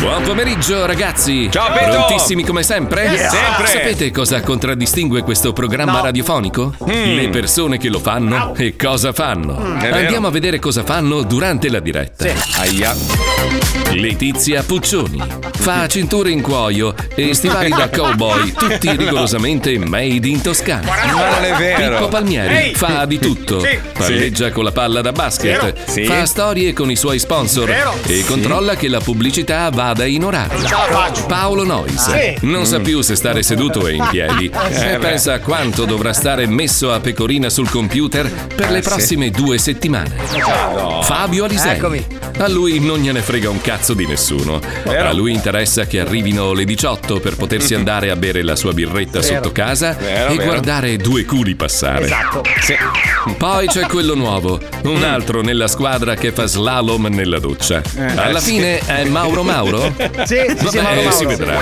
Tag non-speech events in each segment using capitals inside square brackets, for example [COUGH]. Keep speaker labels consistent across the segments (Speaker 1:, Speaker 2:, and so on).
Speaker 1: Buon pomeriggio ragazzi!
Speaker 2: Ciao, Beto!
Speaker 1: Prontissimi come sempre?
Speaker 2: Yeah. Sempre.
Speaker 1: Sapete cosa contraddistingue questo programma
Speaker 2: No.
Speaker 1: radiofonico?
Speaker 2: Mm.
Speaker 1: Le persone che lo fanno e cosa fanno.
Speaker 2: È vero.
Speaker 1: Andiamo a vedere cosa fanno durante la diretta.
Speaker 2: Sì.
Speaker 1: Aia. Letizia Puccioni fa cinture in cuoio e stivali da cowboy,
Speaker 2: [LAUGHS]
Speaker 1: tutti rigorosamente made in Toscana.
Speaker 2: Ma non è vero.
Speaker 1: Pippo Palmieri
Speaker 2: Ehi.
Speaker 1: fa di tutto.
Speaker 2: Sì.
Speaker 1: Palleggia con la palla da
Speaker 2: Vero.
Speaker 1: basket,
Speaker 2: Sì.
Speaker 1: fa storie con i suoi sponsor
Speaker 2: Vero.
Speaker 1: e
Speaker 2: Sì.
Speaker 1: controlla che la pubblicità vada in orario. Paolo Nois
Speaker 2: Sì.
Speaker 1: non sa più se stare seduto e in piedi
Speaker 2: [LAUGHS] Eh,
Speaker 1: e
Speaker 2: beh.
Speaker 1: pensa a quanto dovrà stare messo a pecorina sul computer per le
Speaker 2: Eh, sì.
Speaker 1: prossime due settimane. Fabio Alisei.
Speaker 3: Eccomi.
Speaker 1: A lui non gliene frega un cazzo di nessuno.
Speaker 2: Vero.
Speaker 1: A lui interessa che arrivino le 18 per
Speaker 2: [LAUGHS]
Speaker 1: potersi andare a bere la sua birretta
Speaker 3: Vero.
Speaker 1: sotto casa
Speaker 2: Vero,
Speaker 1: e
Speaker 2: vero.
Speaker 1: guardare due culi passare.
Speaker 3: Esatto.
Speaker 2: Sì.
Speaker 1: Poi c'è quello nuovo, un altro nella squadra che fa slalom nella doccia. Alla
Speaker 2: Eh, sì.
Speaker 1: fine è Mauro Mauro?
Speaker 3: Eh. [LAUGHS]
Speaker 2: [LAUGHS]
Speaker 3: Sì, sì, sì,
Speaker 1: Vabbè, eh,
Speaker 3: Mauro, Mauro.
Speaker 1: si vedrà.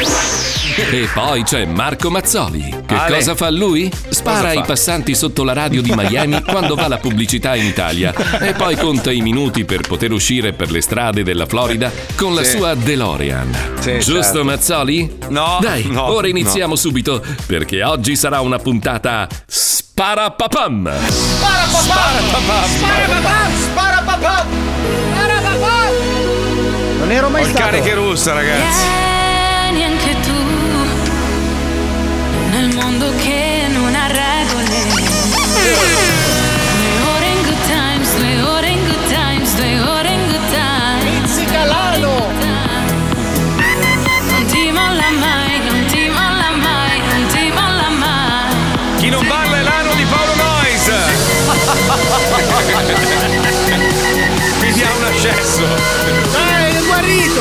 Speaker 1: E poi c'è Marco Mazzoli. Che
Speaker 2: Ale.
Speaker 1: cosa fa lui? Spara
Speaker 2: Cosa fa?
Speaker 1: ai passanti sotto la radio di Miami quando va la pubblicità in Italia e poi conta i minuti per poter uscire per le strade della Florida con la
Speaker 2: Sì.
Speaker 1: sua DeLorean.
Speaker 2: Sì,
Speaker 1: Giusto
Speaker 2: certo.
Speaker 1: Mazzoli?
Speaker 2: No,
Speaker 1: Dai,
Speaker 2: no,
Speaker 1: ora iniziamo subito perché oggi sarà una puntata sparapapam.
Speaker 3: Non ero mai stato.
Speaker 2: Cariche russa, ragazzi.
Speaker 4: Vieni anche tu nel mondo che non ha regole. Due ore in good times, due ore in good times, due ore in good times. Non ti molla mai, non ti molla mai, non ti molla mai.
Speaker 2: Chi non parla è l'anno di Paolo
Speaker 3: [LAUGHS]
Speaker 2: Nois. Mi dia un accesso.
Speaker 3: Dai, è guarito!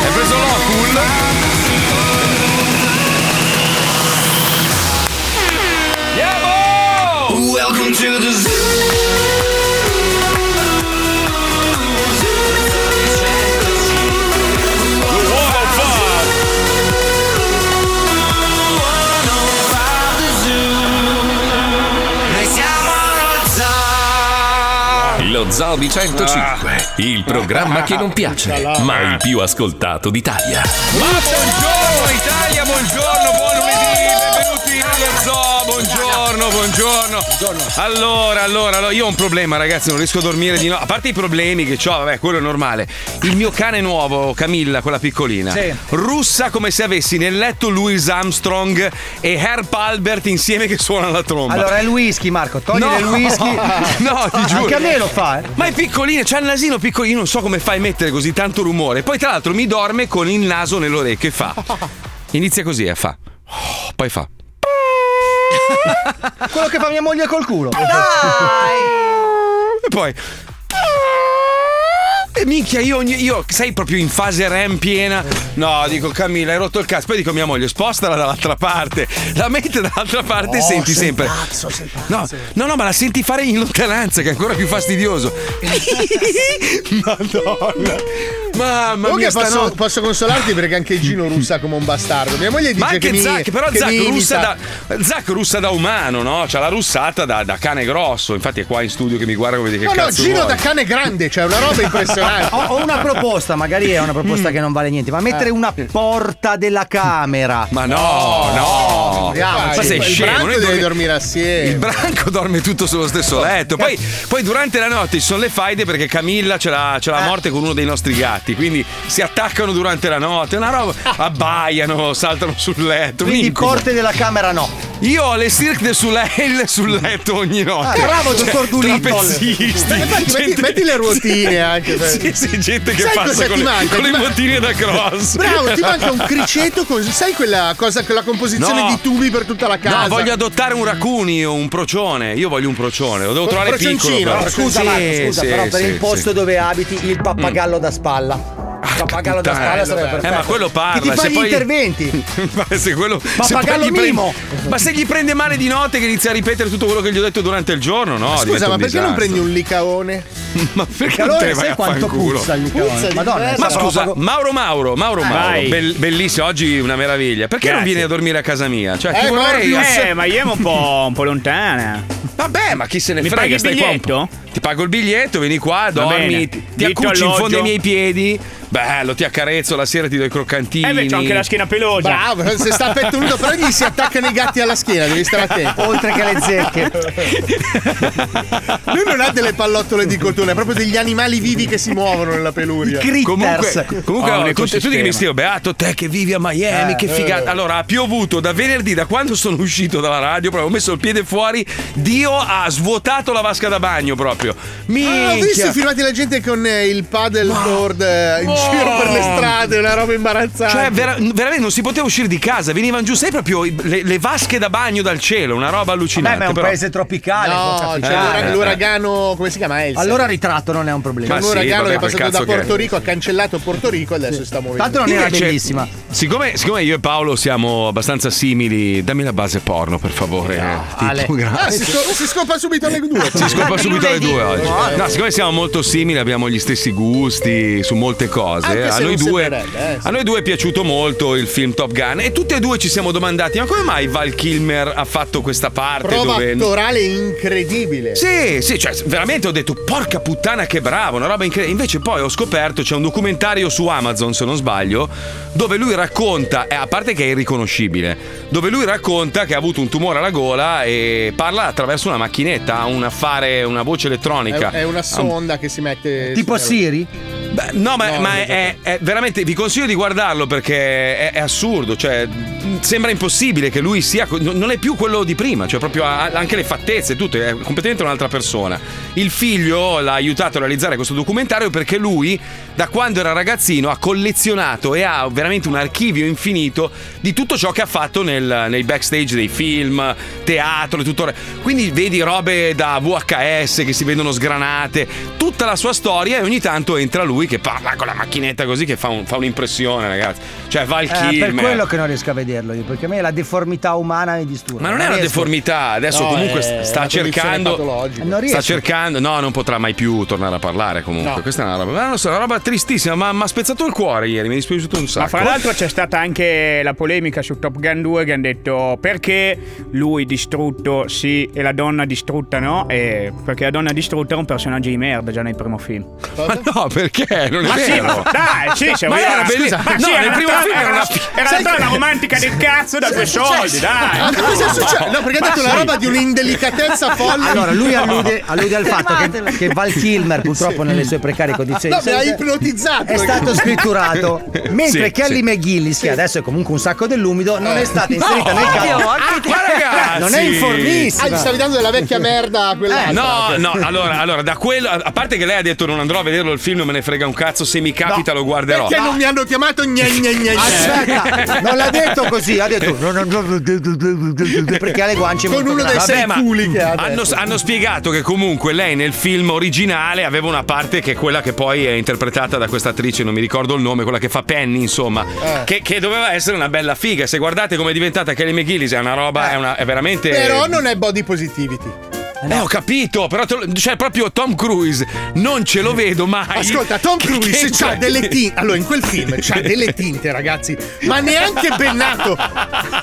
Speaker 2: Hai preso l'Ocul? Andiamo!
Speaker 5: Welcome to the zoo.
Speaker 2: Uomo fa!
Speaker 5: Noi siamo lo zoo.
Speaker 1: Lo Zobi
Speaker 2: Ah.
Speaker 1: 105, il programma che non piace, ma il più ascoltato d'Italia.
Speaker 2: Ma buongiorno Italia, buongiorno, buon lunedì, benvenuti in Radio Zoo, buongiorno, buongiorno. Allora, allora, allora, io ho un problema ragazzi, non riesco a dormire di no. A parte i problemi che ho, vabbè, quello è normale. Il mio cane nuovo, Camilla, quella piccolina,
Speaker 3: Sì.
Speaker 2: russa come se avessi nel letto Louis Armstrong e Herb Albert insieme che suonano la tromba.
Speaker 3: Allora è il whisky, Marco, togli
Speaker 2: [LAUGHS] No.
Speaker 3: il whisky.
Speaker 2: No, ti giuro.
Speaker 3: Anche a me lo
Speaker 2: [LAUGHS]
Speaker 3: fa, eh.
Speaker 2: Ma è piccolina, c'ha il nasino piccolino, non so come fa a emettere così tanto rumore. Poi, tra l'altro, mi dorme con il naso nell'orecchio e fa. Inizia così e fa. Oh, Poi fa.
Speaker 3: Quello che fa mia moglie col culo.
Speaker 2: E poi. "Ah!" E minchia, io, ogni- io, sei proprio in fase REM piena. No, dico Camilla, hai rotto il cazzo. Poi dico a mia moglie, spostala dall'altra parte. La mette dall'altra parte
Speaker 6: Oh,
Speaker 7: Oh,
Speaker 2: e senti sempre. no, no, no, ma la senti fare in lontananza, che è ancora più fastidioso. [LAUGHS] Madonna. Mamma mia,
Speaker 8: Comunque posso,
Speaker 2: stanotte.
Speaker 8: posso consolarti perché anche Gino russa come un bastardo. Mia moglie dice
Speaker 2: Ma
Speaker 8: che
Speaker 2: anche
Speaker 8: mi
Speaker 2: Zac, però
Speaker 8: che
Speaker 2: Zac
Speaker 8: mi
Speaker 2: russa,
Speaker 8: imita.
Speaker 2: da, Zac russa da umano, no? C'ha la russata da, da cane grosso. Infatti è qua in studio che mi guarda come dire che
Speaker 8: No, no,
Speaker 2: cazzo
Speaker 8: Gino
Speaker 2: vuoi.
Speaker 8: da cane grande, cioè una
Speaker 2: [LAUGHS]
Speaker 8: roba impressionante.
Speaker 3: Ho, ho una proposta, magari è una
Speaker 2: Mm.
Speaker 3: proposta che non vale niente, ma mettere una porta della camera.
Speaker 2: Eh. Ma no, no.
Speaker 8: Dai,
Speaker 2: Ma sei
Speaker 8: il
Speaker 2: scemo,
Speaker 8: branco
Speaker 2: noi
Speaker 8: deve
Speaker 2: dormi-
Speaker 8: dormire assieme.
Speaker 2: Il branco dorme tutto sullo stesso letto. Poi, poi durante la notte ci sono le faide perché Camilla ce l'ha, ce
Speaker 8: Eh.
Speaker 2: l'ha a morte con uno dei nostri gatti. Quindi si attaccano durante la notte. è Una roba. Abbaiano, saltano sul letto. un
Speaker 3: Quindi
Speaker 2: incubo.
Speaker 3: porte della camera no.
Speaker 2: Io ho le Cirque du Soleil sul letto ogni notte.
Speaker 3: Ah, bravo, dottor Dolittle.
Speaker 2: Trapezzisti.
Speaker 8: Eh, Infatti, metti, metti le ruotine anche. per-
Speaker 2: [LAUGHS] Sì, sì, gente che
Speaker 8: Sai
Speaker 2: passa
Speaker 8: cosa
Speaker 2: con
Speaker 8: ti
Speaker 2: le,
Speaker 8: manca?
Speaker 2: con le
Speaker 8: Ti man-
Speaker 2: bottine da cross.
Speaker 8: Bravo, ti manca
Speaker 9: [LAUGHS]
Speaker 8: un criceto così. Sai quella cosa, quella composizione
Speaker 2: No.
Speaker 8: di tubi per tutta la casa?
Speaker 2: No, voglio adottare un racuni o un procione. Io voglio un procione, lo devo
Speaker 8: Un
Speaker 2: trovare
Speaker 8: procioncino,
Speaker 2: piccolo. Però.
Speaker 8: un
Speaker 3: Scusa
Speaker 2: Sì,
Speaker 3: Marco, scusa,
Speaker 2: sì,
Speaker 3: però per
Speaker 2: sì,
Speaker 3: il posto
Speaker 2: sì. Mm.
Speaker 3: dove abiti il pappagallo da spalla. Il pappagallo da
Speaker 2: puttana,
Speaker 3: spalla sarebbe
Speaker 2: eh,
Speaker 3: perfetto.
Speaker 2: ma quello
Speaker 3: Che ti
Speaker 2: parla,
Speaker 3: fa
Speaker 2: se
Speaker 3: gli
Speaker 2: poi- [LAUGHS]
Speaker 3: interventi.
Speaker 2: Ma se quello. se poi
Speaker 3: Pappagallo
Speaker 2: gli prende-
Speaker 3: Mimo.
Speaker 2: Ma se gli prende male di notte che inizia a ripetere tutto quello che gli ho detto durante il giorno, no? diventa
Speaker 8: Scusa, ma
Speaker 2: un
Speaker 8: perché non
Speaker 2: disastro.
Speaker 8: prendi un licaone?
Speaker 2: Ma perché non [LAUGHS] te
Speaker 3: Calore,
Speaker 2: vai
Speaker 3: sai
Speaker 2: a
Speaker 3: quanto
Speaker 2: fanculo?
Speaker 3: puzza il
Speaker 8: Puzza
Speaker 3: calore.
Speaker 8: di
Speaker 3: Madonna,
Speaker 8: merda.
Speaker 2: Ma
Speaker 3: se
Speaker 2: scusa,
Speaker 3: propago-
Speaker 2: Mauro Mauro, Mauro Mauro,
Speaker 6: Vai.
Speaker 2: bell- bellissimo, oggi una meraviglia. Perché non
Speaker 6: Grazie.
Speaker 2: vieni a dormire a casa mia? Cioè, ti
Speaker 8: Eh,
Speaker 2: vorrei-
Speaker 8: Morbius.
Speaker 6: Eh, ma io un po', un po' lontana.
Speaker 2: [LAUGHS] Vabbè, ma chi se ne
Speaker 6: Mi
Speaker 2: frega?
Speaker 6: paghi il
Speaker 2: stai qua un po'. Ti pago il biglietto, vieni qua, dormi,
Speaker 6: bene.
Speaker 2: ti, ti
Speaker 6: Vitto,
Speaker 2: accucci in fondo
Speaker 6: alloggio.
Speaker 2: ai miei piedi. Bello, ti accarezzo la sera, ti do i croccantini.
Speaker 6: Eh, beh, c'ho anche la schiena pelosa.
Speaker 8: Bravo, se sta pettunuto, però gli si attaccano i gatti alla schiena, devi stare attento.
Speaker 3: Oltre che le zecche.
Speaker 8: Lui non ha delle pallottole di cotone, ha proprio degli animali vivi che si muovono nella peluria.
Speaker 3: Critters.
Speaker 2: Comunque, comunque
Speaker 6: Ho un
Speaker 3: eh,
Speaker 2: oh, tu, tu dici,
Speaker 6: ecosistema.
Speaker 2: "Stio, beato te che vivi a
Speaker 8: Eh,
Speaker 2: Miami, che figata. Allora, ha piovuto da venerdì, da quando sono uscito dalla radio, proprio ho messo il piede fuori, Dio ha svuotato la vasca da bagno proprio.
Speaker 8: Ah, ho visto
Speaker 2: Minchia.
Speaker 8: i filmati della gente con eh, il paddleboard eh, in
Speaker 2: Oh.
Speaker 8: giro per le strade, una roba imbarazzante.
Speaker 2: Cioè, vera- veramente non si poteva uscire di casa, venivano giù, sai proprio i- le, le vasche da bagno dal cielo, una roba
Speaker 3: Beh,
Speaker 2: allucinante.
Speaker 3: ma è un
Speaker 2: però.
Speaker 3: paese tropicale. può
Speaker 8: no,
Speaker 3: capitare.
Speaker 8: cioè, l'ura-
Speaker 2: eh, eh.
Speaker 8: l'uragano, come si chiama? Elsa.
Speaker 3: allora ritratto non è un problema.
Speaker 2: Ma
Speaker 8: un
Speaker 2: sì,
Speaker 8: uragano
Speaker 2: vabbè,
Speaker 8: che è
Speaker 2: quel
Speaker 8: passato da
Speaker 2: cazzo che è.
Speaker 8: Porto Rico, ha cancellato Porto Rico e adesso si sta muovendo.
Speaker 3: Tanto non era
Speaker 2: Invece-
Speaker 3: bellissima.
Speaker 2: Siccome, siccome io e Paolo siamo abbastanza simili, dammi la base porno, per favore. eh, tipo,
Speaker 3: Ale.
Speaker 2: grazie.
Speaker 8: Ah, si, sco- si scopa subito alle due.
Speaker 2: Si scopa subito alle due oggi. No, siccome siamo molto simili, abbiamo gli stessi gusti su molte cose.
Speaker 8: Anche
Speaker 2: A
Speaker 8: se
Speaker 2: noi,
Speaker 8: non
Speaker 2: due,
Speaker 8: sembrerebbe, eh, sì.
Speaker 2: a noi due è piaciuto molto il film Top Gun e tutti e due ci siamo domandati: ma come mai Val Kilmer ha fatto questa parte
Speaker 8: Prova
Speaker 2: dove.
Speaker 8: attorale incredibile.
Speaker 2: Sì, sì, cioè veramente ho detto porca puttana che bravo, una roba incredibile. Invece poi ho scoperto c'è un documentario su Amazon, se non sbaglio, dove lui racconta, eh, a parte che è irriconoscibile, dove lui racconta che ha avuto un tumore alla gola e parla attraverso una macchinetta, ha un affare, una voce
Speaker 8: È,
Speaker 2: elettronica.
Speaker 8: è una sonda che si mette.
Speaker 3: Tipo
Speaker 8: sulla-
Speaker 3: Siri?
Speaker 2: Beh, no, ma,
Speaker 8: No,
Speaker 2: ma
Speaker 8: non
Speaker 2: è, è- è veramente. Vi consiglio di guardarlo perché è, è assurdo. Cioè, mh, sembra impossibile che lui sia. co- non non è più quello di prima. Cioè, proprio ha- ha anche le fattezze, tutto. È completamente un'altra persona. Il figlio l'ha aiutato a realizzare questo documentario perché lui, da quando era ragazzino, ha collezionato e ha veramente un archivio infinito di tutto ciò che ha fatto nel- nei backstage dei film, teatro e tutto. il re- Quindi vedi robe da VHS che si vedono sgranate, tutta la sua storia e ogni tanto entra lui che parla con la macchinetta così che fa, un- fa un'impressione, ragazzi. Cioè, va il
Speaker 3: Eh, per
Speaker 2: Kilmer.
Speaker 3: quello che non riesco a vederlo io, perché a me la deformità umana mi disturba.
Speaker 2: Ma non è una
Speaker 3: riesco. eh,
Speaker 2: deformità, adesso
Speaker 8: No,
Speaker 2: comunque
Speaker 8: è
Speaker 2: sta- sta
Speaker 8: una condizione
Speaker 2: cercando.
Speaker 8: patologica.
Speaker 3: Non riesco.
Speaker 2: Sta cercando, no, non potrà mai più tornare a parlare comunque.
Speaker 8: No.
Speaker 2: Questa è una roba, ma non so, una roba tristissima, ma mi ha spezzato il cuore ieri, mi è dispiaciuto un sacco.
Speaker 6: Ma fra l'altro c'è stata anche la polemica su Top Gun 2 che hanno detto perché lui distrutto sì e la donna distrutta no, e perché la donna distrutta è un personaggio di merda già nel primo film.
Speaker 2: Ma no, perché? Non è
Speaker 6: Ma sì,
Speaker 2: vero.
Speaker 6: ma dai, sì, se
Speaker 2: Ma
Speaker 6: vuoi-
Speaker 2: era
Speaker 6: ma
Speaker 2: bellissimo.
Speaker 6: scusa, ma
Speaker 2: No,
Speaker 6: sì,
Speaker 2: nel
Speaker 6: era
Speaker 2: primo
Speaker 6: una-
Speaker 2: film era una-
Speaker 6: Era
Speaker 2: Sai
Speaker 6: una trama
Speaker 2: che-
Speaker 6: romantica del cazzo da due soldi, dai!
Speaker 8: Ma cosa è successo? No, perché ha detto una roba
Speaker 3: [LAUGHS]
Speaker 8: di un'indelicatezza folle.
Speaker 3: Allora, lui allude, allude al fatto che, che Val Kilmer, purtroppo, nelle sue precarie condizioni
Speaker 8: No,
Speaker 3: di
Speaker 8: mi ha
Speaker 3: salute,
Speaker 8: ipnotizzato.
Speaker 3: è stato
Speaker 2: [LAUGHS]
Speaker 8: [LAUGHS]
Speaker 3: scritturato. Mentre
Speaker 2: Sì,
Speaker 3: Kelly
Speaker 2: sì.
Speaker 3: McGillis, che adesso è comunque un sacco dell'umido, non è
Speaker 2: [LAUGHS]
Speaker 3: stata inserita nel Ah, caso.
Speaker 2: Ma [LAUGHS] ragazzi!
Speaker 3: Non è
Speaker 8: Ah, gli
Speaker 3: informissima.
Speaker 8: stavi dando della vecchia merda a quella.
Speaker 2: Eh, No, no, allora, allora, da quello. A parte che lei ha detto non andrò a vederlo il film, non me ne frega un cazzo, se mi capita lo guarderò.
Speaker 8: Perché non mi hanno chiamato gna gna gna gna.
Speaker 2: [LAUGHS]
Speaker 8: Eh.
Speaker 3: Aspetta, non l'ha detto così, ha detto "No, no, no, no, no, no, no", perché ha le guance
Speaker 8: Con
Speaker 3: molto
Speaker 8: uno dei
Speaker 3: grandi.
Speaker 8: sei
Speaker 2: ma
Speaker 8: culi che ha
Speaker 2: hanno,
Speaker 8: adesso.
Speaker 2: hanno spiegato che comunque lei nel film originale aveva una parte che è quella che poi è interpretata da questa attrice, non mi ricordo il nome, quella che fa Penny, insomma,
Speaker 8: Eh.
Speaker 2: che, che doveva essere una bella figa. Se guardate come è diventata Kelly McGillis, è una roba, è, una- è veramente.
Speaker 8: Eh. Però non è body positivity.
Speaker 2: Eh, ho capito, però te lo- cioè proprio Tom Cruise non ce lo vedo mai.
Speaker 8: Ascolta, Tom
Speaker 2: Che-
Speaker 8: Cruise
Speaker 2: che-
Speaker 8: c'ha delle tinte. Allora, in quel film c'ha
Speaker 2: [LAUGHS]
Speaker 8: delle tinte, ragazzi. Ma neanche bennato.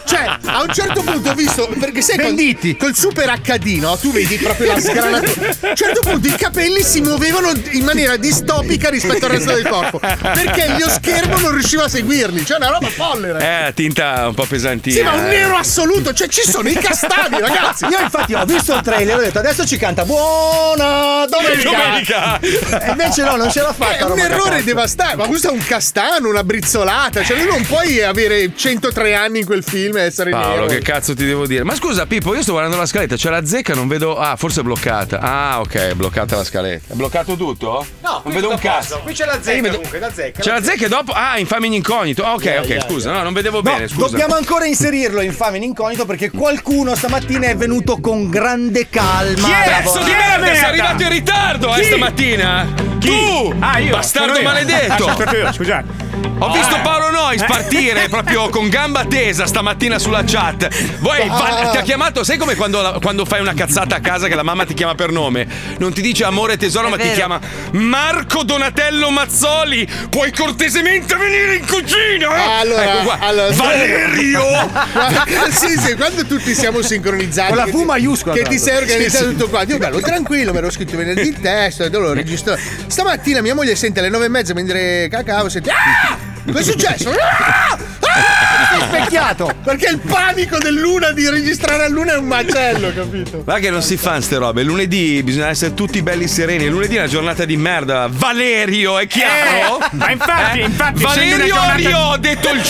Speaker 8: Cioè, a un certo punto ho visto. Perché sai col, col super HD, no? Tu vedi proprio la sgranatura. A un certo punto i capelli si muovevano in maniera distopica rispetto al resto del corpo. Perché il mio schermo non riusciva a seguirli. Cioè, una roba folle, ragazzi.
Speaker 2: Eh, la tinta un po' pesantina.
Speaker 8: Sì, ma un
Speaker 2: eh.
Speaker 8: nero assoluto, cioè ci sono i castani, ragazzi.
Speaker 3: Io infatti ho visto il trailer e ho detto adesso ci canta buona domenica.
Speaker 2: Domenica!
Speaker 3: E invece no, non ce l'ha fatta.
Speaker 8: Eh, È un
Speaker 3: Roma
Speaker 8: errore
Speaker 3: Capaccio.
Speaker 8: devastante, ma questo è un castano, una brizzolata, cioè tu non puoi avere 103 anni in quel film e essere
Speaker 2: Paolo,
Speaker 8: nero.
Speaker 2: che cazzo ti devo dire? Ma scusa, Pippo, io sto guardando la scaletta, c'è la zecca, non vedo. Ah, forse è bloccata. Ah, ok, è bloccata la scaletta. È bloccato tutto? No, non vedo un cazzo.
Speaker 10: Qui c'è la
Speaker 2: Eh, io
Speaker 10: zecca
Speaker 2: vedo-
Speaker 10: comunque, la zecca.
Speaker 2: C'è la zecca e dopo. Ah, infame in incognito. Ah, ok, ok, scusa, no, non vedevo
Speaker 3: No,
Speaker 2: bene, scusa.
Speaker 3: dobbiamo ancora inserirlo in fame in incognito perché qualcuno stamattina è venuto con grande calma. a
Speaker 2: Cazzo
Speaker 3: lavorare.
Speaker 2: di
Speaker 6: Chi è la
Speaker 2: merda, sei
Speaker 6: merda?
Speaker 2: arrivato in ritardo eh, stamattina!
Speaker 6: Chi
Speaker 2: Tu!
Speaker 6: Ah, io.
Speaker 2: Bastardo
Speaker 6: sono io.
Speaker 2: maledetto!
Speaker 6: Ah, sono stato io, scusate.
Speaker 2: Ho visto
Speaker 6: Ah.
Speaker 2: Paolo Nois partire proprio con gamba tesa stamattina sulla chat. Voi fa- ti ha chiamato, sai come quando, la- quando fai una cazzata a casa che la mamma ti chiama per nome? Non ti dice amore tesoro,
Speaker 10: È
Speaker 2: ma ti
Speaker 10: vero.
Speaker 2: chiama Marco Oh, Donatello Mazzoli. Puoi cortesemente venire in
Speaker 6: Ah,
Speaker 2: cucina?
Speaker 8: Eh, Allora,
Speaker 2: ecco qua.
Speaker 8: allora-
Speaker 2: Valerio!
Speaker 8: Guarda, [LAUGHS] sì, sì, quando tutti siamo sincronizzati.
Speaker 3: Con la
Speaker 8: che
Speaker 3: Fu
Speaker 8: ti-
Speaker 3: maiuscola,
Speaker 8: Che
Speaker 3: tra
Speaker 8: ti
Speaker 3: l'altro.
Speaker 8: sei organizzato
Speaker 2: Sì, sì.
Speaker 8: tutto quanto. Io bello tranquillo, me l'ho scritto venerdì il testo, e lo registro. Stamattina mia moglie sente alle nove e mezza mentre cacao, sente. Ah! Cosa è successo? Ah! Ah!
Speaker 3: Specchiato!
Speaker 8: Perché il panico dell'una di registrare all'una è un macello, capito?
Speaker 2: Guarda che non si fanno ste robe. Lunedì bisogna essere tutti belli sereni. Lunedì è una giornata di merda. Valerio, è chiaro?
Speaker 6: Eh, ma infatti, infatti, essendo una
Speaker 2: Valerio
Speaker 6: giornata-
Speaker 2: Rio, detto il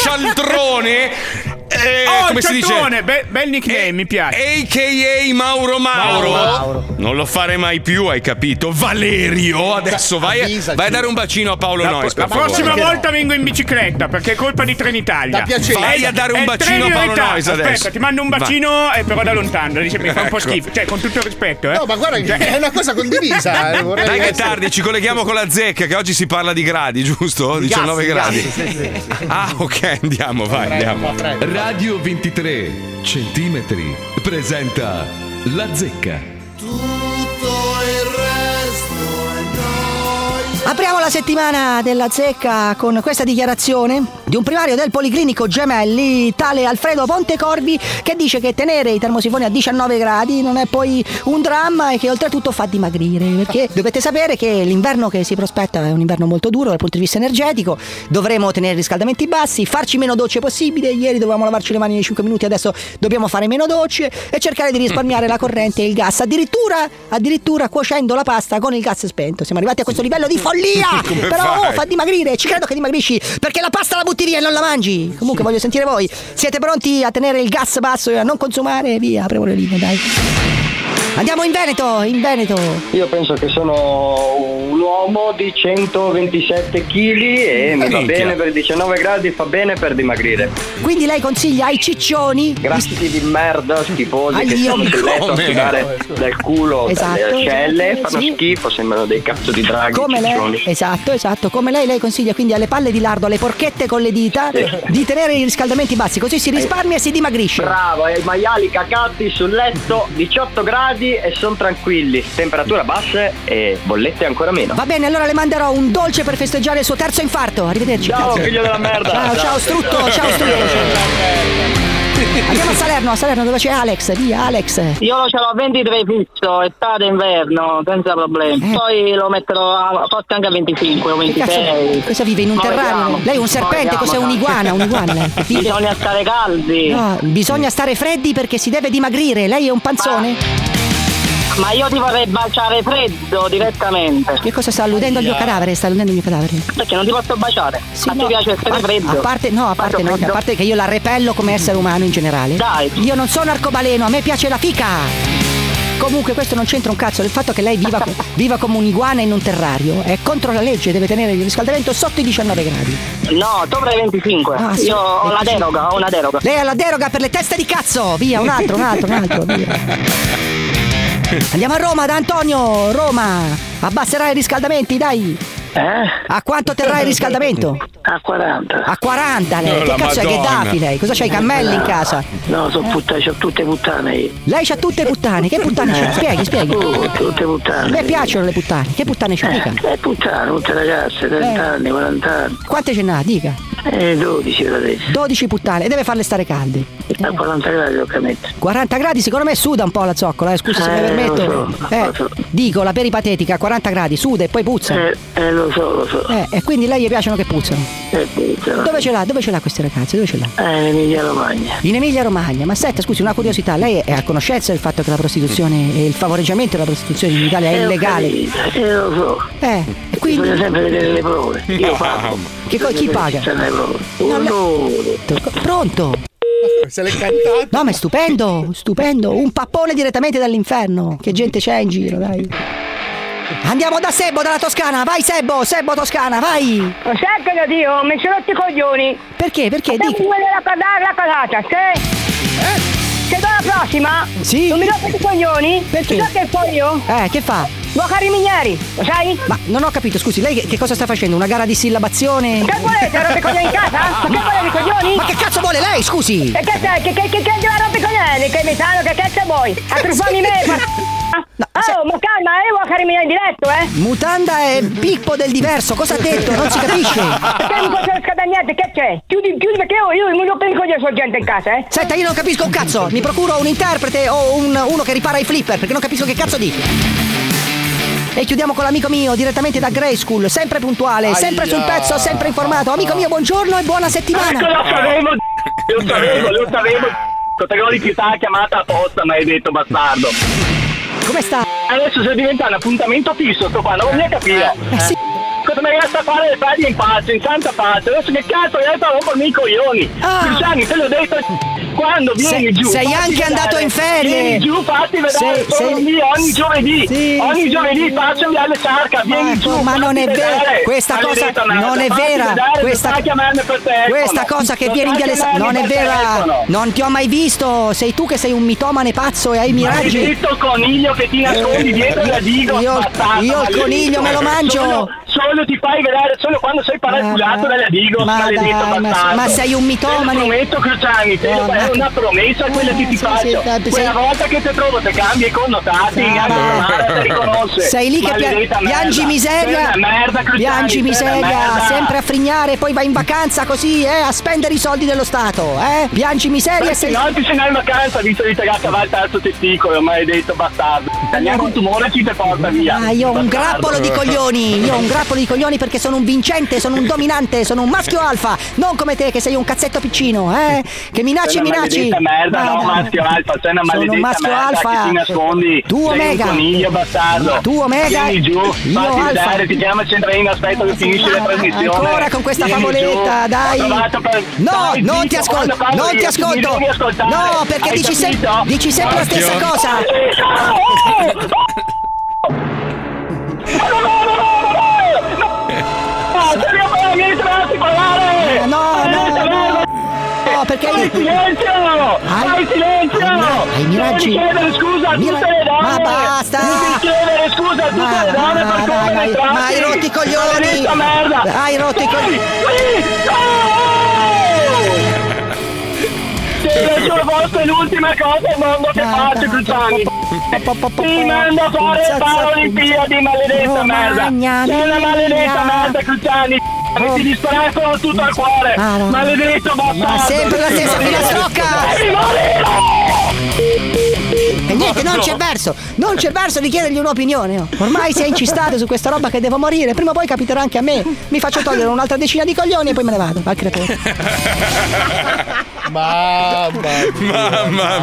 Speaker 2: cialtrone. eh,
Speaker 6: Oh,
Speaker 2: come si dice?
Speaker 6: cialtrone, be- bel nickname,
Speaker 2: Eh,
Speaker 6: mi piace.
Speaker 2: AKA Mauro Mauro. Non lo fare mai più, hai capito? Valerio, adesso vai,
Speaker 8: avvisaci.
Speaker 2: vai a dare un bacino a Paolo Nois.
Speaker 6: La
Speaker 2: per favore.
Speaker 6: prossima
Speaker 8: Perché
Speaker 6: volta vengo in bicicletta perché è colpa di Trenitalia.
Speaker 8: Da piacere.
Speaker 2: Vai a dare un
Speaker 6: È il
Speaker 2: bacino
Speaker 6: treno
Speaker 2: a
Speaker 6: in
Speaker 2: Paolo
Speaker 6: ritardo.
Speaker 2: Nois adesso.
Speaker 6: Aspetta, ti mando un
Speaker 2: Va.
Speaker 6: bacino, eh, però da lontano. Dice, mi fa un po'
Speaker 2: Ecco.
Speaker 6: schifo. Cioè, con tutto il rispetto, eh.
Speaker 8: No, ma guarda che è una cosa condivisa. eh,
Speaker 6: [LAUGHS]
Speaker 8: vorrei
Speaker 2: Dai che è
Speaker 8: essere-
Speaker 2: tardi, ci colleghiamo con la zecca che oggi si parla di gradi, giusto? 19 gradi. Ah, ok, andiamo, vai, andiamo.
Speaker 11: Radio 23 centimetri presenta La zecca.
Speaker 12: Apriamo la settimana della zecca con questa dichiarazione di un primario del Policlinico Gemelli, tale Alfredo Pontecorvi, che dice che tenere i termosifoni a 19 gradi non è poi un dramma e che oltretutto fa dimagrire. Perché dovete sapere che l'inverno che si prospetta è un inverno molto duro dal punto di vista energetico, dovremo tenere riscaldamenti bassi, farci meno docce possibile, ieri dovevamo lavarci le mani nei 5 minuti, adesso dobbiamo fare meno docce e cercare di risparmiare la corrente e il gas, addirittura, addirittura cuocendo la pasta con il gas spento. Siamo arrivati a questo livello di follia!
Speaker 2: [LAUGHS] Come
Speaker 12: Però
Speaker 2: fai?
Speaker 12: oh, fa dimagrire, ci credo che dimagrisci, perché la pasta la butti via e non la mangi. Comunque voglio sentire voi. Siete pronti a tenere il gas basso e a non consumare? Via, apriamo le linee, dai. Andiamo in Veneto, in Veneto.
Speaker 7: Io penso che sono un uomo di 127 kg e mi
Speaker 2: Minchia.
Speaker 7: va bene per 19 gradi, fa bene per dimagrire.
Speaker 12: Quindi lei consiglia ai ciccioni
Speaker 7: Grassi di merda schifosi che
Speaker 12: Aglio.
Speaker 7: stanno sul letto a
Speaker 2: Come?
Speaker 7: sudare dal culo,
Speaker 12: Esatto,
Speaker 7: dalle ascelle,
Speaker 12: esatto,
Speaker 7: fanno
Speaker 12: sì.
Speaker 7: schifo, sembrano dei cazzo di draghi.
Speaker 12: come
Speaker 7: ciccioni.
Speaker 12: lei, esatto, esatto, come lei, lei consiglia quindi alle palle di lardo, alle porchette con le dita, di tenere i riscaldamenti bassi, così si risparmia e si dimagrisce.
Speaker 7: Bravo, e i maiali cacati sul letto 18 gradi e sono tranquilli. Temperatura basse e bollette ancora meno.
Speaker 12: Va bene, allora le manderò un dolce per festeggiare il suo terzo infarto. Arrivederci.
Speaker 7: Ciao
Speaker 12: grazie.
Speaker 7: figlio della merda!
Speaker 12: Ciao, ciao strutto, ciao strutto. Andiamo a Salerno, a Salerno dove c'è Alex, via Alex.
Speaker 7: Io lo ce l'ho a 23 fisso, estate e inverno, senza problemi.
Speaker 12: Eh.
Speaker 7: Poi lo metterò a, forse anche a 25 o
Speaker 12: Che cazzo, cosa vive in un
Speaker 7: Ma
Speaker 12: terrario?
Speaker 7: vediamo.
Speaker 12: Lei è un
Speaker 7: Ma
Speaker 12: serpente,
Speaker 7: vediamo,
Speaker 12: cos'è
Speaker 7: dai.
Speaker 12: un'iguana?
Speaker 7: [LAUGHS]
Speaker 12: Un'iguana lei, capito?
Speaker 7: stare caldi.
Speaker 12: Eh, No, bisogna stare freddi perché si deve dimagrire. Lei è un panzone?
Speaker 7: Ma io ti vorrei baciare freddo direttamente.
Speaker 12: Che cosa sta alludendo al mio cadavere? Sta alludendo al mio cadavere.
Speaker 7: Perché non ti posso baciare.
Speaker 12: Sì,
Speaker 7: Ma
Speaker 12: no,
Speaker 7: ti piace
Speaker 12: a-
Speaker 7: stare freddo.
Speaker 12: A parte, no, a parte, no, a parte che io la repello come essere umano in generale.
Speaker 7: Dai.
Speaker 12: Io non sono arcobaleno, a me piace la fica. Comunque questo non c'entra un cazzo, il fatto che lei viva, [LAUGHS] viva come un'iguana in un terrario è contro la legge, deve tenere il riscaldamento sotto i 19 gradi.
Speaker 7: No, sopra i 25.
Speaker 12: Ah, sì.
Speaker 7: Io ho la
Speaker 12: 25.
Speaker 7: deroga, ho una deroga.
Speaker 12: Lei ha la deroga per le teste di cazzo! Via, un altro, un altro, un altro, via. Andiamo a Roma, da Antonio, Roma! Abbasserai i riscaldamenti, dai!
Speaker 7: Eh?
Speaker 12: A quanto terrà il riscaldamento?
Speaker 7: A 40.
Speaker 12: A 40 lei!
Speaker 2: Oh,
Speaker 12: che
Speaker 2: la
Speaker 12: cazzo è che
Speaker 2: Madonna.
Speaker 12: dafi lei? Cosa c'hai i cammelli in casa?
Speaker 7: No,
Speaker 13: Eh.
Speaker 7: sono puttane, sono tutte puttane io.
Speaker 12: Lei c'ha tutte puttane, che puttane c'ha? Spieghi, spieghi.
Speaker 7: Oh, tutte
Speaker 12: A
Speaker 7: puttane.
Speaker 12: me piacciono le puttane, che puttane c'ha? Dica.
Speaker 7: Eh, puttane, tutte ragazze, 30
Speaker 12: Eh.
Speaker 7: anni, 40 anni.
Speaker 12: Quante ce n'ha? Dica.
Speaker 7: Eh, 12 per adesso.
Speaker 12: 12 puttane e deve farle stare calde.
Speaker 7: A 40 gradi lo cammetto.
Speaker 12: 40 gradi secondo me suda un po' la zoccola, eh, scusa se mi
Speaker 7: Eh,
Speaker 12: permetto.
Speaker 7: lo so,
Speaker 12: Eh,
Speaker 7: lo so.
Speaker 12: dico, la peripatetica, 40 gradi, suda e poi puzza.
Speaker 7: Eh, eh, lo so, lo so.
Speaker 12: Eh, e quindi lei gli piacciono che puzzano.
Speaker 7: Eh, puttana.
Speaker 12: Dove ce l'ha? Dove ce l'ha queste ragazze? Dove ce l'ha?
Speaker 7: Eh, in Emilia Romagna.
Speaker 12: In Emilia Romagna, ma senta, scusi, una curiosità, lei è a conoscenza del fatto che la prostituzione e il favoreggiamento della prostituzione in Italia è
Speaker 7: Eh, ho
Speaker 12: illegale?
Speaker 7: capito, Eh, lo so.
Speaker 12: Eh, e
Speaker 7: Bisogna
Speaker 12: quindi
Speaker 7: sempre vedere le prove. Io pago.
Speaker 12: che co- chi
Speaker 7: Bisogna
Speaker 12: paga?
Speaker 7: vedere se c'è le prove.
Speaker 12: No, no.
Speaker 7: Uno.
Speaker 12: Pronto?
Speaker 8: Se l'è cantato.
Speaker 12: No, ma è stupendo, stupendo, un pappone direttamente dall'inferno. Che gente c'è in giro, dai. Andiamo da Sebbo, dalla Toscana, vai Sebbo, Sebbo Toscana, vai.
Speaker 7: Oh, Sentilo, Dio, mi sono rotti i coglioni.
Speaker 12: Perché? Perché? Dica. Eh.
Speaker 7: a parlare la cagata, se... Se do la prossima,
Speaker 12: Sì?
Speaker 7: non mi rompete i coglioni,
Speaker 12: Perché?
Speaker 7: Lo so che poi io
Speaker 12: Eh, che fa?
Speaker 10: Cari Minieri, lo sai?
Speaker 12: Ma non ho capito, scusi, lei che, che cosa sta facendo? Una gara di sillabazione?
Speaker 10: Che volete? Rompere i coglioni in casa? Ma che volete i coglioni?
Speaker 12: Ma che cazzo vuole lei, scusi?
Speaker 10: E che c'è? Che, che, che, che andiamo a rompere i coglioni? Che mi sanno che cazzo vuoi? A truffarmi me,
Speaker 12: [LAUGHS]
Speaker 10: fa... oh, ma calma, io voglio cari Minieri in diretto, eh?
Speaker 12: Mutanda e Pippo del diverso, cosa ha detto? Non si capisce.
Speaker 10: [LAUGHS] Perché mi faccio scadare niente, che c'è? Chiudi, chiudi perché io, io non rompo i coglioni su gente in casa, eh?
Speaker 12: Senta, io non capisco un cazzo, mi procuro un interprete o un- uno che ripara i flipper, perché non capisco che cazzo dici. E chiudiamo con l'amico mio, direttamente da Grey School, sempre puntuale, sempre sul pezzo, sempre informato. Amico mio, buongiorno e buona settimana. Eh.
Speaker 7: Ecco, lo sapevo, lo sapevo, lo sapevo. Categori che t'ha chiamata apposta, ma hai detto bastardo.
Speaker 12: Come sta?
Speaker 7: Adesso se diventa un appuntamento fisso, sto qua, non voglio capire.
Speaker 12: Eh sì.
Speaker 7: Cosa mi resta a fare le faglie in pace, in santa pace? Adesso che cazzo, io sto rompermi i coglioni. Cruciani, te l'ho detto. Quando vieni
Speaker 12: Ah. Sei-
Speaker 7: giù.
Speaker 12: sei
Speaker 7: fatti
Speaker 12: anche
Speaker 7: vedere.
Speaker 12: andato in ferie.
Speaker 7: Vieni giù, fatti vedere.
Speaker 12: Sei-
Speaker 7: sono
Speaker 12: sei-
Speaker 7: lì ogni giovedì.
Speaker 12: Sì,
Speaker 7: ogni
Speaker 12: sì.
Speaker 7: giovedì facciami alle sarca. Vieni
Speaker 12: Ecco,
Speaker 7: giù.
Speaker 12: ma
Speaker 7: fatti
Speaker 12: non è
Speaker 7: vedere.
Speaker 12: vero, questa cosa
Speaker 7: Maledetta merda,
Speaker 12: non è
Speaker 7: fatti
Speaker 12: vera.
Speaker 7: vedere, non
Speaker 12: Questa,
Speaker 7: sai chiamarmi per telefono.
Speaker 12: questa cosa che
Speaker 7: Non
Speaker 12: viene in
Speaker 7: sai
Speaker 12: via Aless-
Speaker 7: chiamarmi
Speaker 12: non è
Speaker 7: per
Speaker 12: vera.
Speaker 7: telefono.
Speaker 12: Non ti ho mai visto. Sei tu che sei un mitomane pazzo e hai miraggi.
Speaker 7: Maledetto coniglio che ti nascondi
Speaker 12: Eh,
Speaker 7: dietro la digo
Speaker 12: io-
Speaker 7: spazzato,
Speaker 12: io il
Speaker 7: maledetto.
Speaker 12: coniglio me lo mangio.
Speaker 7: Solo, solo ti fai vedere solo quando sei paraculato
Speaker 12: Ma-
Speaker 7: dalla digo
Speaker 12: ma
Speaker 7: maledetto
Speaker 12: dai, ma-
Speaker 7: bastardo.
Speaker 12: ma sei un mitomane.
Speaker 7: Te lo prometto Cruciani te
Speaker 12: No,
Speaker 7: lo- è
Speaker 12: ma- Eh,
Speaker 7: una promessa quella che ti
Speaker 12: sì,
Speaker 7: faccio
Speaker 12: sì, dai,
Speaker 7: quella
Speaker 12: sei-
Speaker 7: volta che ti trovo te cambi i connotati in
Speaker 12: Ah,
Speaker 7: alto ti riconosce
Speaker 12: Sei lì che pia-
Speaker 7: Maledetta merda.
Speaker 12: piangi miseria,
Speaker 7: Sei una merda Cruciani
Speaker 12: piangi
Speaker 7: sei una
Speaker 12: miseria,
Speaker 7: merda.
Speaker 12: sempre a frignare, poi vai in vacanza così, eh, a spendere i soldi dello Stato, eh? Piangi miseria e
Speaker 7: Perché
Speaker 12: sei...
Speaker 7: no, ti sei andato in vacanza visto di tagliata va il terzo testicolo, maledetto bastardo. Neanche un tumore ci te porta via.
Speaker 12: Ah, io ho un
Speaker 7: bastardo.
Speaker 12: grappolo di coglioni, io ho un grappolo di coglioni perché sono un vincente, sono un dominante, sono un maschio alfa, non come te che sei un cazzetto piccino, eh? Che minacci,
Speaker 7: Sei una
Speaker 12: minaci.
Speaker 7: maledetta merda, no,
Speaker 12: Guarda.
Speaker 7: maschio alfa, sei una
Speaker 12: Sono un
Speaker 7: maledetta
Speaker 12: maschio
Speaker 7: merda
Speaker 12: alfa.
Speaker 7: che ti nascondi.
Speaker 12: Tu
Speaker 7: sei
Speaker 12: omega.
Speaker 7: un coniglio bastardo.
Speaker 12: Tu omega.
Speaker 7: Vieni giù,
Speaker 12: Io
Speaker 7: fatti
Speaker 12: alfa.
Speaker 7: vedere, ti chiama il centralino, aspetta che finisce la trasmissione.
Speaker 12: Ah, Ancora con questa
Speaker 7: Vieni
Speaker 12: favoletta,
Speaker 7: giù.
Speaker 12: dai.
Speaker 7: Ho provato per-
Speaker 12: No,
Speaker 7: Dai, zitto,
Speaker 12: non ti
Speaker 7: quando
Speaker 12: ascolto,
Speaker 7: parlo
Speaker 12: non
Speaker 7: io
Speaker 12: ti
Speaker 7: mi
Speaker 12: ascolto.
Speaker 7: devi ascoltare.
Speaker 12: No, perché
Speaker 7: Hai
Speaker 12: dici, sem-
Speaker 7: capito?
Speaker 12: dici sempre la stessa
Speaker 7: Occhio.
Speaker 12: cosa.
Speaker 7: No, se ne parla, mi lasci parlare!
Speaker 12: No, no, no. No, perché
Speaker 7: Fai
Speaker 12: io...
Speaker 7: silenzio! Fai silenzio!
Speaker 12: Hai miraggi?
Speaker 7: Devi chiedere scusa a
Speaker 12: Mi-
Speaker 7: tutte le donne!
Speaker 12: Ma basta!
Speaker 7: Devi chiedere scusa a tutte
Speaker 12: Ma-
Speaker 7: le donne
Speaker 12: ma-
Speaker 7: per come
Speaker 12: ma-
Speaker 7: le
Speaker 12: ma-
Speaker 7: tratti!
Speaker 12: ma hai rotto i coglioni!
Speaker 7: Maledetta merda!
Speaker 12: Hai rotto i coglioni!
Speaker 7: Sì, la vostra è l'ultima cosa al mondo
Speaker 12: Ah,
Speaker 7: che faccio, Cruciani! Ti mando a fare le paralimpiadi, maledetta merda!
Speaker 12: Romagna
Speaker 7: Sei una
Speaker 12: mia.
Speaker 7: maledetta merda, Cruciani! Che ti disperano tutto al cuore! Maledetto bastardo!
Speaker 12: Oh. Ah, Ma sempre la stessa filastrocca!
Speaker 7: Devi morire!
Speaker 12: E niente, non c'è verso, non c'è verso di chiedergli un'opinione. oh. Ormai si è incistato su questa roba che devo morire, prima o poi capiterà anche a me. Mi faccio togliere un'altra decina di coglioni e poi me ne vado, al crepore.
Speaker 2: Mamma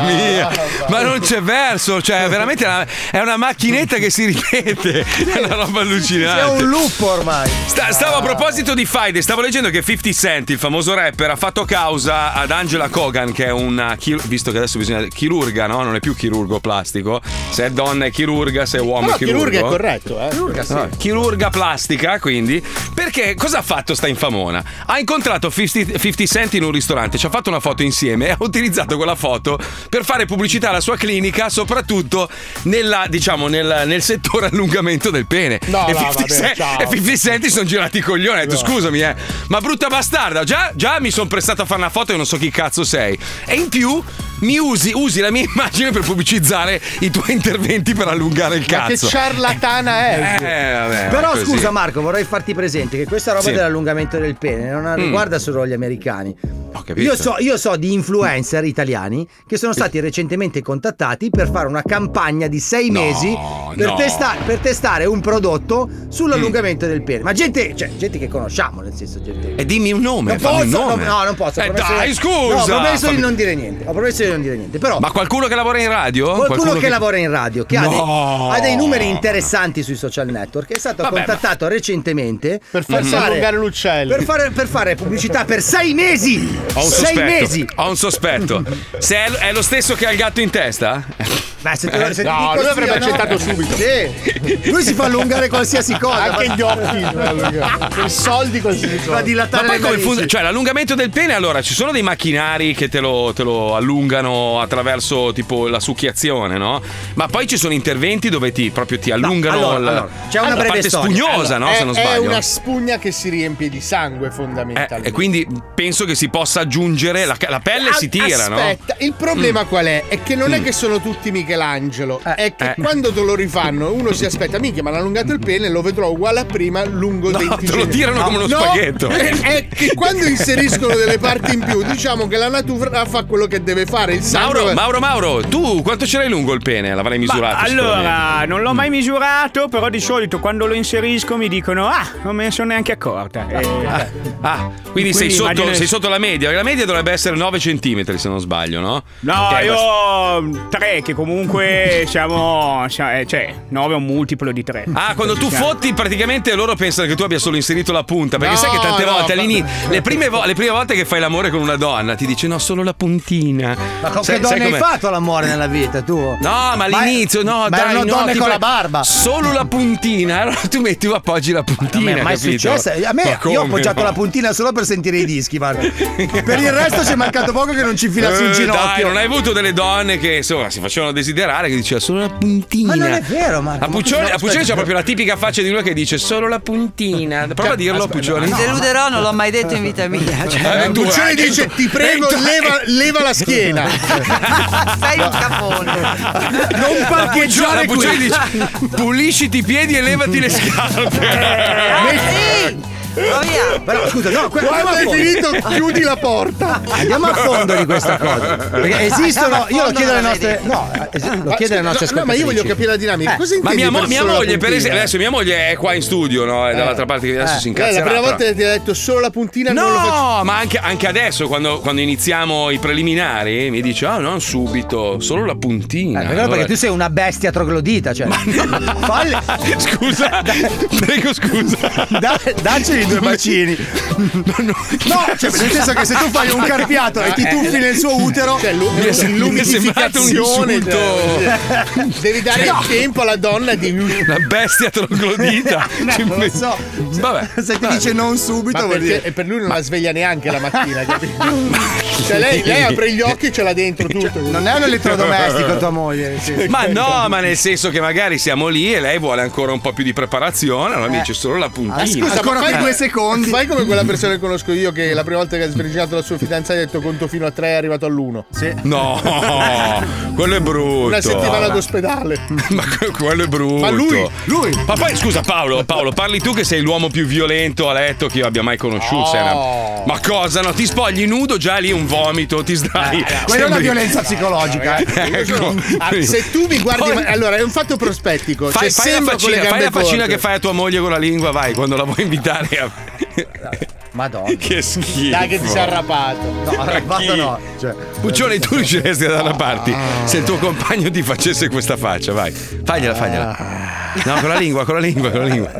Speaker 2: mia, ma non c'è verso, cioè veramente è una- è una macchinetta che si ripete, è una roba [LAUGHS] allucinante.
Speaker 3: È un loop ormai.
Speaker 2: Sta- stavo a proposito di Friday, stavo leggendo che 50 Cent, il famoso rapper, ha fatto causa ad Angela Kogan, che è una chi- visto che adesso bisogna chirurga, no? Non è più chirurgo plastico. Se è donna è chirurga, se è uomo
Speaker 8: Però
Speaker 2: è chirurgo.
Speaker 8: chirurga è corretto, eh. Chirurga
Speaker 2: Ah, chirurga plastica, quindi. Perché cosa ha fatto sta infamona? Ha incontrato 50, 50 Cent in un ristorante, ci ha fatto una foto insieme [LAUGHS] e ha utilizzato quella foto per fare pubblicità alla sua clinica, soprattutto nella, diciamo, nel, nel settore [LAUGHS] allungamento del pene.
Speaker 8: No,
Speaker 2: e,
Speaker 8: no,
Speaker 2: 50
Speaker 8: vabbè,
Speaker 2: Cent,
Speaker 8: ciao.
Speaker 2: e 50 Cent si sono girati i coglioni. Ha detto: Scusami, eh, ma brutta bastarda, già, già mi sono prestato a fare una foto e non so chi cazzo sei. E in più. Mi usi, usi la mia [LAUGHS] immagine per pubblicizzare i tuoi interventi per allungare il
Speaker 8: Che
Speaker 2: cazzo.
Speaker 8: ciarlatana è?
Speaker 2: [LAUGHS] Eh, vabbè,
Speaker 3: Però
Speaker 2: così.
Speaker 3: scusa Marco, vorrei farti presente che questa roba
Speaker 2: Sì. Mm.
Speaker 3: dell'allungamento del pene non riguarda solo gli americani.
Speaker 2: capito.
Speaker 3: Io so, io so di influencer italiani che sono stati recentemente contattati per fare una campagna di sei mesi per,
Speaker 2: no. Mm.
Speaker 3: testa- per testare un prodotto sull'allungamento del pene. Ma gente, cioè, gente che conosciamo, nel senso, gente.
Speaker 2: E dimmi un nome,
Speaker 3: Non
Speaker 2: fammi
Speaker 3: posso,
Speaker 2: un nome.
Speaker 3: no, no, non posso. ho
Speaker 2: Eh,
Speaker 3: promesso-
Speaker 2: dai,
Speaker 3: No, ho
Speaker 2: scusa.
Speaker 3: promesso di
Speaker 2: Fammi-
Speaker 3: non dire niente. Ho promesso di non dire niente. Però.
Speaker 2: Ma qualcuno che lavora in radio?
Speaker 3: Qualcuno, che, lavora in radio, che ha, dei-
Speaker 2: No.
Speaker 3: ha dei, numeri interessanti sui social network, è stato
Speaker 2: Vabbè,
Speaker 3: contattato recentemente per
Speaker 8: farsi allungare l'uccello.
Speaker 3: Per fare, per fare pubblicità per sei mesi!
Speaker 2: Ho un
Speaker 3: sei
Speaker 2: sospetto.
Speaker 3: mesi!
Speaker 2: Ho un sospetto. Se è, è lo stesso che ha il gatto in testa?
Speaker 3: Beh, se te lo-
Speaker 8: Eh,
Speaker 3: se ti
Speaker 8: no,
Speaker 3: dico
Speaker 8: lui
Speaker 3: sì
Speaker 8: avrebbe
Speaker 3: o no-
Speaker 8: accettato subito.
Speaker 3: Sì. Lui si fa allungare qualsiasi cosa.
Speaker 8: Anche gli occhi, per soldi qualsiasi cosa.
Speaker 3: Fa
Speaker 2: Ma
Speaker 3: dilatare
Speaker 2: poi
Speaker 3: le
Speaker 2: come
Speaker 3: narici.
Speaker 2: funziona? Cioè, l'allungamento del pene, allora, ci sono dei macchinari che te lo, te lo allungano attraverso tipo la succhiazione, no? Ma poi ci sono interventi dove ti proprio ti allungano
Speaker 3: allora,
Speaker 2: la,
Speaker 3: allora, c'è una
Speaker 2: la
Speaker 3: breve
Speaker 2: parte
Speaker 3: storia.
Speaker 2: spugnosa, no?
Speaker 8: è,
Speaker 2: se non
Speaker 8: è
Speaker 2: sbaglio.
Speaker 8: una spugna che si riempie di sangue
Speaker 2: Eh,
Speaker 8: fondamentalmente.
Speaker 2: e quindi penso che si possa aggiungere la, la pelle si tira, no?
Speaker 8: Aspetta, il problema
Speaker 2: Mm.
Speaker 8: qual è? È che non è
Speaker 2: Mm.
Speaker 8: che sono tutti Michelangelo, è che
Speaker 2: Eh.
Speaker 8: quando te lo rifanno uno si aspetta, minchia, ma l'ha allungato il pene, lo vedrò uguale a prima, lungo
Speaker 2: No,
Speaker 8: 20
Speaker 2: te lo tirano come uno spaghetto.
Speaker 8: È che quando inseriscono delle parti in più, diciamo che la natura fa quello che deve fare, il sangue...
Speaker 2: Mauro, Mauro, Mauro, tu quanto ce l'hai lungo il pene? L'avrai misurato?
Speaker 6: Allora, non l'ho
Speaker 2: Mm.
Speaker 6: mai misurato, però di solito quando lo inserisco mi dicono ah, non me ne sono neanche accorta. Eh,
Speaker 2: Ah, ah, quindi, sei, sotto,
Speaker 6: immagino-
Speaker 2: sei sotto la media. La media dovrebbe essere 9 cm, se non sbaglio, no?
Speaker 6: No,
Speaker 2: Che è
Speaker 6: io ho tre, che
Speaker 2: [LAUGHS]
Speaker 6: comunque siamo. sia- eh, cioè, 9 è un multiplo di tre.
Speaker 2: Ah, quando tu fotti, praticamente loro pensano che tu abbia solo inserito la punta. Perché
Speaker 6: Certo. No,
Speaker 2: sai che tante
Speaker 6: no,
Speaker 2: volte
Speaker 6: ma-
Speaker 2: all'inizio, le prime, vo- le prime volte che fai l'amore con una donna, ti dice no, solo la puntina.
Speaker 3: Ma con
Speaker 2: Sai-
Speaker 3: che donna
Speaker 2: sai
Speaker 3: hai
Speaker 2: com'è?
Speaker 3: fatto l'amore nella vita tu?
Speaker 2: No, ma all'inizio, no,
Speaker 3: ma
Speaker 2: dai,
Speaker 3: erano
Speaker 2: no,
Speaker 3: donne
Speaker 2: ti
Speaker 3: con la
Speaker 2: pre-
Speaker 3: barba.
Speaker 2: Solo la puntina, [LAUGHS] allora tu metti, appoggi la puntina.
Speaker 3: Ma è
Speaker 2: capito?
Speaker 3: successo? A
Speaker 2: Ma
Speaker 3: me io ho
Speaker 2: come
Speaker 3: appoggiato
Speaker 2: no?
Speaker 3: la puntina solo per sentire i dischi, guarda. Per il resto c'è mancato poco che non ci filassi
Speaker 2: Eh,
Speaker 3: in ginocchio.
Speaker 2: Dai, non hai avuto delle donne che insomma si facevano desiderare, che diceva solo la
Speaker 3: Ma
Speaker 2: puntina.
Speaker 3: non è vero, Marco.
Speaker 2: A Puccioni, a Puccioni c'è proprio la tipica faccia di lui che dice solo la
Speaker 8: Cioè,
Speaker 2: puntina. Prova a dirlo a Puccioni.
Speaker 14: Mi deluderò, non l'ho mai detto in vita mia. Cioè,
Speaker 2: Eh, tu,
Speaker 8: Puccioni
Speaker 2: eh,
Speaker 8: dice
Speaker 2: tu-
Speaker 8: ti prego
Speaker 2: eh, tu-
Speaker 8: leva, leva la schiena
Speaker 14: sei un capone
Speaker 8: non parcheggiare qui
Speaker 2: Puccioni dice [LAUGHS] pulisciti i piedi e levati le scarpe. Eh,
Speaker 3: Però scusa, no, que-
Speaker 8: Quando
Speaker 3: andiamo a
Speaker 8: hai
Speaker 3: fondo.
Speaker 8: finito, chiudi la porta.
Speaker 3: Andiamo a fondo di questa cosa. Perché
Speaker 2: Eh,
Speaker 3: esistono, io lo chiedo alle nostre. No, es- lo
Speaker 8: Ma
Speaker 3: chiedo alle nostre Eh.
Speaker 8: scusa, no, no, ma io voglio capire la dinamica. Cosa
Speaker 2: Ma
Speaker 8: intendi
Speaker 2: mia, mo-
Speaker 8: per
Speaker 2: mia
Speaker 8: solo la
Speaker 2: moglie, per
Speaker 8: puntina?
Speaker 2: esempio, adesso mia moglie è qua in studio, no? È dall'altra parte che adesso si
Speaker 8: Eh,
Speaker 2: incazzerà.
Speaker 8: la prima
Speaker 2: però.
Speaker 8: volta ti ha detto solo la puntina non lo faccio.
Speaker 2: No, ma anche, anche adesso, quando, quando iniziamo i preliminari, mi dice: Ah, non subito, solo la puntina.
Speaker 8: Eh,
Speaker 3: Perché, no, perché tu sei una bestia troglodita, cioè. [LAUGHS]
Speaker 2: [LAUGHS]
Speaker 3: Falle- [LAUGHS]
Speaker 2: Scusa, prego scusa.
Speaker 3: Da, dacceli due
Speaker 2: [LAUGHS]
Speaker 3: bacini. No, cioè, Eh. nel senso che [LAUGHS] se tu fai un carpiato e ti tuffi nel suo utero,
Speaker 8: Cioè, lu-
Speaker 2: Eh. Mi è sem- mi è sembrato un
Speaker 8: l'umidificazione,
Speaker 2: insulto.
Speaker 8: cioè, devi dare
Speaker 2: Cioè,
Speaker 8: il tempo alla donna di
Speaker 2: Una
Speaker 3: [LAUGHS]
Speaker 2: bestia troglodita.
Speaker 8: No,
Speaker 2: Cioè,
Speaker 8: non lo so.
Speaker 2: Vabbè.
Speaker 3: Se ti dice non subito,
Speaker 8: Ma
Speaker 3: vuol
Speaker 8: perché-
Speaker 3: dire-
Speaker 8: e per lui non la sveglia neanche la
Speaker 2: [LAUGHS]
Speaker 8: mattina, capito? Cioè, lei, lei apre gli occhi e ce l'ha dentro tutto.
Speaker 3: Cioè, non è un
Speaker 2: [LAUGHS]
Speaker 3: elettrodomestico tua moglie. sì.
Speaker 2: Ma no, ma nel senso che magari siamo lì e lei vuole ancora un po' più di preparazione, allora mi
Speaker 3: Eh.
Speaker 2: dice solo la puntina.
Speaker 8: Ah, scusa,
Speaker 3: Ancora
Speaker 8: ma fai
Speaker 3: fai due secondi.
Speaker 8: Fai come quella persona che conosco io che la prima volta che ha sverginato la sua fidanzata ha detto conto fino a tre è arrivato all'uno. Sì.
Speaker 2: No, quello è brutto.
Speaker 8: Una settimana d'ospedale.
Speaker 2: [LAUGHS] Ma que- quello è [LAUGHS] brutto.
Speaker 8: Ma lui-
Speaker 2: Ma poi scusa Paolo, Paolo, parli tu che sei l'uomo più violento a letto che io abbia mai conosciuto.
Speaker 8: No.
Speaker 2: sei una- Ma cosa no? Ti spogli nudo, già lì un vomito, ti
Speaker 8: Eh,
Speaker 2: sdrai.
Speaker 3: Quella è una
Speaker 2: Sembri-
Speaker 3: violenza psicologica. eh.
Speaker 2: [LAUGHS] Ecco.
Speaker 8: Ah, se tu mi guardi, ma- allora è un fatto prospettico. cioè,
Speaker 2: Fai, fai la
Speaker 8: sembra con
Speaker 2: faccina,
Speaker 8: le
Speaker 2: fai
Speaker 8: gambe
Speaker 2: la faccina
Speaker 8: corte.
Speaker 2: che fai a tua moglie con la lingua, vai, quando la vuoi invitare a...
Speaker 3: Madonna.
Speaker 2: [LAUGHS] Che schifo.
Speaker 8: Dai, che ti sei arrapato.
Speaker 3: No,
Speaker 2: [LAUGHS]
Speaker 3: arrabbiato no. Cioè,
Speaker 2: Puccioni, tu riusciresti ad arrabbiarti
Speaker 8: Ah.
Speaker 2: se il tuo compagno ti facesse questa faccia, vai. Fagliela, fagliela. No, con la lingua, con la lingua, con
Speaker 8: [LAUGHS]
Speaker 2: la lingua.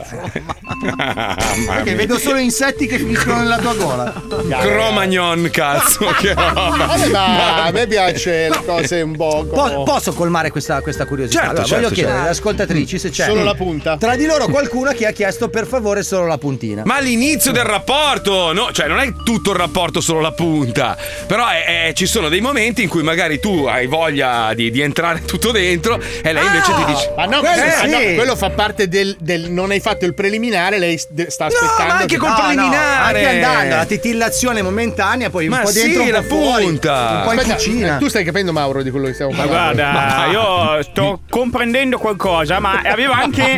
Speaker 2: Mamma
Speaker 3: perché
Speaker 2: mia.
Speaker 3: vedo solo insetti che finiscono nella tua gola.
Speaker 2: Cromagnon, cazzo,
Speaker 8: [LAUGHS]
Speaker 2: che [LAUGHS] roba.
Speaker 8: Vabbè, ma a me piace le cose un po'.
Speaker 3: Po-
Speaker 8: come-
Speaker 3: posso colmare questa, questa curiosità?
Speaker 2: Certo,
Speaker 3: Allora,
Speaker 2: certo,
Speaker 3: voglio chiedere
Speaker 2: certo.
Speaker 3: alle ascoltatrici se c'è
Speaker 8: Solo la punta.
Speaker 3: tra di loro qualcuna che ha chiesto per favore solo la puntina.
Speaker 2: Ma all'inizio del rapporto, no, cioè non è tutto il rapporto solo la punta, però è- è- ci sono dei momenti in cui magari tu hai voglia di, di entrare tutto dentro e lei invece ti dice... Eh,
Speaker 8: Ah no,
Speaker 3: Quello
Speaker 8: quello, ah,
Speaker 3: sì.
Speaker 8: no, quello fa parte del, del non hai fatto il preliminare, lei s- de- sta aspettando.
Speaker 2: ma anche
Speaker 8: che-
Speaker 2: col
Speaker 8: No,
Speaker 2: preliminare.
Speaker 3: Ah, anche andando, la titillazione momentanea, poi un
Speaker 2: Ma
Speaker 3: po'
Speaker 2: sì,
Speaker 3: dentro, un po'
Speaker 2: la
Speaker 3: fuori,
Speaker 2: punta.
Speaker 3: un po' in
Speaker 8: Aspetta,
Speaker 3: cucina.
Speaker 8: eh, tu stai capendo Mauro di quello che stiamo
Speaker 6: Ma
Speaker 8: parlando.
Speaker 2: [LAUGHS]
Speaker 6: guarda, io sto comprendendo qualcosa, ma avevo
Speaker 2: [LAUGHS]
Speaker 6: anche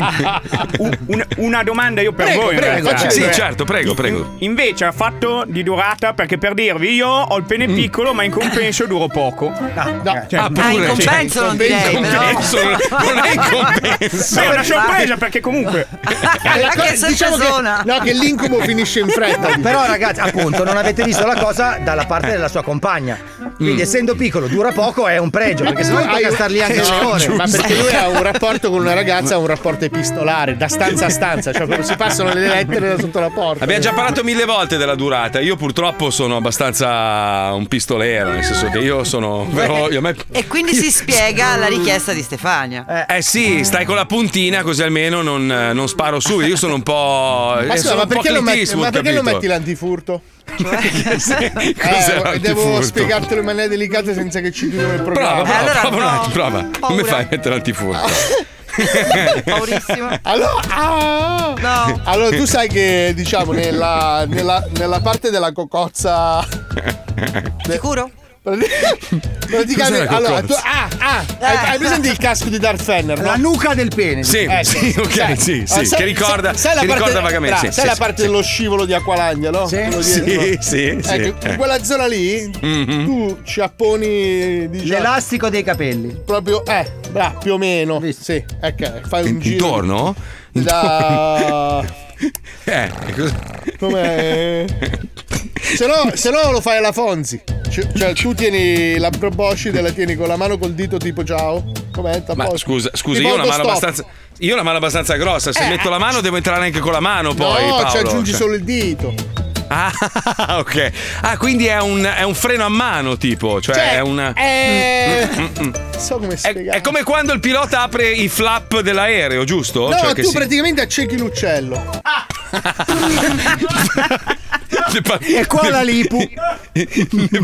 Speaker 6: u- un- una domanda io per
Speaker 8: Prego,
Speaker 6: voi. in
Speaker 8: prego,
Speaker 6: realtà.
Speaker 8: facci
Speaker 2: Sì,
Speaker 6: Cioè,
Speaker 2: certo, prego, prego.
Speaker 6: Invece ha fatto di durata perché per dirvi io ho il pene piccolo ma in compenso duro poco.
Speaker 8: No,
Speaker 6: Cioè,
Speaker 14: Ah, in
Speaker 2: Pure,
Speaker 14: compenso non direi,
Speaker 2: In
Speaker 14: però.
Speaker 2: compenso, non è in compenso.
Speaker 6: Beh, è una sorpresa perché comunque
Speaker 3: Eh,
Speaker 14: Ma
Speaker 8: co-
Speaker 14: che
Speaker 8: diciamo che,
Speaker 14: sorpresona.
Speaker 8: no, che
Speaker 6: [LAUGHS]
Speaker 8: l'incubo finisce in fretta.
Speaker 6: ah,
Speaker 3: Però ragazzi, appunto, non avete visto la cosa dalla parte della sua compagna. Quindi, essendo piccolo, dura poco, è un pregio, perché se no
Speaker 8: Mm. Hai
Speaker 3: tocca
Speaker 8: un-
Speaker 3: star lì anche
Speaker 8: Eh,
Speaker 3: le ore.
Speaker 8: Ma perché lui ha un rapporto con una ragazza, un rapporto epistolare, da stanza a stanza, cioè proprio si passano le lettere da sotto la [LAUGHS] porta.
Speaker 2: Abbiamo già parlato mille volte della durata. Io purtroppo sono abbastanza un pistolero, nel senso che io sono. Però io- a me-
Speaker 14: E quindi si spiega la richiesta di Stefania.
Speaker 2: Eh sì, stai con la puntina così almeno non, non sparo su. Io sono un po'.
Speaker 8: Ma,
Speaker 2: eh,
Speaker 8: scusa,
Speaker 2: sono
Speaker 8: ma
Speaker 2: un po'
Speaker 8: perché, lo
Speaker 2: Clint
Speaker 8: metti, ma
Speaker 2: Eastwood,
Speaker 8: perché lo
Speaker 2: capito?
Speaker 8: metti l'antifurto?
Speaker 2: [LAUGHS] Cos'è
Speaker 8: Eh, devo
Speaker 2: l'antifurto?
Speaker 8: spiegartelo in maniera delicata senza che ci chiudiamo il
Speaker 2: Prova,
Speaker 8: programma.
Speaker 2: prova, prova un attimo, prova. Come fai a mettere
Speaker 8: Oh.
Speaker 2: l'antifurto?
Speaker 8: Allora, ah! Allora, tu sai che diciamo nella, nella- nella parte della cocozza.
Speaker 14: Sicuro?
Speaker 2: [LAUGHS]
Speaker 8: Praticamente.
Speaker 5: Cos'è la
Speaker 8: Allora, tu,
Speaker 5: cocozza?
Speaker 8: ah, ah, hai, hai presente il casco di Darth Fenner?
Speaker 3: La nuca del pene.
Speaker 2: Sì,
Speaker 8: Eh,
Speaker 2: sì, ok,
Speaker 8: sai-
Speaker 2: sì, sì,
Speaker 8: allora,
Speaker 2: che ricorda-
Speaker 8: la
Speaker 2: che
Speaker 8: parte-
Speaker 2: ricorda vagamente,
Speaker 8: bravo,
Speaker 2: sì,
Speaker 8: sai
Speaker 2: sì,
Speaker 8: la
Speaker 2: sì,
Speaker 8: parte dello scivolo di Aqualagna, no? Quello
Speaker 2: Sì,
Speaker 8: dietro.
Speaker 2: sì,
Speaker 8: Ecco,
Speaker 2: sì, eh.
Speaker 8: quella zona lì,
Speaker 2: Mm.
Speaker 8: tu ci apponi diciamo,
Speaker 3: l'elastico dei capelli.
Speaker 8: Proprio, eh, bravo, più o meno. Sì, ok, fai un giro.
Speaker 2: Intorno?
Speaker 8: Da...
Speaker 2: Eh, cosa- [LAUGHS]
Speaker 8: Come. Se no, se no lo fai alla Fonzi. Cioè, cioè, tu tieni la proboscide, la tieni con la mano col dito tipo ciao. Com'è?
Speaker 2: Ma
Speaker 8: T'appoggio.
Speaker 2: scusa, scusa,
Speaker 8: Tipo
Speaker 2: io ho una mano
Speaker 8: autostop.
Speaker 2: abbastanza. Io ho una mano abbastanza grossa. Se metto la mano, devo entrare anche con la mano. Poi.
Speaker 8: Eh. no,
Speaker 2: Paolo,
Speaker 8: ci aggiungi
Speaker 2: cioè.
Speaker 8: solo il dito.
Speaker 2: [LAUGHS] Ah, ok. Ah, quindi è un, è un freno a mano, tipo. Cioè,
Speaker 8: Cioè,
Speaker 2: è un.
Speaker 8: eh,
Speaker 2: Mm, mm, mm, mm.
Speaker 8: So come
Speaker 2: È,
Speaker 8: spiegare.
Speaker 2: è come quando il pilota apre i flap dell'aereo, giusto?
Speaker 8: No,
Speaker 2: Cioè che
Speaker 8: tu
Speaker 2: si- [LAUGHS] Ah!
Speaker 8: praticamente accechi l'uccello.
Speaker 2: ne par-
Speaker 8: E qua
Speaker 2: ne-
Speaker 8: la lipu.
Speaker 2: ne,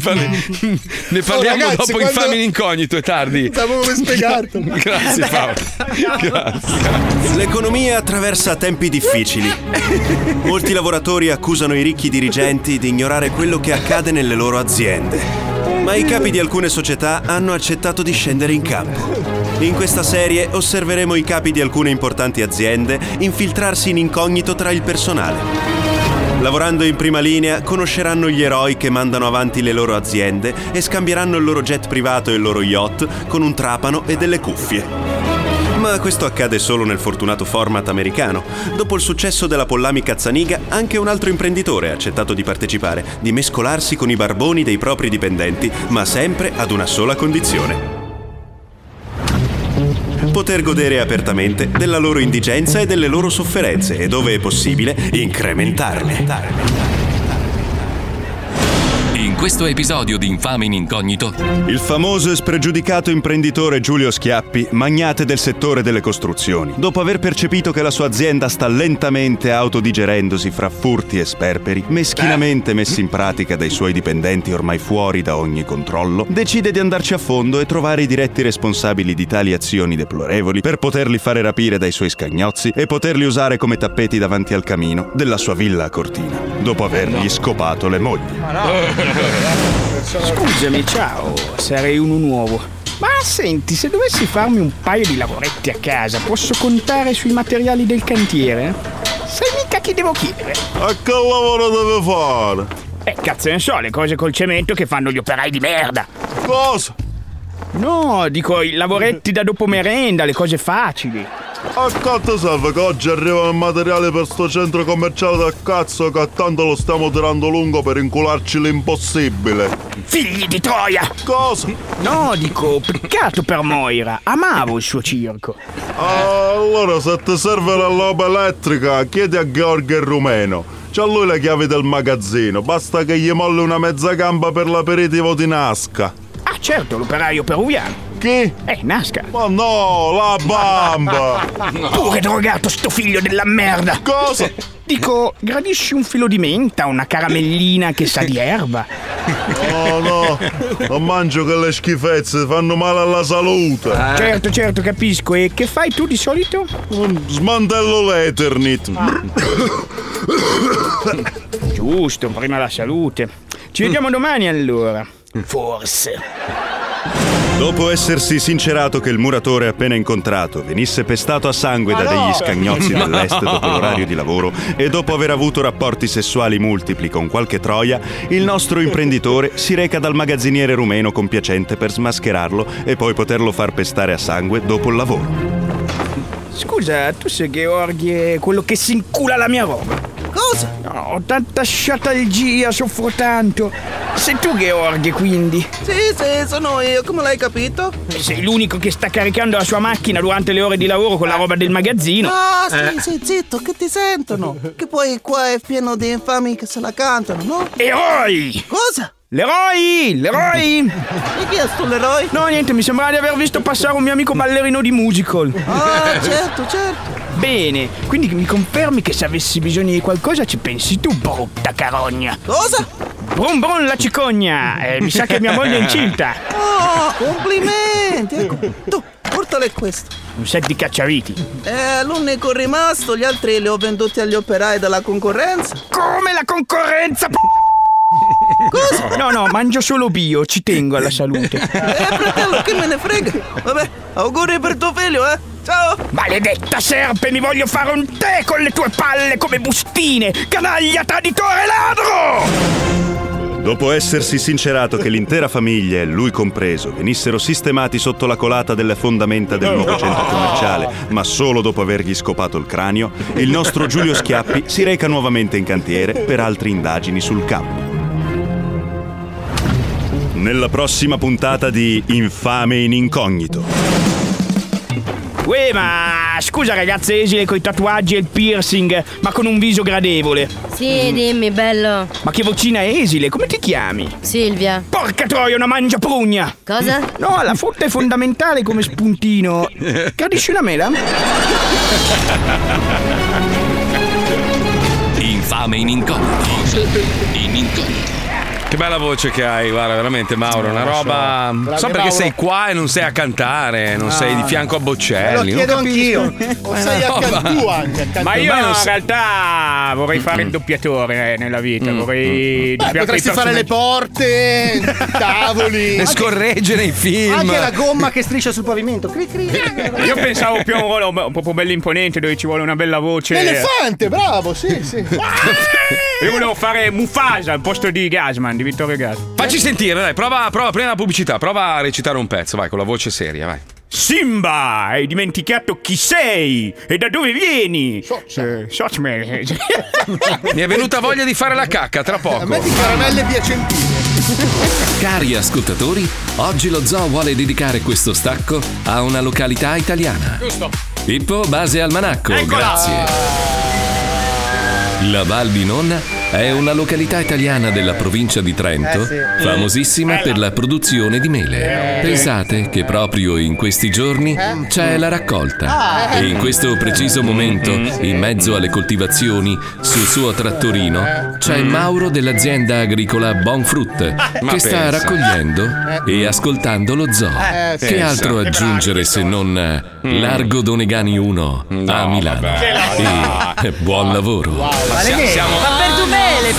Speaker 2: parli- ne
Speaker 3: Oh,
Speaker 2: parliamo
Speaker 8: ragazzi,
Speaker 2: dopo in
Speaker 8: quando-
Speaker 2: Famine Incognito, è tardi.
Speaker 8: Sapevo come spiegarlo.
Speaker 2: [LAUGHS] Grazie Paolo.
Speaker 15: L'economia attraversa tempi difficili. Molti lavoratori accusano i ricchi dirigenti di ignorare quello che accade nelle loro aziende. Ma i capi di alcune società hanno accettato di scendere in campo. In questa serie osserveremo i capi di alcune importanti aziende infiltrarsi in incognito tra il personale. Lavorando in prima linea, conosceranno gli eroi che mandano avanti le loro aziende e scambieranno il loro jet privato e il loro yacht con un trapano e delle cuffie. Ma questo accade solo nel fortunato format americano. Dopo il successo della Pollami Cazzaniga, anche un altro imprenditore ha accettato di partecipare, di mescolarsi con i barboni dei propri dipendenti, ma sempre ad una sola condizione. Poter godere apertamente della loro indigenza e delle loro sofferenze e, dove è possibile, incrementarle.
Speaker 1: In questo episodio di Infame in Incognito,
Speaker 15: Il famoso e spregiudicato imprenditore Giulio Schiappi, magnate del settore delle costruzioni, dopo aver percepito che la sua azienda sta lentamente autodigerendosi fra furti e sperperi, meschinamente messi in pratica dai suoi dipendenti ormai fuori da ogni controllo, decide di andarci a fondo e trovare i diretti responsabili di tali azioni deplorevoli per poterli fare rapire dai suoi scagnozzi e poterli usare come tappeti davanti al camino della sua villa a Cortina, dopo avergli scopato le mogli.
Speaker 6: Scusami, ciao, sarei uno nuovo. Ma senti, se dovessi farmi un paio di lavoretti a casa, posso contare sui materiali del cantiere? Sai mica che devo chiedere?
Speaker 16: A che lavoro deve fare?
Speaker 6: Eh, cazzo ne so, le cose col cemento che fanno gli operai di merda.
Speaker 16: Cosa?
Speaker 6: No, dico i lavoretti da dopo merenda, le cose facili.
Speaker 16: A quanto serve che oggi arriva il materiale per sto centro commerciale del cazzo che tanto lo stiamo tirando lungo per incularci l'impossibile?
Speaker 6: Figli di troia!
Speaker 16: Cosa?
Speaker 6: No, dico, peccato per Moira. Amavo il suo circo.
Speaker 16: Allora, se ti serve la roba elettrica, chiedi a Gheorghe il Rumeno. C'ha lui le chiavi del magazzino, basta che gli molli una mezza gamba per l'aperitivo di Nasca.
Speaker 6: Ah, certo, l'operaio peruviano.
Speaker 16: Chi?
Speaker 6: Eh, Nasca.
Speaker 16: Ma no, la
Speaker 6: [LAUGHS]
Speaker 16: bamba!
Speaker 6: Tu che drogato, sto figlio della merda!
Speaker 16: Cosa?
Speaker 6: Dico, gradisci un filo di menta, una caramellina che sa di erba?
Speaker 16: No, no, non mangio che le schifezze fanno male alla salute.
Speaker 6: Certo, certo, capisco. E che fai tu di solito?
Speaker 16: Smantello l'Eternit.
Speaker 6: Giusto, prima la salute. Ci vediamo domani allora. Forse.
Speaker 15: Dopo essersi sincerato che il muratore appena incontrato venisse pestato a sangue da
Speaker 16: Ma
Speaker 15: degli
Speaker 16: no!
Speaker 15: scagnozzi
Speaker 16: No! [LAUGHS]
Speaker 15: dell'est dopo l'orario di lavoro e dopo aver avuto rapporti sessuali multipli con qualche troia, il nostro imprenditore si reca dal magazziniere rumeno compiacente per smascherarlo e poi poterlo far pestare a sangue dopo il lavoro.
Speaker 6: Scusa, tu sei Gheorghi, quello che si incula la mia roba.
Speaker 14: cosa?
Speaker 6: No, ho tanta sciatalgia, soffro tanto. Sei tu Gheorghe, quindi?
Speaker 13: Sì, sì, sono io, come l'hai capito?
Speaker 6: Sei l'unico che sta caricando la sua macchina durante le ore di lavoro con la roba del magazzino.
Speaker 13: Ah,
Speaker 6: Eh.
Speaker 13: sì, sì, zitto, che ti sentono. Che poi qua è pieno di infami che se la cantano, no?
Speaker 6: Eh. Eroi!
Speaker 13: Cosa?
Speaker 6: L'eroi! L'eroi!
Speaker 13: E chi è sto l'eroi?
Speaker 6: No, niente, mi sembrava di aver visto passare un mio amico ballerino di musical.
Speaker 13: Ah, certo, certo.
Speaker 6: Bene, quindi mi confermi che se avessi bisogno di qualcosa ci pensi tu, brutta carogna.
Speaker 13: Cosa?
Speaker 6: Brum brum la cicogna! Eh, mi sa che mia moglie è incinta.
Speaker 13: Oh, complimenti. Ecco, tu, portale questo.
Speaker 6: Un set di cacciaviti.
Speaker 13: È l'unico rimasto, gli altri li ho venduti agli operai della concorrenza.
Speaker 6: Come la concorrenza? p-
Speaker 13: Cosa?
Speaker 6: No, no, mangio solo bio, ci tengo alla salute.
Speaker 13: Eh, fratello, che me ne frega. Vabbè, auguri per tuo figlio, eh. Ciao.
Speaker 6: Maledetta serpe, mi voglio fare un tè con le tue palle come bustine! Canaglia, traditore, ladro!
Speaker 15: Dopo essersi sincerato che l'intera famiglia, e lui compreso, venissero sistemati sotto la colata delle fondamenta del nuovo centro commerciale, ma solo dopo avergli scopato il cranio, il nostro Giulio Schiappi si reca nuovamente in cantiere per altre indagini sul campo. Nella prossima puntata di Infame in Incognito.
Speaker 6: Uè, ma scusa ragazza esile coi tatuaggi e il piercing, ma con un viso gradevole.
Speaker 17: Sì, dimmi, bello.
Speaker 6: Ma che vocina esile, come ti chiami?
Speaker 17: Silvia.
Speaker 6: Porca troia, una mangiaprugna!
Speaker 17: Cosa?
Speaker 6: No, la frutta è fondamentale come spuntino. Gradisci una mela?
Speaker 1: Infame in incognito. In incognito.
Speaker 2: Che bella voce che hai, guarda, veramente Mauro, una
Speaker 1: lo so.
Speaker 2: roba.
Speaker 1: Bravi,
Speaker 2: so perché
Speaker 1: Mauro.
Speaker 2: sei qua e non sei a cantare, non
Speaker 1: No,
Speaker 2: sei di
Speaker 1: no.
Speaker 2: fianco a Boccelli.
Speaker 8: Me Ah. lo
Speaker 2: non
Speaker 8: chiedo
Speaker 2: capisco.
Speaker 8: anch'io. [LAUGHS] O sei
Speaker 2: no,
Speaker 8: accanto
Speaker 2: ma-
Speaker 8: tu anche, accanto
Speaker 6: Ma io
Speaker 8: a me.
Speaker 6: in realtà vorrei fare il doppiatore eh, nella vita, vorrei
Speaker 8: Beh,
Speaker 6: doppiare
Speaker 8: potresti
Speaker 6: i
Speaker 8: fare le porte, i tavoli.
Speaker 6: [LAUGHS] Le scorreggere i film.
Speaker 3: Anche la gomma che striscia sul pavimento. Cri, cri.
Speaker 6: personaggi. Io pensavo più a un ruolo un proprio bello imponente dove ci vuole una bella voce.
Speaker 8: Elefante, bravo, sì, sì.
Speaker 6: Io volevo fare Mufasa al posto di Gasman, di Vittorio Gasman.
Speaker 2: Facci sentire, dai, prova, prova, prima la pubblicità, prova a recitare un pezzo, vai, con la voce seria, vai.
Speaker 6: Simba, hai dimenticato chi sei e da dove vieni? Eh,
Speaker 8: [LAUGHS]
Speaker 6: Sosme.
Speaker 2: Mi è venuta voglia di fare la cacca tra poco.
Speaker 8: Caramelle piacentine.
Speaker 1: Cari ascoltatori, oggi lo zoo vuole dedicare questo stacco a una località italiana.
Speaker 2: Giusto.
Speaker 1: Pippo, base al Manacco, grazie. La Val di Nonna è una località italiana della provincia di Trento,
Speaker 9: Eh, sì.
Speaker 1: famosissima per la produzione di mele.
Speaker 9: Eh.
Speaker 1: Pensate che proprio in questi giorni
Speaker 2: Cioè,
Speaker 9: Eh.
Speaker 1: c'è Cioè, la raccolta
Speaker 9: Ah.
Speaker 1: e in questo preciso momento, in mezzo alle coltivazioni, sul suo trattorino c'è Mauro dell'azienda agricola Bonfruit
Speaker 9: Mm. Ah, Ma
Speaker 1: che sta
Speaker 9: pensa.
Speaker 1: raccogliendo
Speaker 9: Eh.
Speaker 1: e ascoltando lo zoo.
Speaker 9: Eh,
Speaker 1: Che
Speaker 9: pensa.
Speaker 1: altro
Speaker 9: Che Mm.
Speaker 1: aggiungere se non eh, Largo Donegani 1 a Milano? E eh, buon lavoro.
Speaker 2: Ma siamo, siamo-
Speaker 14: Ma per tu bene,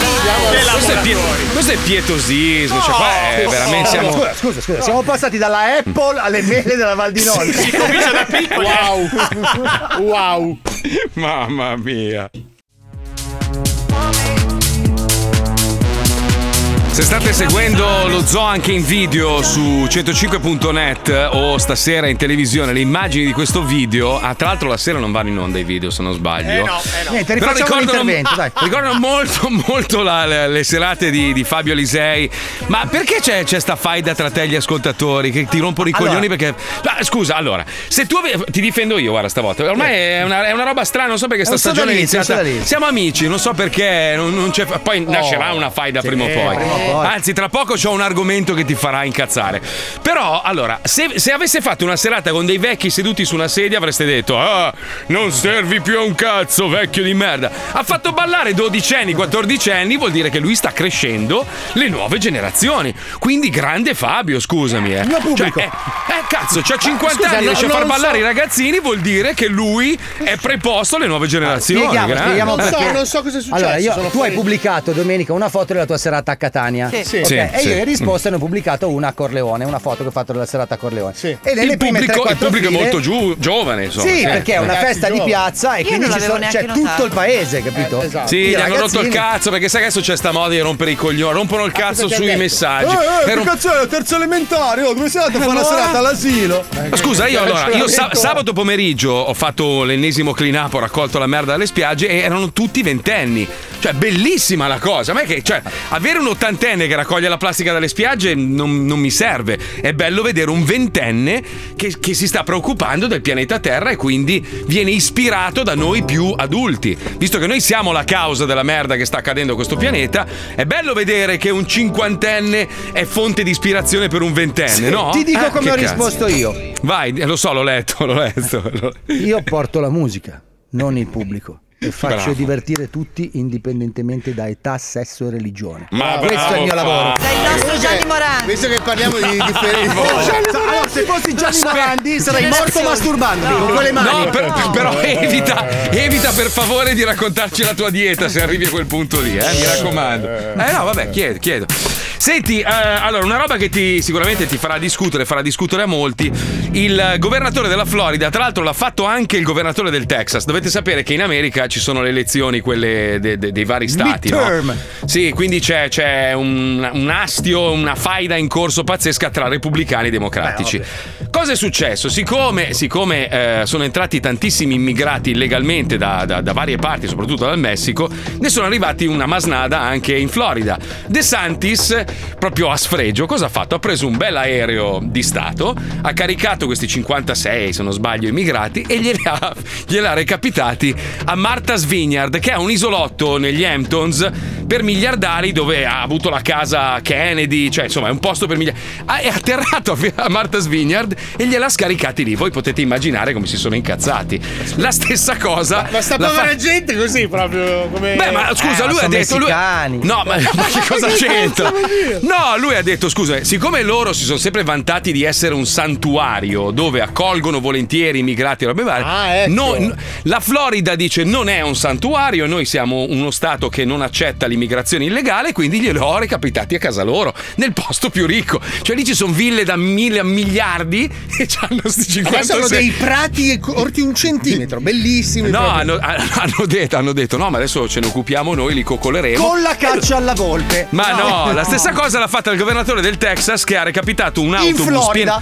Speaker 2: questo, è pie- questo è pietosismo, cioè qua è veramente siamo.
Speaker 3: Scusa, scusa, scusa. Siamo passati dalla Apple alle mele della Val di Nord.
Speaker 2: Si
Speaker 8: comincia da piccoli. eh.
Speaker 2: [LAUGHS]
Speaker 8: Wow. Wow.
Speaker 2: Mamma mia. Se state seguendo lo zoo anche in video su 105.net o stasera in televisione le immagini di questo video, ah, tra l'altro la sera non vanno in onda i video se non sbaglio.
Speaker 7: Eh,
Speaker 3: Niente,
Speaker 2: Però
Speaker 3: rifacciamo
Speaker 2: ricordano-
Speaker 3: l'intervento, dai.
Speaker 2: Ricordano molto, [LAUGHS] molto la- le, le serate di, di Fabio Lisei. Ma perché c'è, c'è sta faida tra te e gli ascoltatori che ti rompono i
Speaker 9: Allora.
Speaker 2: coglioni? Perché. Ma, scusa, allora, se tu ave- ti difendo io, guarda, stavolta. Ormai è una, è una roba strana, non so perché
Speaker 9: È
Speaker 2: sta
Speaker 9: un
Speaker 2: stagione è
Speaker 9: sodalizio,
Speaker 2: iniziata.
Speaker 9: un sodalizio.
Speaker 2: Siamo amici, non so perché. non- non c'è- poi nascerà una faida prima o poi. Ah,
Speaker 9: prima o poi.
Speaker 2: Anzi, tra poco c'ho un argomento che ti farà incazzare. Però, allora, se, se avesse fatto una serata con dei vecchi seduti su una sedia, avreste detto: Ah, non servi più a un cazzo, vecchio di merda. Ha fatto ballare dodicenni, quattordicenni, vuol dire che lui sta crescendo le nuove generazioni. Quindi, grande Fabio, scusami. Eh. Il mio pubblico. eh, eh, cazzo, c'ha 50
Speaker 9: Scusa,
Speaker 2: anni,
Speaker 9: no,
Speaker 2: riesce a
Speaker 9: non
Speaker 2: far
Speaker 9: so.
Speaker 2: ballare i ragazzini, vuol dire che lui è preposto alle nuove generazioni.
Speaker 3: Spieghiamo,
Speaker 2: grande. Eh.
Speaker 3: spieghiamo
Speaker 8: Non so,
Speaker 3: perché-
Speaker 8: non so cosa è successo,
Speaker 3: Allora, io,
Speaker 8: sono
Speaker 3: tu hai
Speaker 8: fuori.
Speaker 3: pubblicato domenica una foto della tua serata a Catania Catania.
Speaker 14: Sì. Sì.
Speaker 3: Ok,
Speaker 14: Sì,
Speaker 3: e
Speaker 14: sì.
Speaker 3: io in risposta ne ho pubblicato una a Corleone, una foto che ho fatto della serata a Corleone. E nelle
Speaker 2: il
Speaker 3: Eh, prime
Speaker 2: pubblico,
Speaker 3: 3-4
Speaker 2: il pubblico è
Speaker 3: file-
Speaker 2: molto giu- giovane, insomma.
Speaker 3: sì,
Speaker 2: Eh,
Speaker 3: perché è
Speaker 2: eh.
Speaker 3: una festa di piazza e
Speaker 14: Io
Speaker 3: quindi
Speaker 14: non
Speaker 3: ci
Speaker 14: l'avevo
Speaker 3: sono- c'è
Speaker 14: neanche
Speaker 3: tutto
Speaker 14: notato.
Speaker 3: il paese, capito?
Speaker 2: Sì,
Speaker 3: I
Speaker 2: gli hanno rotto il
Speaker 3: Esatto. ragazzini- Ah,
Speaker 2: cazzo perché sai adesso c'è sta moda di rompere i coglioni, rompono il cazzo
Speaker 3: cosa ti ha
Speaker 2: sui
Speaker 3: detto? Oh,
Speaker 2: messaggi.
Speaker 8: Eh, eh,
Speaker 2: E
Speaker 8: che
Speaker 2: rom-
Speaker 8: cazzo è? Terzo elementare, oh, dove sei andato a fare la
Speaker 3: Allora?
Speaker 8: serata all'asilo?
Speaker 2: Ma Scusa, io, allora, io sa- sabato pomeriggio ho fatto l'ennesimo clean up, ho raccolto la merda dalle spiagge e erano tutti ventenni. Cioè, bellissima la cosa. Ma è che, cioè, avere un ottantenne che raccoglie la plastica dalle spiagge non, non mi serve. È bello vedere un ventenne che, che si sta preoccupando del pianeta Terra e quindi viene ispirato da noi più adulti. Visto che noi siamo la causa della merda che sta accadendo a questo pianeta, è bello vedere che un cinquantenne è fonte di ispirazione per un ventenne,
Speaker 3: Sì,
Speaker 2: Eh, no?
Speaker 3: ti dico come
Speaker 2: che
Speaker 3: ho
Speaker 2: cazzo.
Speaker 3: risposto io.
Speaker 2: Vai, eh, lo so, l'ho letto, l'ho letto. Lo-
Speaker 3: Io porto la musica, non il pubblico. E faccio
Speaker 2: Bravo.
Speaker 3: divertire tutti indipendentemente da età, sesso e religione.
Speaker 2: Ma
Speaker 3: Questo
Speaker 2: bravo,
Speaker 3: è il mio lavoro.
Speaker 2: Fabio. Sei il
Speaker 14: nostro Gianni Morandi.
Speaker 8: Visto che parliamo
Speaker 2: [LAUGHS]
Speaker 8: di differenze.
Speaker 3: Oh, Gianni
Speaker 8: Sa- allora, se fossi Gianni
Speaker 3: Aspetta.
Speaker 8: Morandi, sarei morto
Speaker 3: Generazioni.
Speaker 8: masturbandomi con quelle mani.
Speaker 2: No, per- però evita, evita per favore di raccontarci la tua dieta se arrivi a quel punto lì, eh, mi raccomando. Eh no, vabbè, chiedo, chiedo. Senti, eh, allora, una roba che ti, sicuramente ti farà discutere, farà discutere a molti. Il eh, governatore della Florida, tra l'altro, l'ha fatto anche il governatore del Texas. Dovete sapere che in America ci sono le elezioni, quelle de- de- dei vari stati. no?
Speaker 8: Midterm.
Speaker 2: Sì, quindi c'è, c'è un, un astio, una faida in corso pazzesca tra repubblicani e democratici. Cosa è successo? Siccome, siccome, eh, sono entrati tantissimi immigrati illegalmente da, da- da varie parti, soprattutto dal Messico, ne sono arrivati una masnada anche in Florida. De Santis, proprio a sfregio, cosa ha fatto? Ha preso un bel aereo di Stato, ha caricato questi 56, se non sbaglio, immigrati e glieli ha, glieli ha recapitati a Martha's Vineyard, che è un isolotto negli Hamptons per miliardari dove ha avuto la casa Kennedy, cioè insomma è un posto per miliardari. Ah, È atterrato a Martha's Vineyard e gliel'ha scaricati lì. Voi potete immaginare come si sono incazzati. La stessa cosa.
Speaker 8: Ma sta
Speaker 2: la fa-
Speaker 8: povera gente così proprio come.
Speaker 2: Beh, ma
Speaker 14: Ah,
Speaker 2: scusa, lui ha detto. Lui... No, ma, [LAUGHS] ma
Speaker 8: [LAUGHS]
Speaker 2: che cosa c'entra? No, lui ha detto: scusa, siccome loro si sono sempre vantati di essere un santuario dove accolgono volentieri immigrati e robe varie, noi- n- la Florida dice: non è un santuario, noi siamo uno stato che non accetta l'immigrazione illegale, quindi glielo ho recapitati a casa loro, nel posto più ricco. Cioè lì ci sono ville da mille a miliardi [LAUGHS] e c'hanno sti 50
Speaker 8: Qua sono dei prati e corti un centimetro, bellissimi.
Speaker 2: No, [LAUGHS]
Speaker 8: proprio.
Speaker 2: hanno, hanno detto, hanno detto no, ma adesso ce ne occupiamo noi, li coccoleremo.
Speaker 3: Con la caccia alla volpe.
Speaker 2: Ma no, la stessa cosa l'ha fatta il governatore del Texas che ha recapitato un autobus
Speaker 3: Florida.
Speaker 2: pieno,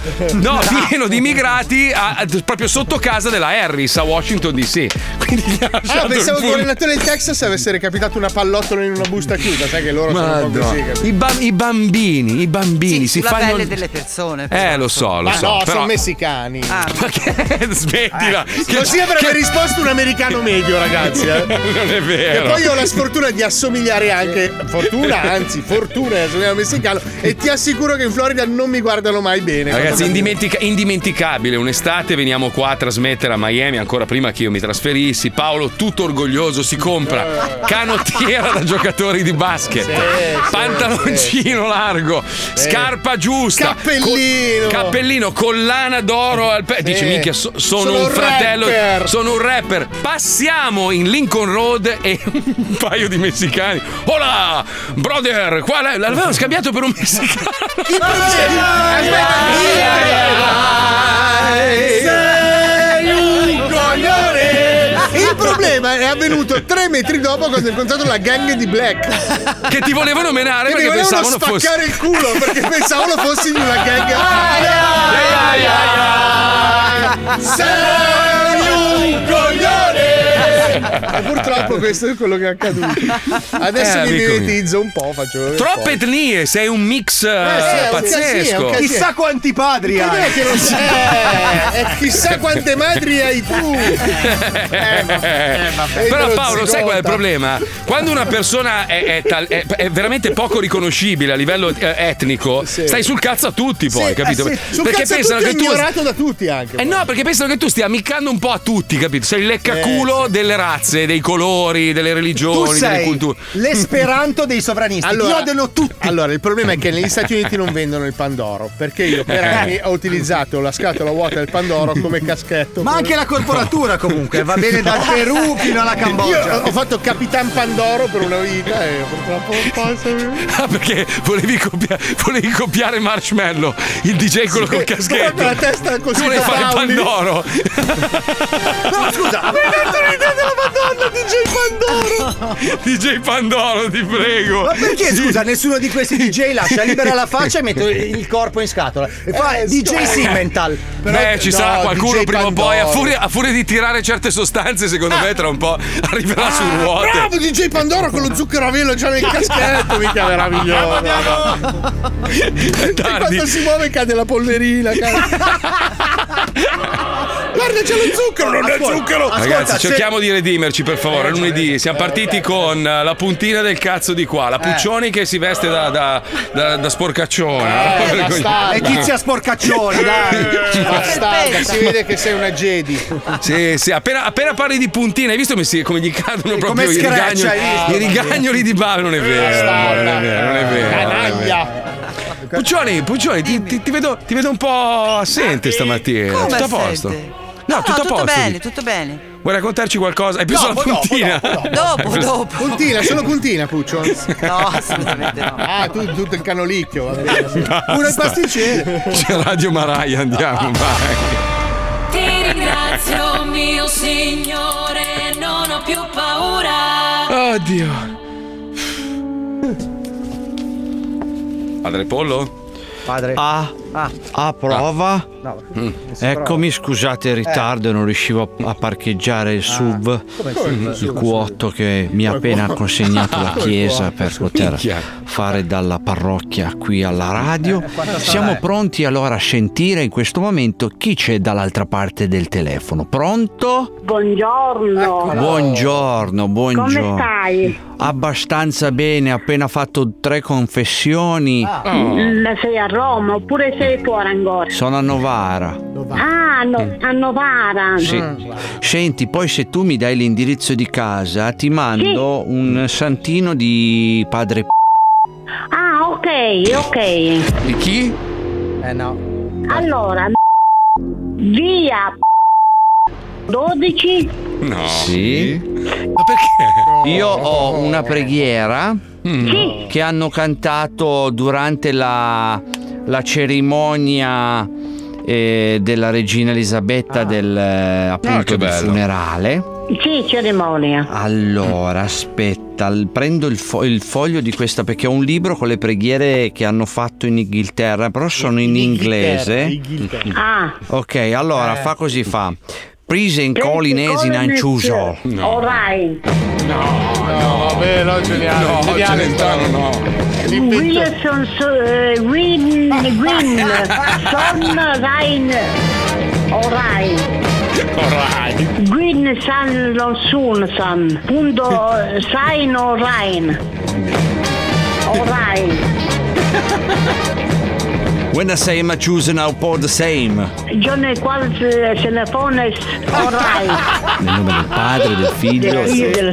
Speaker 2: no, pieno di immigrati a- a- proprio sotto casa della Harris a Washington DC. Quindi gli ha
Speaker 8: Ah,
Speaker 2: lasciato
Speaker 8: pensavo
Speaker 2: il
Speaker 8: che il
Speaker 2: pull-
Speaker 8: governatore del Texas avesse recapitato una pallottola in una busta chiusa, sai che loro sono un po' così.
Speaker 2: Madonna.
Speaker 8: capito?
Speaker 2: I, bam- i bambini, i bambini si
Speaker 14: sulla
Speaker 2: fanno
Speaker 14: pelle delle persone. Ah.
Speaker 2: Eh, lo so, lo
Speaker 8: Ma
Speaker 2: so,
Speaker 8: no,
Speaker 2: però
Speaker 8: sono messicani.
Speaker 2: [LAUGHS] Ma che smettila.
Speaker 14: Eh.
Speaker 2: Che-
Speaker 8: Così avrebbe
Speaker 2: che-
Speaker 8: risposto un americano medio, ragazzi. eh.
Speaker 2: [LAUGHS] Non è vero.
Speaker 8: E poi ho la sfortuna di assomigliare anche. Fortuna, anzi, fortuna eh, di assomigliare a un messicano. E ti assicuro che in Florida non mi guardano mai bene.
Speaker 2: Ragazzi,
Speaker 8: Quando-
Speaker 2: indimentica- indimenticabile. Un'estate veniamo qua a trasmettere a Miami, ancora prima che io mi trasferissi. Paolo, tutto orgoglioso, si
Speaker 8: Eh.
Speaker 2: compra canottiera da giocatori di basket, pantaloncino largo, scarpa giusta,
Speaker 8: Cappellino.
Speaker 2: co- cappellino, collana d'oro al pe- Dice, minchia, so- sono,
Speaker 8: Sono
Speaker 2: un
Speaker 8: un
Speaker 2: fratello,
Speaker 8: rapper."
Speaker 2: sono un rapper. Passiamo in Lincoln Road e [LAUGHS] un paio di messicani. Hola, brother, qual è? L'avevano scambiato per un messicano.
Speaker 8: Sei un
Speaker 2: [LAUGHS]
Speaker 8: coglione! Il problema è avvenuto tre metri dopo quando ho incontrato la gang di Black.
Speaker 2: Che ti volevano menare
Speaker 8: Che
Speaker 2: perché
Speaker 8: mi volevano
Speaker 2: pensavano fossi-
Speaker 8: spaccare il culo perché
Speaker 2: [LAUGHS]
Speaker 8: pensavano fossi di una gang.
Speaker 5: ai,
Speaker 8: Sei un coglione! E purtroppo questo è quello che è accaduto. Adesso
Speaker 2: Eh,
Speaker 8: mi
Speaker 2: amico mio.
Speaker 8: mimetizzo un
Speaker 2: [LAUGHS]
Speaker 8: po', faccio.
Speaker 2: Troppe etnie, sei un mix eh, pazzesco. [LAUGHS]
Speaker 8: Chissà
Speaker 3: quanti padri
Speaker 8: hai. Che non [LAUGHS]
Speaker 3: Eh,
Speaker 8: c'è. E chissà quante madri hai tu.
Speaker 2: Eh, Però
Speaker 8: Eh, non
Speaker 2: Paolo,
Speaker 8: si
Speaker 2: sai qual è il
Speaker 8: conta.
Speaker 2: problema? Quando una persona è, è tal- è- è veramente poco riconoscibile a livello eh, etnico, stai sul cazzo a tutti poi,
Speaker 8: Sì,
Speaker 2: capito?
Speaker 8: eh sì. Sul cazzo
Speaker 2: pensano
Speaker 8: tutti
Speaker 2: che tu
Speaker 8: ignorato da tutti anche.
Speaker 2: Eh no, perché pensano che tu stia ammiccando un po' a tutti, capito? Sei il leccaculo delle razze, dei colori, delle religioni,
Speaker 3: Tu
Speaker 2: delle
Speaker 3: sei
Speaker 2: culture.
Speaker 3: l'esperanto dei sovranisti.
Speaker 8: Allora-
Speaker 3: Ti odiano tutti.
Speaker 8: Allora, il problema è che negli Stati Uniti non vendono il Pandoro, perché io
Speaker 3: Eh.
Speaker 8: per anni ho utilizzato la scatola vuota del Pandoro come caschetto.
Speaker 3: Ma anche la corporatura, comunque, va bene [LAUGHS] dal Perù fino alla Cambogia.
Speaker 8: Io ho fatto Capitan Pandoro per una vita e purtroppo poi
Speaker 2: Ah, perché volevi, copia- volevi copiare Marshmallow, il DJ quello col caschetto.
Speaker 8: guarda la testa così
Speaker 2: Tu volevi
Speaker 8: da
Speaker 2: fare
Speaker 8: Paoli.
Speaker 2: Pandoro.
Speaker 8: No, scusa,
Speaker 2: [LAUGHS]
Speaker 5: mi hai detto l'idea
Speaker 8: della Madonna, DJ
Speaker 5: Pandoro!
Speaker 2: DJ Pandoro, ti prego.
Speaker 3: Ma perché
Speaker 2: Sì.
Speaker 3: scusa, nessuno di questi DJ lascia libera la faccia e
Speaker 2: [LAUGHS]
Speaker 3: mette il corpo in scatola? E fa
Speaker 8: Eh,
Speaker 3: DJ
Speaker 8: scusa.
Speaker 3: Simmental.
Speaker 2: Beh, ci
Speaker 3: No,
Speaker 2: sarà qualcuno
Speaker 3: DJ
Speaker 2: prima o poi. A
Speaker 3: Pandoro.
Speaker 2: furia, a furia di tirare certe sostanze, secondo me, tra un po' arriverà su ruote.
Speaker 8: Ah, Bravo DJ Pandoro con lo zucchero a velo già nel caschetto, mica meraviglioso.
Speaker 2: È
Speaker 8: E
Speaker 2: tardi.
Speaker 8: quando si muove cade la polverina, cazzo. Guarda, c'è lo zucchero, non è
Speaker 2: Ascolta,
Speaker 8: zucchero!
Speaker 2: Ragazzi, cerchiamo di redimerci per
Speaker 8: Eh,
Speaker 2: favore. È lunedì siamo partiti con eh, la puntina del cazzo di
Speaker 8: Eh.
Speaker 2: qua, la Puccioni che si veste da, da, da- da [LAUGHS] sporcacciona.
Speaker 8: Eh, bastarda.
Speaker 3: Letizia Sporcaccioni, dai.
Speaker 8: Bastarda, si vede che sei una Jedi.
Speaker 2: Sì, sì, appena, appena parli di puntine, hai visto come, si- come gli cadono proprio i
Speaker 8: screccia,
Speaker 2: rigagnoli,
Speaker 8: hai visto?
Speaker 2: i rigagnoli di Bava? Non è vero, amore, non è vero, non è vero. non è vero. Puccioni, Puccioni, ti, ti- ti vedo, ti vedo un po' assente stamattina.
Speaker 14: Come
Speaker 2: tutto a
Speaker 14: assente?
Speaker 2: posto? No, tutto a posto.
Speaker 14: bene,
Speaker 2: dico.
Speaker 14: tutto bene.
Speaker 2: Vuoi raccontarci qualcosa? Hai
Speaker 14: No,
Speaker 2: preso la
Speaker 14: poi dopo,
Speaker 2: puntina?
Speaker 14: dopo, dopo.
Speaker 2: [LAUGHS]
Speaker 14: Dopo, dopo.
Speaker 8: Puntina, solo puntina,
Speaker 14: [LAUGHS]
Speaker 8: Puccio.
Speaker 14: No, assolutamente no.
Speaker 8: Ah, tu tutto il canolicchio, va bene.
Speaker 2: Basta.
Speaker 8: Pure il pasticcere.
Speaker 2: C'è Radio Maraia, andiamo, vai.
Speaker 4: Ti ringrazio mio signore, non ho più paura.
Speaker 7: Oh.
Speaker 2: Oddio. Padre Pollo?
Speaker 3: Padre.
Speaker 9: Ah. A prova? Eccomi, scusate
Speaker 3: Eh.
Speaker 9: il ritardo, non riuscivo a a parcheggiare il sub,
Speaker 3: Ah. come il
Speaker 9: il
Speaker 3: sub?
Speaker 9: Q8 che mi ha
Speaker 3: Come
Speaker 9: appena
Speaker 3: qua?
Speaker 9: consegnato la
Speaker 3: Come
Speaker 9: chiesa
Speaker 3: qua?
Speaker 9: per poter
Speaker 3: Minchia.
Speaker 9: fare dalla parrocchia qui alla
Speaker 3: Eh,
Speaker 9: radio.
Speaker 3: quanta strada
Speaker 9: Siamo
Speaker 3: è?
Speaker 9: pronti allora a sentire in questo momento chi c'è dall'altra parte del telefono. Pronto?
Speaker 2: Ecco.
Speaker 18: Buongiorno.
Speaker 9: Buongiorno, buongiorno.
Speaker 18: Come stai?
Speaker 9: Abbastanza bene, appena fatto tre confessioni.
Speaker 3: Ah.
Speaker 18: Mm, Sei a Roma oppure sei fuori ancora?
Speaker 9: Sono a Novara.
Speaker 18: Ah, no- a Novara.
Speaker 9: Sì. Senti, poi se tu mi dai l'indirizzo di casa, ti mando un santino di padre. P-
Speaker 18: Ah, ok, ok.
Speaker 2: Di chi?
Speaker 3: Eh no.
Speaker 18: Allora, via 12.
Speaker 2: No.
Speaker 9: Sì.
Speaker 2: Ma perché?
Speaker 9: Io ho una preghiera che hanno cantato durante la, la cerimonia eh, della regina Elisabetta del, eh, appunto,
Speaker 18: che
Speaker 9: del
Speaker 18: bello.
Speaker 9: funerale.
Speaker 18: Sì, cerimonia.
Speaker 9: Allora, aspetta, l- prendo il, fo- il foglio di questa perché ho un libro con le preghiere che hanno fatto in Inghilterra, però sono in inglese.
Speaker 18: Ah.
Speaker 9: Ok, allora fa così fa. Prison in
Speaker 18: Colinesi
Speaker 9: Colinesi in Anciuso.
Speaker 18: Orai.
Speaker 8: No, vabbè, no, Giuliano.
Speaker 2: No,
Speaker 8: Giuliano,
Speaker 2: Celentano no.
Speaker 18: Wilson, eh, Win, Win, Son, Rain, Orai.
Speaker 2: Orai.
Speaker 18: Gwyn San Lonsun San. Punto eh, Sain Orain. Orain.
Speaker 9: When the same choose now pod the same.
Speaker 18: Johnny eh, qual se ne fones
Speaker 9: [LAUGHS]
Speaker 18: Orain.
Speaker 9: Nel nome del padre, del figlio e
Speaker 18: Sì,
Speaker 9: dello
Speaker 18: dello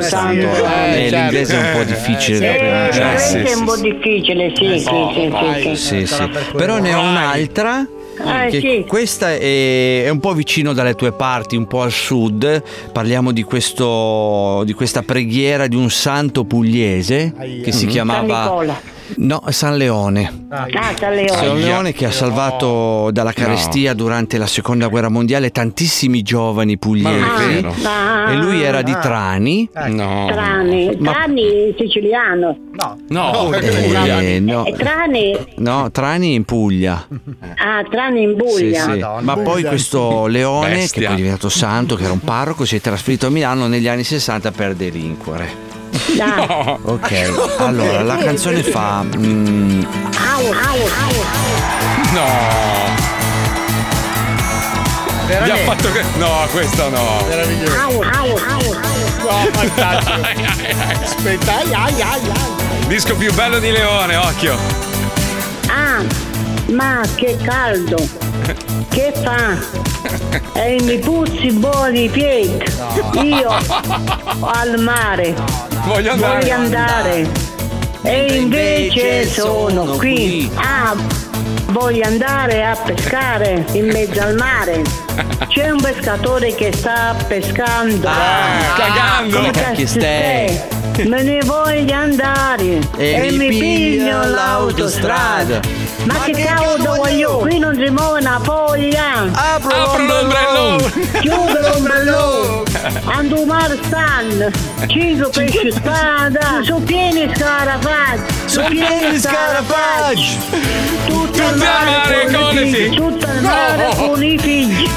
Speaker 18: Spirito
Speaker 9: Santo.
Speaker 18: Santo.
Speaker 9: Eh,
Speaker 18: Eh,
Speaker 9: l'inglese è un po' difficile da
Speaker 18: Eh,
Speaker 9: pronunciare.
Speaker 18: è un po' difficile, sì, sì, sì, sì, sì.
Speaker 9: Eh, Sì, sì. Però ne ho un'altra.
Speaker 18: Ah,
Speaker 9: che
Speaker 18: sì.
Speaker 9: Questa è, è un po' vicino dalle tue parti, un po' al sud. Parliamo di, questo, di questa preghiera di un santo pugliese che si
Speaker 18: San
Speaker 9: chiamava
Speaker 18: Nicola.
Speaker 9: no, San Leone.
Speaker 18: Ah, San Leone.
Speaker 9: San Leone che ha salvato dalla carestia durante la seconda guerra mondiale tantissimi giovani pugliesi.
Speaker 18: Ah, ah,
Speaker 9: E lui era di
Speaker 18: ah.
Speaker 9: Trani.
Speaker 18: Ecco.
Speaker 9: No.
Speaker 18: Trani, Trani siciliano. No. Ecco,
Speaker 9: No, eh, no.
Speaker 18: Trani,
Speaker 9: No, Trani in Puglia.
Speaker 18: ah, Trani in
Speaker 9: Sì,
Speaker 18: Puglia.
Speaker 9: sì. Ma poi questo Leone, che poi è diventato santo, che era un parroco, si è trasferito a Milano negli anni 60 per delinquere.
Speaker 18: Dai.
Speaker 2: [LAUGHS]
Speaker 9: Ok, allora la canzone fa. mm,
Speaker 18: Au, au,
Speaker 2: No. Gli ha fatto che... No, questo no.
Speaker 18: au, au, au, au.
Speaker 8: No, fantastico. Aspetta, ai, ai, ai, ai.
Speaker 2: Disco più bello di Leone, occhio.
Speaker 18: Ah, Ma che caldo! Che fa? E mi puzzi buoni i piedi.
Speaker 2: No.
Speaker 18: Io al mare.
Speaker 2: Voglio andare.
Speaker 18: Voglio andare. E invece sono qui. Ah, voglio andare a pescare in mezzo al mare. C'è un pescatore che sta pescando. Ah,
Speaker 5: cagando. Come cacchio stai?
Speaker 18: Me ne voglio andare.
Speaker 5: E
Speaker 18: E,
Speaker 5: mi
Speaker 18: mi
Speaker 5: piglio
Speaker 18: piglio l'autostrada. Ma, che cavolo voglio? Qui non si muove una foglia. Apro, l'ombrellone. Chiudo l'ombrellone. Andumar stan. Cinque pesci spada. Sono pieni scarafaggi.
Speaker 5: Sono pieni
Speaker 18: scarafaggi. Tutto il mare con i figli. Tutto il mare
Speaker 5: No.
Speaker 18: con i figli.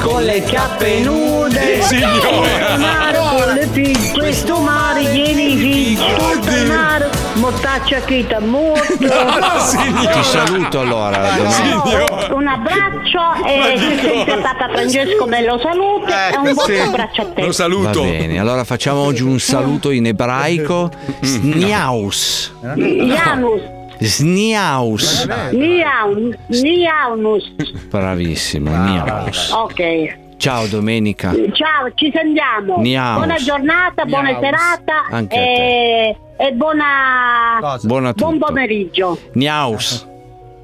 Speaker 18: Con le chiappe nude.
Speaker 5: Signore.
Speaker 18: Tutto il mare con le figli. Questo mare vieni i figli. Tutto il mare. Mortaccia che ti ha morto.
Speaker 9: [LAUGHS] Ti saluto allora la domenica.
Speaker 18: Un abbraccio e se siete Papa Francesco me lo saluto e un buon abbraccio a te.
Speaker 2: saluto.
Speaker 9: Va bene, allora facciamo oggi un saluto in ebraico.
Speaker 2: Mm.
Speaker 9: Sniaus.
Speaker 18: Janus,
Speaker 9: Sniaus.
Speaker 18: Niaun, Niaunus.
Speaker 9: Bravissima,
Speaker 2: Ah,
Speaker 9: Niaus.
Speaker 18: Ok.
Speaker 9: Ciao domenica.
Speaker 18: Ciao, ci sentiamo.
Speaker 9: Niaus.
Speaker 18: Buona giornata, buona
Speaker 9: Niaus.
Speaker 18: serata
Speaker 9: Anche a
Speaker 18: e, e buona
Speaker 9: Cosa? Buona
Speaker 18: buon
Speaker 9: tutto.
Speaker 18: pomeriggio.
Speaker 9: Niaus.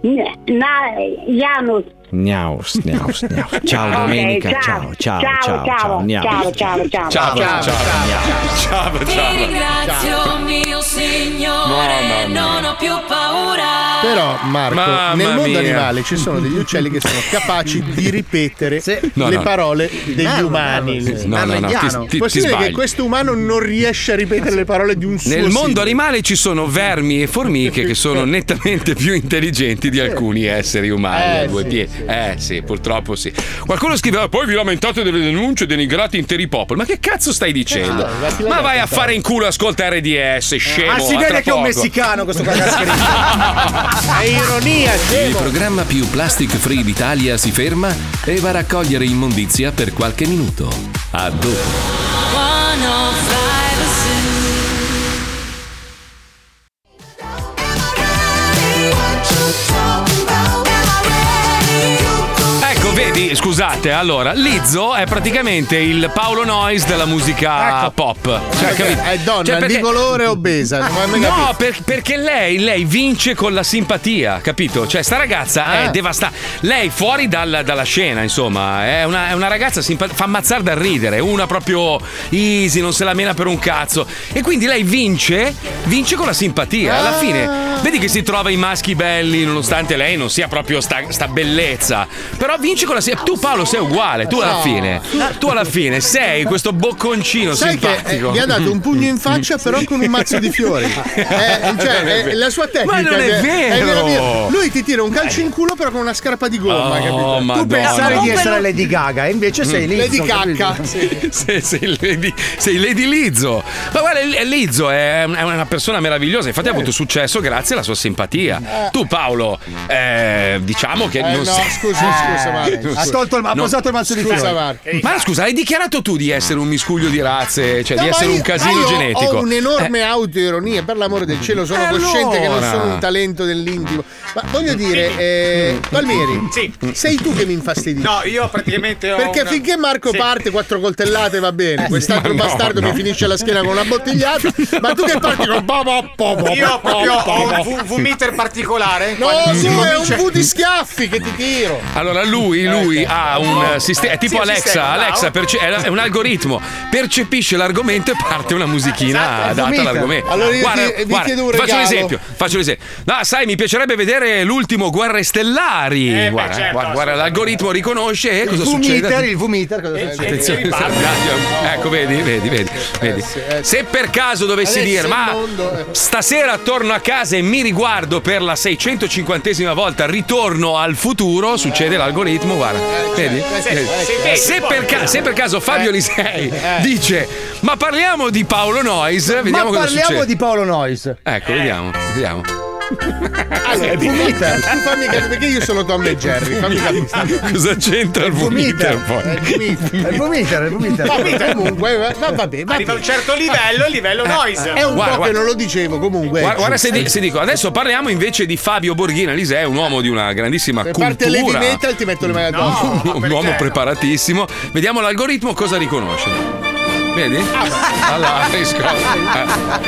Speaker 18: N- Na, Janus.
Speaker 9: Niaus, Niaus, Niaus. Ciao
Speaker 18: Ok,
Speaker 9: domenica, ciao,
Speaker 18: ciao.
Speaker 9: ciao,
Speaker 18: Ciao,
Speaker 9: ciao,
Speaker 18: ciao,
Speaker 9: ciao, Niaus.
Speaker 18: ciao, ciao, ciao.
Speaker 9: ciao, ciao.
Speaker 4: Ti ringrazio mio signore, non ho più paura.
Speaker 8: Però Marco,
Speaker 5: Mamma
Speaker 8: nel mondo
Speaker 5: mia.
Speaker 8: animale ci sono degli uccelli che sono capaci di ripetere
Speaker 2: No,
Speaker 8: le
Speaker 2: no.
Speaker 8: parole degli
Speaker 2: Merlo,
Speaker 8: umani.
Speaker 2: merlo, sì. No, no, no, ti- ti- ti
Speaker 8: Possibile che
Speaker 2: sbagli.
Speaker 8: questo umano non riesce a ripetere le parole di un suo
Speaker 2: Nel mondo
Speaker 8: simile?
Speaker 2: animale ci sono vermi e formiche
Speaker 3: [LAUGHS]
Speaker 2: che sono nettamente più intelligenti di alcuni esseri umani.
Speaker 8: Eh,
Speaker 2: a due
Speaker 8: sì,
Speaker 2: piedi. Eh sì, purtroppo sì. Qualcuno scrive: "Ah, poi vi lamentate delle denunce, denigrate interi popoli. Ma che cazzo stai dicendo?
Speaker 8: Eh, ma chi l'ha
Speaker 2: Ma vai a
Speaker 8: detto?
Speaker 2: fare in culo, ascolta RDS, scemo.
Speaker 3: Ah, si
Speaker 2: a
Speaker 3: vede
Speaker 2: tra
Speaker 3: che è un
Speaker 2: poco.
Speaker 3: messicano questo
Speaker 2: [LAUGHS]
Speaker 3: cagaschere.
Speaker 8: È ironia,
Speaker 1: Il programma più plastic free d'Italia si ferma e va a raccogliere immondizia per qualche minuto. A dopo.
Speaker 4: 105 Zoo.
Speaker 2: Ecco, vedi, scusate, allora, Lizzo è praticamente il Paolo Noyes della musica
Speaker 3: Ecco.
Speaker 2: pop. Cioè,
Speaker 8: Perché
Speaker 2: capito?
Speaker 8: è donna,
Speaker 2: Cioè, perché-
Speaker 8: di colore obesa. non ho mai capito.
Speaker 2: No, per- perché lei, lei vince con la simpatia, capito? Cioè, sta ragazza
Speaker 8: Ah.
Speaker 2: è devastata. Lei fuori dal- dalla scena, insomma, è una, è una ragazza simpatica, fa ammazzare da ridere, una proprio easy, non se la mena per un cazzo. E quindi lei vince, vince con la simpatia. Alla fine,
Speaker 8: Ah.
Speaker 2: vedi che si trova i maschi belli, nonostante lei non sia proprio sta, sta bellezza. Però vince con la simpatia. Tu Paolo sei uguale, tu alla
Speaker 8: No.
Speaker 2: fine, tu alla fine sei questo bocconcino
Speaker 8: Sai che eh,
Speaker 2: simpatico. Mm.
Speaker 8: gli ha dato un pugno in faccia, però con un mazzo di
Speaker 2: [LAUGHS]
Speaker 8: fiori. Eh, cioè,
Speaker 2: Non è
Speaker 8: eh,
Speaker 2: vero.
Speaker 8: la sua tecnica.
Speaker 2: Ma non
Speaker 8: che-
Speaker 2: è vero.
Speaker 8: meravigliosa. Lui ti tira un calcio in culo, però con una scarpa di gomma.
Speaker 2: Oh,
Speaker 8: capito?
Speaker 2: Madonna. Mm.
Speaker 8: Tu pensare di essere
Speaker 3: Lady Gaga, e invece sei lì.
Speaker 8: Lady
Speaker 3: insomma,
Speaker 8: Cacca.
Speaker 3: capito?
Speaker 2: [LAUGHS] sei, sei Lady, sei Lady Lizzo. Ma guarda, L- Lizzo è, un- è una persona meravigliosa. Infatti, ha avuto successo grazie alla sua simpatia. Tu, Paolo, eh, diciamo che
Speaker 8: Eh,
Speaker 2: non
Speaker 8: no,
Speaker 2: sei-
Speaker 8: scusa, scusa, Marco.
Speaker 2: non
Speaker 8: Ha
Speaker 2: so-
Speaker 8: tolto il- ha posato il mazzo di
Speaker 2: Scusa,
Speaker 8: fiori.
Speaker 2: Marco. Ma scusa, hai dichiarato tu di essere un miscuglio di razze, cioè
Speaker 8: No,
Speaker 2: di
Speaker 8: ma
Speaker 2: essere
Speaker 8: io-
Speaker 2: un casino
Speaker 8: ma io
Speaker 2: genetico.
Speaker 8: Ho un'enorme autoironia, per l'amore del cielo, sono
Speaker 2: Eh,
Speaker 8: cosciente che non
Speaker 2: allora.
Speaker 8: sono un talento dell'intimo. Ma voglio dire,
Speaker 2: Mm.
Speaker 8: eh, Palmieri, sei tu che mi infastidisci.
Speaker 6: No, io praticamente ho
Speaker 8: Perché
Speaker 6: una-
Speaker 8: finché Marco
Speaker 6: Sì.
Speaker 8: parte quattro coltellate va bene,
Speaker 5: Eh,
Speaker 8: quest'altro
Speaker 6: Ma no,
Speaker 8: bastardo
Speaker 6: no.
Speaker 8: mi finisce la schiena con una bottigliata, ma tu che parti con bo, bo, bo, bo,
Speaker 5: Io
Speaker 8: bo,
Speaker 5: proprio
Speaker 8: bo,
Speaker 5: ho
Speaker 8: bo.
Speaker 5: un vu- vomiter particolare.
Speaker 8: No,
Speaker 5: Quando
Speaker 8: sì,
Speaker 5: si
Speaker 8: è un
Speaker 5: comincia-
Speaker 8: V di schiaffi che ti tiro.
Speaker 2: Allora lui, lui ha un sistema, è tipo
Speaker 8: Eh, Oh. Sì,
Speaker 2: Alexa,
Speaker 8: sistema, bravo.
Speaker 2: Alexa perce- è un algoritmo, percepisce l'argomento e parte una musichina
Speaker 8: Esatto,
Speaker 2: data
Speaker 8: vomita.
Speaker 2: all'argomento.
Speaker 8: Allora io ti- vi chiedo un
Speaker 2: faccio un
Speaker 8: regalo.
Speaker 2: esempio, faccio un esempio. No, sai, mi piacerebbe vedere l'ultimo Guerre Stellari.
Speaker 8: Eh,
Speaker 3: beh,
Speaker 2: guarda,
Speaker 3: certo,
Speaker 2: guarda, guarda, l'algoritmo riconosce e
Speaker 3: Il
Speaker 2: cosa
Speaker 3: vomiter,
Speaker 2: succede?
Speaker 3: il vomiter, cosa
Speaker 5: Eh,
Speaker 3: succede?
Speaker 2: Attenzione, [LAUGHS] ecco, vedi, vedi, vedi.
Speaker 8: Eh,
Speaker 2: vedi. Se per caso dovessi
Speaker 8: Adesso
Speaker 2: dire,
Speaker 8: il
Speaker 5: Ah.
Speaker 2: ma
Speaker 8: mondo è-
Speaker 2: Stasera torno a casa e mi riguardo per la 650esima volta, ritorno al futuro, succede l'algoritmo, guarda. Vedi?
Speaker 5: se-
Speaker 2: Vedi?
Speaker 5: se vedi,
Speaker 2: Se
Speaker 5: poi-
Speaker 2: per, ca- se per caso Fabio Lisei
Speaker 3: eh.
Speaker 2: dice ma parliamo di Paolo Noyes,
Speaker 3: Ma
Speaker 2: vediamo cosa
Speaker 3: parliamo
Speaker 2: succede.
Speaker 3: di Paolo Noyes.
Speaker 2: Ecco, vediamo, vediamo.
Speaker 5: Ah,
Speaker 8: Allora, vomita. Tu fammi capire perché io sono Tom e Jerry. Fammi capire.
Speaker 2: Cosa c'entra il
Speaker 8: Vomita.
Speaker 2: vomiter poi?
Speaker 8: È vomita, è vomita. Vomita comunque, ma ma vabbè, vabbè.
Speaker 5: Arriva a un certo livello, il
Speaker 3: Eh.
Speaker 5: livello noise.
Speaker 8: È un
Speaker 2: Guarda,
Speaker 8: po' che
Speaker 2: guarda.
Speaker 8: non lo dicevo comunque.
Speaker 2: Guarda, guarda se,
Speaker 8: Giusto.
Speaker 2: di- se dico, adesso parliamo invece di Fabio Borghina Lisè, un uomo di una grandissima
Speaker 8: Se
Speaker 2: cultura.
Speaker 8: parte l'heavy metal ti metto le mani addosso.
Speaker 2: un uomo preparatissimo. Vediamo l'algoritmo cosa riconosce. Vedi? [LAUGHS] eh, Allora, riscotta.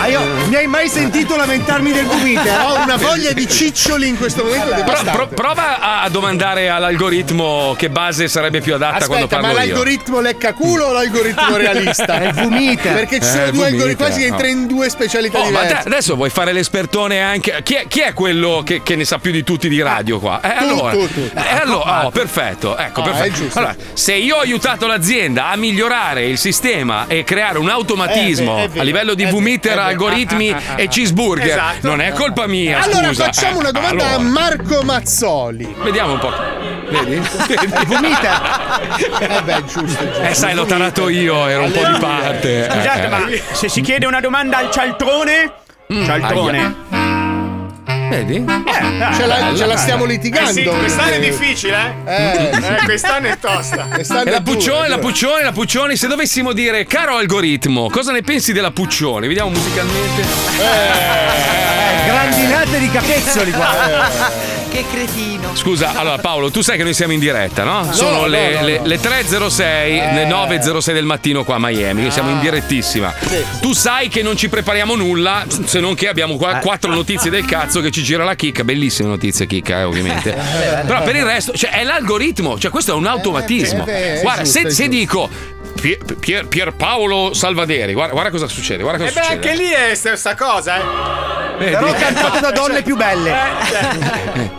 Speaker 8: Ah, io mi hai mai sentito lamentarmi del vomita? Ho una voglia di ciccioli in questo momento
Speaker 2: Pro-
Speaker 8: devastante.
Speaker 2: pro- prova a- a domandare all'algoritmo che base sarebbe più adatta quando
Speaker 8: Aspetta,
Speaker 2: parlo
Speaker 8: ma
Speaker 2: io.
Speaker 8: l'algoritmo lecca culo o [LAUGHS] l'algoritmo realista?
Speaker 2: È vomita.
Speaker 8: Perché ci sono
Speaker 2: Eh,
Speaker 8: due algoritmi,
Speaker 2: vomita,
Speaker 8: quasi che
Speaker 2: no.
Speaker 8: entra in due specialità
Speaker 2: Oh, ma te-
Speaker 8: diverse.
Speaker 2: adesso vuoi fare l'espertone anche. Chi è, chi è quello che, che ne sa più di tutti di radio qua? Eh,
Speaker 8: Tu,
Speaker 2: allora,
Speaker 8: tu, tu.
Speaker 2: Eh, allora- oh, perfetto. Ecco,
Speaker 8: Ah, è
Speaker 2: perfetto.
Speaker 8: giusto.
Speaker 2: Allora, se io ho aiutato l'azienda a migliorare il sistema e creare un automatismo
Speaker 8: Eh, beh, è vero,
Speaker 2: a livello di
Speaker 8: è
Speaker 2: vomiter,
Speaker 8: vero.
Speaker 2: algoritmi
Speaker 8: Ah, ah, ah, ah.
Speaker 2: e cheeseburger,
Speaker 8: Esatto.
Speaker 2: non è colpa mia.
Speaker 8: Allora
Speaker 2: scusa.
Speaker 8: facciamo
Speaker 2: Eh,
Speaker 8: una domanda a
Speaker 2: allora.
Speaker 8: Marco Mazzoli.
Speaker 2: Vediamo un po'. Vedi? Vedi?
Speaker 8: Vomita. Eh beh, giusto. giusto.
Speaker 2: Eh, sai, l'ho tarato io, ero un po' di parte. Eh,
Speaker 6: Scusate,
Speaker 2: eh. Mm,
Speaker 6: ma se si chiede una domanda al cialtrone, cialtrone. Eh,
Speaker 2: Vedi?
Speaker 8: Ce la, ce la stiamo litigando.
Speaker 5: Eh sì, quest'anno è difficile, eh?
Speaker 2: Eh.
Speaker 5: Eh, quest'anno è tosta.
Speaker 2: E la Puccione, la Puccione, la Puccione, se dovessimo dire caro algoritmo, cosa ne pensi della Puccione? Vediamo musicalmente.
Speaker 3: Grandinate di capezzoli qua.
Speaker 14: che cretino.
Speaker 2: Scusa, allora Paolo, tu sai che noi siamo in diretta, no?
Speaker 14: No,
Speaker 2: Sono
Speaker 14: no,
Speaker 2: le,
Speaker 14: no,
Speaker 2: le- le 3.06,
Speaker 8: Eh.
Speaker 2: le 9.06 del mattino qua a Miami, che
Speaker 8: Ah.
Speaker 2: siamo in direttissima. Tu sai che non ci prepariamo nulla, se non che abbiamo
Speaker 8: Eh.
Speaker 2: qua quattro notizie del cazzo che ci gira la chicca, bellissime notizie chicca,
Speaker 8: [LAUGHS]
Speaker 2: eh, ovviamente. Però per il resto, cioè, è l'algoritmo, cioè questo è un automatismo.
Speaker 8: Eh, eh, eh, è
Speaker 2: Guarda, se-
Speaker 8: giusto, è
Speaker 2: se, dico Pier, Pier- Pierpaolo Salvaderi, guarda, guarda cosa succede, guarda cosa
Speaker 8: Eh
Speaker 5: E Eh beh,
Speaker 2: succede.
Speaker 5: anche lì è stessa cosa, eh. Cioè,
Speaker 2: Vedi? Però
Speaker 8: cantato da donne più belle.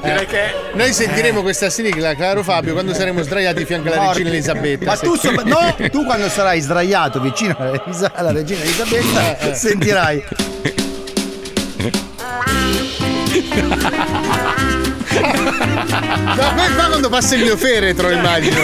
Speaker 5: Direi che
Speaker 8: Noi sentiremo questa sigla, caro Fabio, quando saremo sdraiati di fianco alla regina Elisabetta.
Speaker 3: Ma
Speaker 8: Sì.
Speaker 3: [LAUGHS] tu, sopra- no, tu quando sarai sdraiato vicino alla, Elisa- alla regina Elisabetta
Speaker 8: Eh, eh.
Speaker 3: sentirai.
Speaker 8: No, a me fa quando passa il mio feretro, immagino.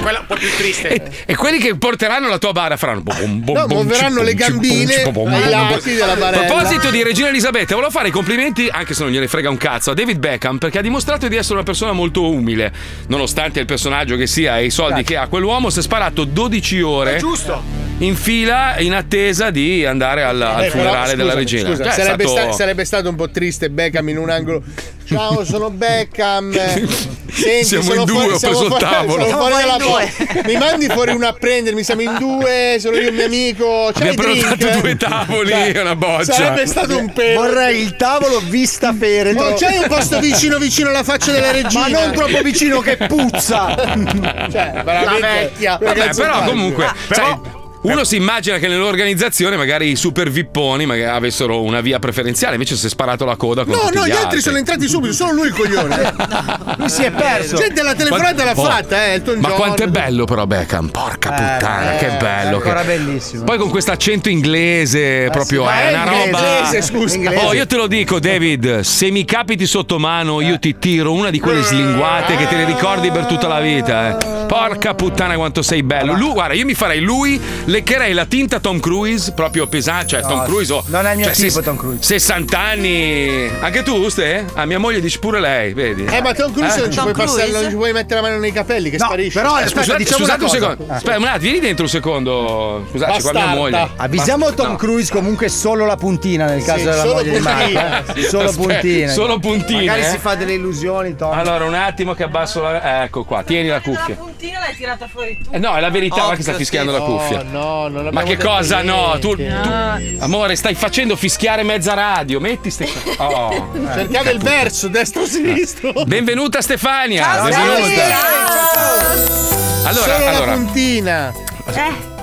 Speaker 5: quella un po' più triste.
Speaker 2: E, e quelli che porteranno la tua bara faranno bom, bom,
Speaker 8: No,
Speaker 2: bom,
Speaker 8: muoveranno
Speaker 2: ci,
Speaker 8: le
Speaker 2: bom, ci, bom,
Speaker 8: gambine
Speaker 2: ci, bom, bom,
Speaker 8: ai
Speaker 2: bom, bom.
Speaker 8: lati della
Speaker 2: A
Speaker 8: barella.
Speaker 2: proposito di Regina Elisabetta, volevo fare i complimenti, anche se non gliene frega un cazzo, a David Beckham perché ha dimostrato di essere una persona molto umile. Nonostante il personaggio che sia e i soldi che ha, quell'uomo si è sparato 12 ore.
Speaker 5: È giusto.
Speaker 2: In fila in attesa di andare al, al
Speaker 8: Eh, però,
Speaker 2: funerale della
Speaker 8: scusami,
Speaker 2: regina.
Speaker 8: scusa,
Speaker 2: Cioè, è
Speaker 8: sarebbe,
Speaker 2: stato-
Speaker 8: sta- sarebbe stato un po' triste Beckham in un angolo. Ciao, sono
Speaker 2: [LAUGHS]
Speaker 8: Beckham. Senti,
Speaker 2: Siamo
Speaker 8: sono
Speaker 2: in due,
Speaker 8: fuori,
Speaker 2: ho
Speaker 8: siamo
Speaker 2: preso il
Speaker 8: fuori-
Speaker 2: tavolo.
Speaker 8: sono fuori
Speaker 2: Siamo
Speaker 8: dalla-
Speaker 2: in
Speaker 8: Mi mandi fuori uno a prendermi, siamo in due, sono io e mio amico.
Speaker 2: Mi
Speaker 8: C'hai
Speaker 2: ha prenotato
Speaker 8: drink?
Speaker 2: due tavoli
Speaker 8: Cioè,
Speaker 2: una boccia.
Speaker 8: Sarebbe stato un pelo.
Speaker 3: Vorrei il tavolo vista feretro.
Speaker 8: Non c'è un posto vicino vicino alla faccia della regina.
Speaker 3: Ma non troppo vicino che puzza.
Speaker 2: [LAUGHS]
Speaker 8: cioè,
Speaker 5: La
Speaker 8: veramente.
Speaker 5: vecchia.
Speaker 2: Vabbè,
Speaker 8: Ragazzi,
Speaker 2: però
Speaker 8: immagino.
Speaker 2: comunque.
Speaker 8: Eh, Ah,
Speaker 2: sai, uno si immagina che nell'organizzazione magari i super vipponi magari avessero una via preferenziale, invece si è sparato la coda con
Speaker 8: No,
Speaker 2: tutti
Speaker 8: no,
Speaker 2: gli
Speaker 8: gli altri sono entrati subito, solo lui
Speaker 3: [LAUGHS]
Speaker 8: il coglione. Eh.
Speaker 3: Lui si è perso.
Speaker 8: Gente, la telefonata l'ha
Speaker 2: Oh,
Speaker 8: fatta, eh, Elton
Speaker 2: Ma
Speaker 8: John. Eh,
Speaker 2: quanto è bello però Beckham, porca puttana, che bello.
Speaker 3: ancora
Speaker 2: che-
Speaker 3: bellissimo.
Speaker 2: Poi con questo accento inglese proprio
Speaker 3: sì, ma
Speaker 2: è,
Speaker 3: è
Speaker 2: una
Speaker 3: inglese,
Speaker 8: eh.
Speaker 2: roba.
Speaker 3: inglese, scusa. Inglese.
Speaker 2: Oh, io te lo dico, David, se mi capiti sotto mano, io ti tiro una di quelle slinguate che te le ricordi per tutta la vita, eh. Porca puttana quanto sei bello. Lui, guarda, io mi farei lui, leccherei la tinta Tom Cruise, proprio pesante, cioè Tom
Speaker 3: No,
Speaker 2: Cruise oh,
Speaker 3: non è il mio
Speaker 2: cioè,
Speaker 3: tipo,
Speaker 2: ses-
Speaker 3: Tom Cruise.
Speaker 2: 60 anni. Anche tu, Ste? A mia moglie dici pure lei, vedi?
Speaker 8: Eh, ma Tom Cruise
Speaker 2: Eh?
Speaker 8: non ci puoi passare, non ci puoi mettere la mano nei capelli che sparisce.
Speaker 3: però,
Speaker 2: Eh,
Speaker 3: aspetta,
Speaker 2: scusate,
Speaker 3: diciamo una
Speaker 2: scusate un
Speaker 3: cosa.
Speaker 2: secondo.
Speaker 3: Eh.
Speaker 2: Aspetta, un attimo, vieni dentro un secondo. Scusate, qua mia
Speaker 3: Bastarda.
Speaker 2: moglie.
Speaker 3: Avvisiamo
Speaker 2: Basta-
Speaker 3: Tom
Speaker 2: no.
Speaker 3: Cruise comunque solo la puntina nel caso della
Speaker 2: solo
Speaker 3: moglie di
Speaker 2: puntina.
Speaker 3: Marco. eh. Solo
Speaker 2: Aspetta,
Speaker 3: puntina.
Speaker 2: solo puntina,
Speaker 3: Magari
Speaker 2: eh.
Speaker 3: si fa delle illusioni, Tom.
Speaker 2: Allora, un attimo che abbasso la. eh, Ecco qua, tieni la cuffia.
Speaker 14: puntina l'hai tirata fuori tu.
Speaker 2: Eh, no, è la verità, guarda che sta fischiando la cuffia.
Speaker 8: No, no,
Speaker 2: Ma che cosa? No, tu, tu- Amore, stai facendo fischiare mezza radio. Metti ste. Oh.
Speaker 8: Cercavo il verso, destro-sinistro.
Speaker 2: Benvenuta Stefania. benvenuta.
Speaker 14: Eh,
Speaker 2: Allora,
Speaker 8: Solo
Speaker 2: allora.
Speaker 8: la puntina.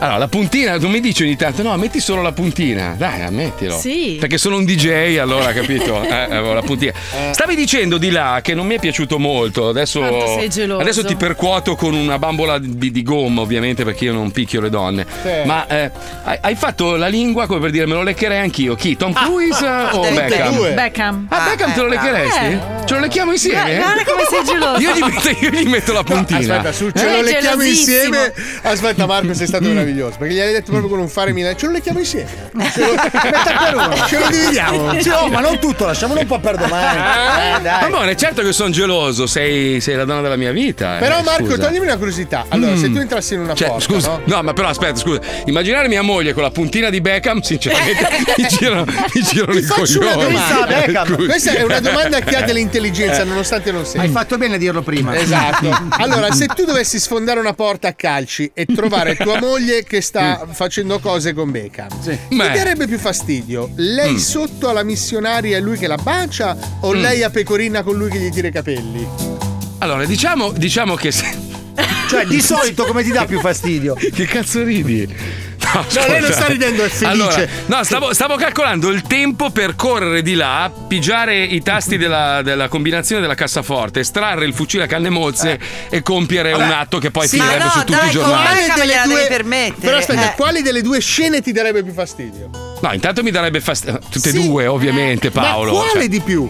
Speaker 2: Allora, la puntina, tu mi dici ogni tanto, no, metti solo la puntina, dai, ammettilo.
Speaker 8: Sì.
Speaker 2: Perché sono un DJ,
Speaker 19: [LAUGHS]
Speaker 2: allora, capito? Eh, avevo la puntina.
Speaker 8: Eh.
Speaker 2: Stavi dicendo di là che non mi è piaciuto molto, adesso,
Speaker 19: Quanto sei geloso.
Speaker 2: adesso ti percuoto con una bambola di, di gomma, ovviamente, perché io non picchio le donne.
Speaker 19: Sì.
Speaker 2: Ma eh, hai, hai fatto la lingua come per dire, me lo leccherei anch'io. Chi? Tom Cruise
Speaker 19: Ah,
Speaker 2: o
Speaker 19: tutte e
Speaker 2: Beckham?
Speaker 19: due. Beckham.
Speaker 2: Ah, Beckham te lo
Speaker 19: eh,
Speaker 2: leccheresti?
Speaker 19: eh.
Speaker 2: Ce lo lecchiamo insieme?
Speaker 19: Guarda- guarda come sei geloso.
Speaker 2: Io gli metto, io gli metto la puntina.
Speaker 8: Aspetta, sul ce
Speaker 2: Eh?
Speaker 8: Eh, lo
Speaker 19: Sei
Speaker 8: lecchiamo
Speaker 19: gelosissimo.
Speaker 8: insieme. Aspetta, Marco, sei stato bravissimo. meraviglioso perché gliel'hai detto proprio con un fare milanese. Ce lo mettiamo insieme. Ce lo,
Speaker 3: Metà per uno.
Speaker 8: Ce lo [LAUGHS] dividiamo.
Speaker 3: Sì, oh, ma non tutto, lasciamolo un po' per [LAUGHS] domani. Eh, dai.
Speaker 2: Amore, certo che sono geloso, sei, sei la donna della mia vita. eh,
Speaker 8: Però Marco,
Speaker 2: scusa.
Speaker 8: toglimi una curiosità. Allora,
Speaker 2: Mm.
Speaker 8: se tu entrassi in una
Speaker 2: Cioè,
Speaker 8: porta,
Speaker 2: scusa,
Speaker 8: no?
Speaker 2: no? ma però aspetta, scusa. Immaginare mia moglie con la puntina di
Speaker 8: [LAUGHS]
Speaker 2: Beckham, sinceramente, [LAUGHS] mi girano, mi girano
Speaker 8: Ti
Speaker 2: i
Speaker 8: faccio una
Speaker 2: coglioni. Eh.
Speaker 8: domanda.
Speaker 2: Scusi.
Speaker 8: Questa è una domanda che ha dell'intelligenza, nonostante non sia.
Speaker 3: Hai fatto bene a dirlo prima. [LAUGHS]
Speaker 8: Esatto. Allora, se tu dovessi sfondare una porta a calci e trovare
Speaker 2: [LAUGHS]
Speaker 8: tua moglie che sta facendo cose con Beckham, ti
Speaker 2: Beh.
Speaker 8: darebbe più fastidio? Lei
Speaker 2: Mm.
Speaker 8: sotto alla missionaria e lui che la bacia o
Speaker 2: Mm.
Speaker 8: lei a pecorina con lui che gli tira i capelli?
Speaker 2: Allora, diciamo, diciamo che se...
Speaker 3: Cioè, di solito come ti dà più fastidio?
Speaker 2: Che cazzo ridi? No,
Speaker 8: No, lei non
Speaker 2: ascolta.
Speaker 8: sta ridendo, è felice.
Speaker 2: Allora, no, stavo, stavo calcolando il tempo per correre di là, pigiare i tasti della, della combinazione della cassaforte, estrarre il fucile a canne mozze e compiere un atto che poi
Speaker 8: Sì,
Speaker 2: finirebbe
Speaker 8: ma no,
Speaker 2: su tutti
Speaker 8: dai,
Speaker 2: i
Speaker 8: com'è
Speaker 2: giornali.
Speaker 8: che-
Speaker 14: me
Speaker 8: delle
Speaker 14: la
Speaker 8: due-
Speaker 14: devi permettere.
Speaker 8: Però aspetta,
Speaker 14: Eh.
Speaker 8: quali delle due scene ti darebbe più fastidio?
Speaker 2: No, intanto mi darebbe fastidio. Tutte e
Speaker 8: Sì. Eh,
Speaker 2: due, ovviamente, Paolo.
Speaker 8: Ma quale
Speaker 2: cioè.
Speaker 8: di più?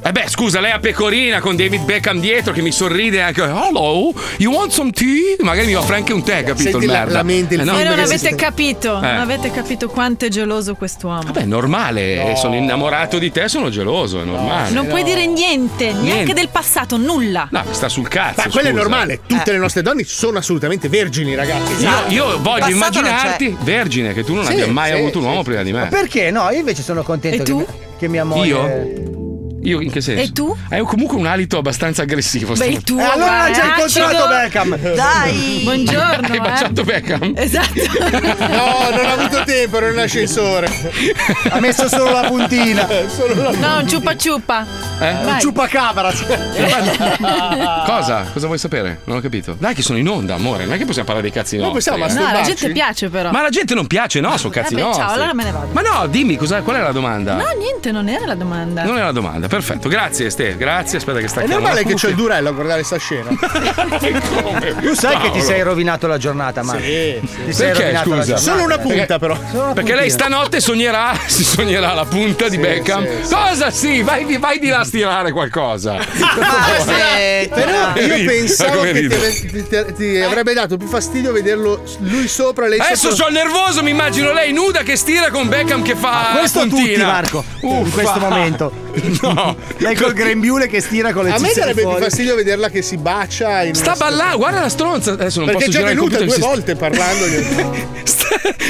Speaker 2: Eh beh, scusa, lei a pecorina con David Beckham dietro che mi sorride anche. Hello, you want some tea? Magari mi offre anche un tè, capito?
Speaker 8: Senti
Speaker 2: il
Speaker 8: la-
Speaker 2: merda.
Speaker 8: la mente, il
Speaker 2: Eh,
Speaker 14: Voi
Speaker 2: no?
Speaker 14: non avete capito,
Speaker 2: Eh.
Speaker 14: non avete capito quanto è geloso quest'uomo.
Speaker 2: Beh, è normale, eh, sono innamorato di te, sono geloso, è normale.
Speaker 14: non puoi dire niente,
Speaker 2: Niente.
Speaker 14: neanche del passato, nulla.
Speaker 2: No, mi sta sul cazzo.
Speaker 8: Ma quello è
Speaker 2: scusa.
Speaker 8: normale,
Speaker 2: Eh.
Speaker 8: tutte le nostre donne sono assolutamente vergini, ragazzi.
Speaker 2: Io,
Speaker 14: Esatto.
Speaker 2: io voglio
Speaker 8: Passato non c'è.
Speaker 2: immaginarti, Vergine, che tu non
Speaker 8: Sì,
Speaker 2: abbia mai
Speaker 8: sì,
Speaker 2: avuto un
Speaker 8: sì,
Speaker 2: uomo prima di
Speaker 3: Ma
Speaker 2: me.
Speaker 3: perché? No, io invece sono contento che, che mia moglie.
Speaker 2: Io? Io in che senso?
Speaker 3: E tu?
Speaker 2: Hai comunque un alito abbastanza aggressivo.
Speaker 3: Beh, il tuo, Eh,
Speaker 14: allora guarda, già è incontrato acido.
Speaker 8: [LAUGHS]
Speaker 14: Beckham. Dai. Buongiorno,
Speaker 2: Hai
Speaker 14: eh.
Speaker 2: baciato Beckham?
Speaker 14: Esatto.
Speaker 8: No, non ho avuto tempo, era un ascensore.
Speaker 3: Ha messo solo la puntina.
Speaker 2: [LAUGHS]
Speaker 8: solo la puntina.
Speaker 14: No, un ciupa ciupa.
Speaker 2: Eh? Un
Speaker 3: ciupacabra.
Speaker 2: [LAUGHS] Cosa? Cosa vuoi sapere? Non ho capito. Dai, che sono in onda, amore. Non è che possiamo parlare dei cazzi
Speaker 8: Noi
Speaker 2: nostri.
Speaker 8: possiamo
Speaker 2: eh.
Speaker 14: No, alla gente piace però.
Speaker 2: Ma alla gente non piace, no? Sono cazzi
Speaker 14: Vabbè,
Speaker 2: nostri.
Speaker 14: ciao, allora me ne vado.
Speaker 2: Ma no, dimmi, cos'è- qual è la domanda?
Speaker 14: No, niente, non era la domanda. [LAUGHS]
Speaker 2: Non è la domanda, perfetto. Grazie, Ste. Grazie, aspetta che
Speaker 8: È
Speaker 2: stacchiamo.
Speaker 8: normale che c'è il
Speaker 2: due
Speaker 8: durello a guardare sta scena.
Speaker 3: Tu sai che ti
Speaker 2: Paolo.
Speaker 3: sei rovinato la giornata, Marco.
Speaker 8: Sì, sì.
Speaker 3: Ti sei
Speaker 2: Perché,
Speaker 3: rovinato la
Speaker 2: scusa?
Speaker 3: giornata.
Speaker 2: Solo una punta,
Speaker 3: Perché-
Speaker 2: però.
Speaker 3: Solo una
Speaker 2: Perché lei
Speaker 3: puntina.
Speaker 2: stanotte sognerà, [LAUGHS] si sognerà la punta di Beckham. Cosa sì? Vai, di- vai di là a
Speaker 3: [LAUGHS]
Speaker 2: stirare qualcosa.
Speaker 3: Ah,
Speaker 2: Eh,
Speaker 8: Eh, Però io
Speaker 2: Ridi, ma
Speaker 8: pensavo
Speaker 2: Ah, come
Speaker 8: che ti,
Speaker 2: ridi?
Speaker 8: ave- ti- ti avrebbe dato più fastidio vederlo s- lui sopra lei
Speaker 2: Adesso
Speaker 8: sotto.
Speaker 2: sono nervoso, mi immagino lei nuda che stira con Beckham che fa.
Speaker 3: Ah, Questo a
Speaker 2: puntina.
Speaker 3: tutti, Marco. In
Speaker 2: Uffa.
Speaker 3: questo momento.
Speaker 2: No.
Speaker 3: Lei col grembiule che stira con le
Speaker 8: A me
Speaker 3: zizzere
Speaker 8: darebbe più
Speaker 3: fuori.
Speaker 8: fastidio vederla che si bacia. In
Speaker 2: Sta
Speaker 8: una-
Speaker 2: ballando, guarda la stronza. Adesso non
Speaker 8: Perché
Speaker 2: posso
Speaker 8: è già
Speaker 2: girare il
Speaker 8: venuta due
Speaker 2: computer, si-
Speaker 8: volte parlandogli.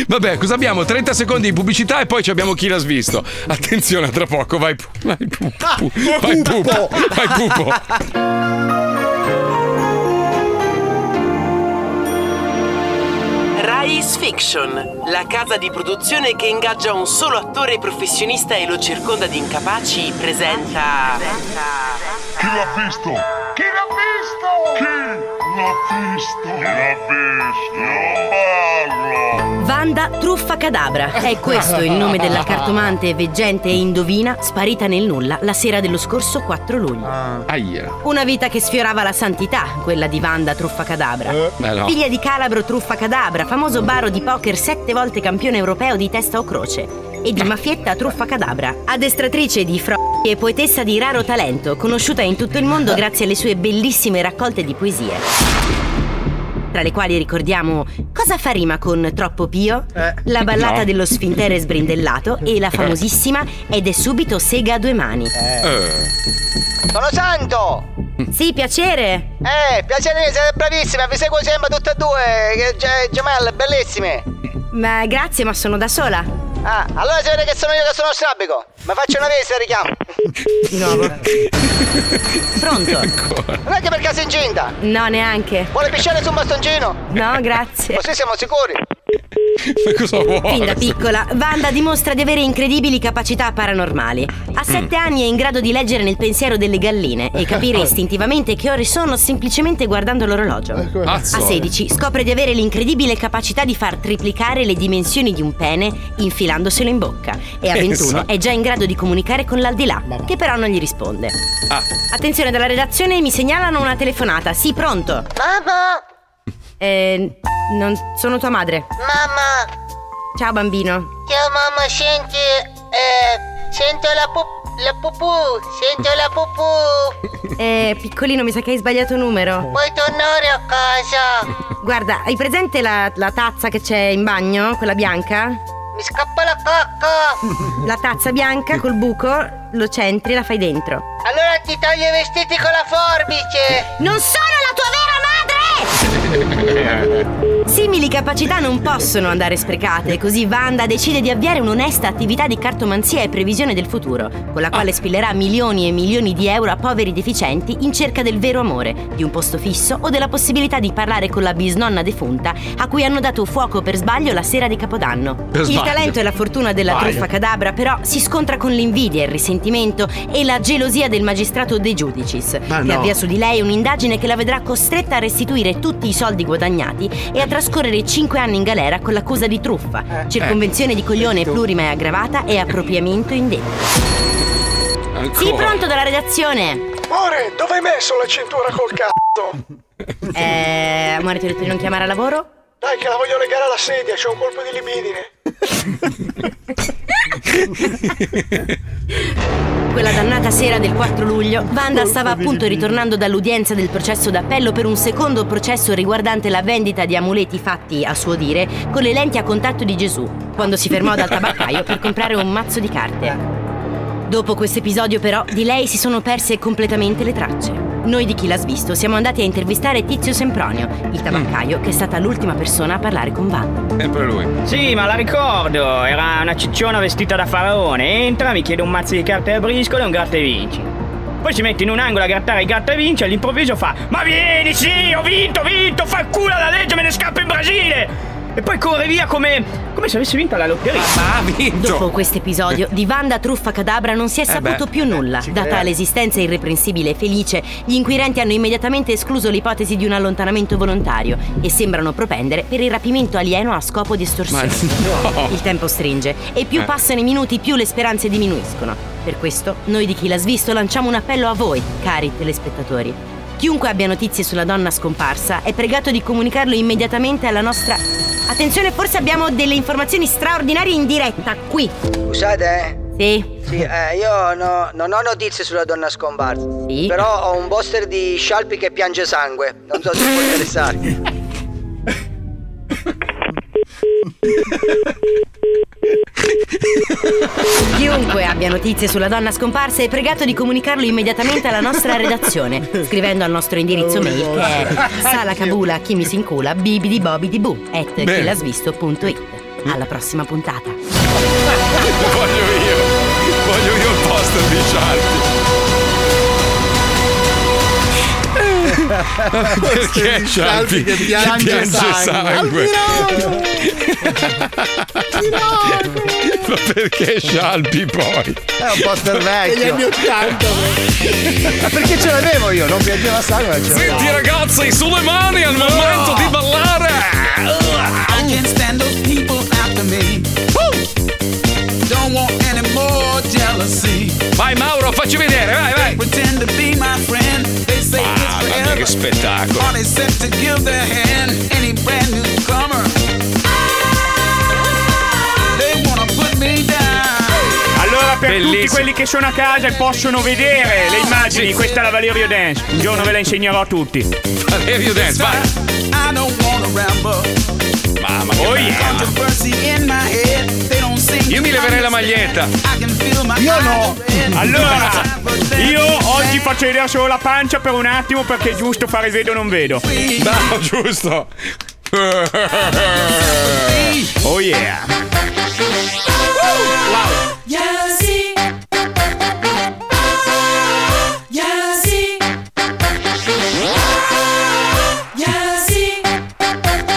Speaker 2: [LAUGHS] Vabbè, cosa abbiamo? 30 secondi di pubblicità e poi ci abbiamo chi l'ha svisto. Attenzione, a tra poco, vai pu- vai pu-
Speaker 3: Ah,
Speaker 2: pu- vai pupo, vai pupo.
Speaker 20: Rais Fiction, la casa di produzione che ingaggia un solo attore professionista e lo circonda di incapaci, presenta.
Speaker 21: Chi l'ha visto? Chi l'ha visto? Chi l'ha visto? Chi l'ha visto? Io
Speaker 17: Vanda Truffa Cadabra. È questo il nome della cartomante veggente e indovina sparita nel nulla la sera dello scorso 4 luglio.
Speaker 2: Ah. Aia.
Speaker 17: Una vita che sfiorava la santità, quella di Vanda Truffa Cadabra.
Speaker 2: beh, no.
Speaker 17: Figlia di Calabro Truffa Cadabra, famoso baro di poker sette volte campione europeo di testa o croce. E di Mafietta Truffa Cadabra, addestratrice di fro e poetessa di raro talento, conosciuta in tutto il
Speaker 2: [LAUGHS]
Speaker 17: mondo grazie alle sue bellissime raccolte di poesie. Tra le quali ricordiamo Cosa fa rima con Troppo Pio? La ballata
Speaker 22: No.
Speaker 17: dello sfintere sbrindellato e la famosissima Ed è subito sega a due mani.
Speaker 22: Sono santo!
Speaker 17: Sì, piacere!
Speaker 22: Eh, piacere mio, siete bravissime, vi seguo sempre tutte e due, che ge- gemelle, bellissime!
Speaker 17: Ma grazie, ma sono da sola.
Speaker 22: Ah, allora si vede che sono io che sono strabico! Ma faccio una visita, richiamo!
Speaker 17: Pronto?
Speaker 22: Non è che per caso è incinta!
Speaker 17: No, neanche.
Speaker 22: Vuole pisciare su un bastoncino?
Speaker 17: No, grazie.
Speaker 22: Così siamo sicuri!
Speaker 2: Ma cosa vuole?
Speaker 17: Fin da piccola, Wanda dimostra di avere incredibili capacità paranormali. A sette anni è in grado di leggere nel pensiero delle galline e capire istintivamente che ore sono semplicemente guardando l'orologio. A
Speaker 22: Pazzo.
Speaker 17: 16 scopre di avere l'incredibile capacità di far triplicare le dimensioni di un pene infilandoselo in bocca. E a 21 è già in grado di comunicare con l'aldilà, che però non gli risponde. Attenzione, dalla redazione mi segnalano una telefonata. Sì, pronto. Mamma! Eh, non sono tua madre.
Speaker 22: Mamma,
Speaker 17: Ciao
Speaker 22: io
Speaker 17: bambino.
Speaker 22: mamma senti, eh, sento la pup... La pupù, sento la pupù.
Speaker 17: Eh, piccolino, mi sa che hai sbagliato numero.
Speaker 22: Puoi tornare a casa.
Speaker 17: Guarda, hai presente la, la tazza che c'è in bagno? Quella bianca?
Speaker 22: Mi scappa la cacca.
Speaker 17: La tazza bianca col buco, lo centri e la fai dentro.
Speaker 22: Allora ti togli i vestiti con la forbice.
Speaker 17: Non sono la tua vera madre! Simili capacità non possono andare sprecate, così Wanda decide di avviare un'onesta attività di cartomanzia e previsione del futuro, con la
Speaker 10: Ah.
Speaker 17: quale spillerà milioni e milioni di euro a poveri deficienti in cerca del vero amore, di un posto fisso o della possibilità di parlare con la bisnonna defunta a cui hanno dato fuoco per sbaglio la sera di Capodanno.
Speaker 10: Per
Speaker 17: Il
Speaker 10: sbaglio.
Speaker 17: talento e la fortuna della
Speaker 10: Vai.
Speaker 17: truffa cadabra però si scontra con l'invidia, il risentimento e la gelosia del magistrato De Giudicis,
Speaker 10: Ma
Speaker 17: che
Speaker 10: no.
Speaker 17: avvia su di lei un'indagine che la vedrà costretta a restituire tutti i soldi guadagnati e a trascorrere 5 anni in galera con l'accusa di truffa, circonvenzione di coglione plurima e aggravata e appropriamento indebito. Sì, pronto dalla redazione!
Speaker 11: Amore, dove hai messo la cintura col cazzo?
Speaker 17: Eh, amore, ti ho detto di non chiamare a lavoro?
Speaker 11: Dai che la voglio legare alla sedia, c'è un colpo di libidine.
Speaker 17: Quella dannata sera del 4 luglio, Wanda stava appunto ritornando dall'udienza del processo d'appello per un secondo processo riguardante la vendita di amuleti fatti, a suo dire, con le lenti a contatto di Gesù, quando si fermò dal tabaccaio per comprare un mazzo di carte. Dopo questo episodio, però, di lei si sono perse completamente le tracce. Noi di chi l'ha svisto siamo andati a intervistare Tizio Sempronio, il tabaccaio, che è stata l'ultima persona a parlare con Wanda.
Speaker 2: Sempre lui.
Speaker 23: Sì, ma la ricordo, era una cicciona vestita da faraone. Entra, mi chiede un mazzo di carte a briscola e un gratta e vinci. Poi si mette in un angolo a grattare il gratta e vinci e all'improvviso fa Ma vieni, sì, ho vinto, ho vinto, fa il [LAUGHS] culo alla legge, me ne scappo in Brasile! E poi corre via come, come se avesse vinto la lotteria. Ma ha vinto!
Speaker 17: Dopo questo episodio, di Wanda Truffa Cadabra non si è
Speaker 23: Eh
Speaker 17: saputo
Speaker 23: beh,
Speaker 17: più nulla.
Speaker 23: ci
Speaker 17: Data
Speaker 23: credo.
Speaker 17: l'esistenza irreprensibile e felice, gli inquirenti hanno immediatamente escluso l'ipotesi di un allontanamento volontario e sembrano propendere per il rapimento alieno a scopo di estorsione.
Speaker 23: Ma no.
Speaker 17: Il tempo stringe e più
Speaker 23: Eh.
Speaker 17: passano i minuti, più le speranze diminuiscono. Per questo, noi di chi l'ha svisto lanciamo un appello a voi, cari telespettatori. Chiunque abbia notizie sulla donna scomparsa è pregato di comunicarlo immediatamente alla nostra. Attenzione, forse abbiamo delle informazioni straordinarie in diretta qui.
Speaker 22: Scusate, eh?
Speaker 17: Sì.
Speaker 22: Sì, eh, io no- non ho notizie sulla donna scomparsa. Però ho un poster di Scialpi che piange sangue. Non so se può interessarti.
Speaker 17: Chiunque abbia notizie sulla donna scomparsa è pregato di comunicarlo immediatamente alla nostra
Speaker 8: [LAUGHS]
Speaker 17: redazione, scrivendo al nostro
Speaker 8: Oh,
Speaker 17: indirizzo mail che è salacabula chi mi si incula bibidibobidibu at
Speaker 10: Bene.
Speaker 17: chilasvisto.it. Alla prossima puntata.
Speaker 2: [LAUGHS] Voglio io. Voglio io il poster di Sciarpi.
Speaker 18: [LAUGHS]
Speaker 2: Perché Sciarpi che piange, sangue? [LAUGHS] Ma perché Scialpi poi?
Speaker 24: È un poster vecchio.
Speaker 2: Degli anni
Speaker 24: 80. Perché ce l'avevo io? Non piangeva sangue, ma ce l'avevo. Oh.
Speaker 2: Senti ragazzi, sulle mani al momento di ballare!
Speaker 25: I can't stand those people after me. Don't want any more jealousy.
Speaker 2: Vai Mauro, facci vedere, vai, vai.
Speaker 25: Pretend to be my friend. They say it's
Speaker 2: Mamma mia,
Speaker 25: forever.
Speaker 2: Ah, che spettacolo!
Speaker 25: Are they set to give their hand? Any brand new comer? They wanna put me down.
Speaker 6: Allora, per tutti
Speaker 25: Bellissimo.
Speaker 6: quelli che sono a casa e possono vedere
Speaker 2: Ah,
Speaker 6: le immagini, questa è la Valerio Dance. Un giorno ve la insegnerò a tutti.
Speaker 2: Valerio Dance, vai!
Speaker 25: I don't wanna ramble.
Speaker 2: Mamma che
Speaker 25: Oh
Speaker 2: bella.
Speaker 25: Controversy in my head. They don't seem
Speaker 2: ah. Io mi
Speaker 25: to
Speaker 2: leverei la maglietta.
Speaker 25: Io no.
Speaker 6: Allora, io oggi faccio vedere solo la pancia per un attimo perché è giusto fare vedo non vedo.
Speaker 2: Bravo, giusto. Oh yeah.
Speaker 4: Jealousy. Jealousy. Jealousy.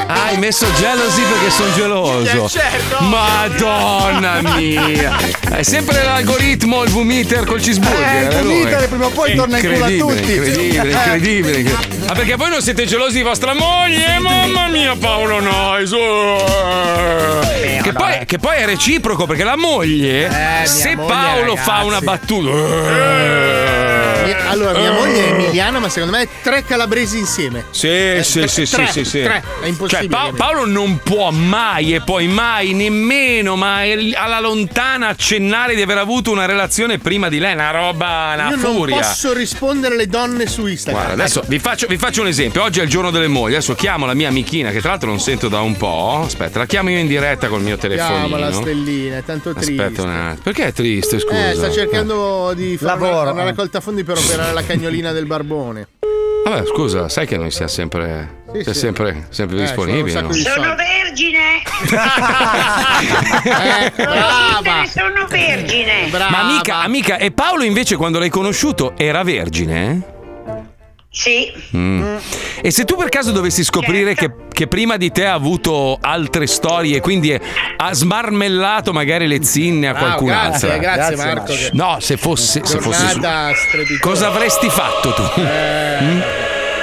Speaker 2: Ah, hai messo jealousy perché sono geloso.
Speaker 1: Eh, certo.
Speaker 2: Madonna
Speaker 24: [LAUGHS]
Speaker 2: mia. È sempre l'algoritmo, il vomiter col
Speaker 24: Eh, il
Speaker 2: cheeseburger.
Speaker 24: vomiter prima o poi torna in culo a
Speaker 2: Incredibile,
Speaker 24: tutti.
Speaker 2: Incredibile,
Speaker 24: Eh.
Speaker 2: incredibile, incredibile. Ah, perché voi non siete gelosi di vostra moglie? Mamma mia, Paolo Nois. Eh, Che poi, che poi è reciproco perché la moglie, se
Speaker 24: Eh, moglie,
Speaker 2: Paolo fa oh.
Speaker 24: ragazzi.
Speaker 2: una battuta, eh,
Speaker 8: Mia- allora, mia moglie è emiliana, ma secondo me è tre calabresi insieme.
Speaker 2: Sì, sì,
Speaker 8: tre-
Speaker 2: sì, sì,
Speaker 8: tre,
Speaker 2: sì, sì.
Speaker 8: tre. È impossibile.
Speaker 2: Cioè, Pa- Paolo non può mai e poi mai, nemmeno, ma è- alla lontana accennare di aver avuto una relazione prima di lei. Una roba, una
Speaker 8: Io
Speaker 2: furia.
Speaker 8: non posso rispondere alle donne su Instagram.
Speaker 2: Guarda, adesso vi faccio, vi faccio un esempio. Oggi è il giorno delle mogli. Adesso chiamo la mia amichina, che tra l'altro non sento da un po'. Aspetta, la chiamo io in diretta col mio telefonino.
Speaker 8: Eh, Chiama la stellina, è tanto triste.
Speaker 2: Aspetta un attimo. Perché è triste, scusa?
Speaker 8: Eh, sta cercando di fare
Speaker 2: Lavoro.
Speaker 8: una, una raccolta fondi per operare la cagnolina del barbone.
Speaker 2: Vabbè, scusa, sai che noi siamo sempre,
Speaker 8: Sì,
Speaker 2: siamo
Speaker 8: sì.
Speaker 2: sempre, sempre
Speaker 8: Eh,
Speaker 2: disponibili.
Speaker 8: sono un sacco
Speaker 2: no?
Speaker 10: Sono
Speaker 8: [LAUGHS]
Speaker 10: vergine! [LAUGHS]
Speaker 8: brava.
Speaker 10: Sono vergine!
Speaker 2: Ma amica, amica, e Paolo invece quando l'hai conosciuto era vergine?
Speaker 10: Sì,
Speaker 2: Mm. E se tu per caso dovessi
Speaker 10: Certo.
Speaker 2: scoprire che, che prima di te ha avuto altre storie, quindi è- ha smarmellato magari le zinne a
Speaker 8: Ah,
Speaker 2: qualcun
Speaker 8: grazie,
Speaker 2: altro.
Speaker 8: grazie, Marco.
Speaker 2: No, se fosse, se fosse su-
Speaker 8: Giornata strepitosa.
Speaker 2: Cosa avresti fatto tu? Mm?
Speaker 8: Eh,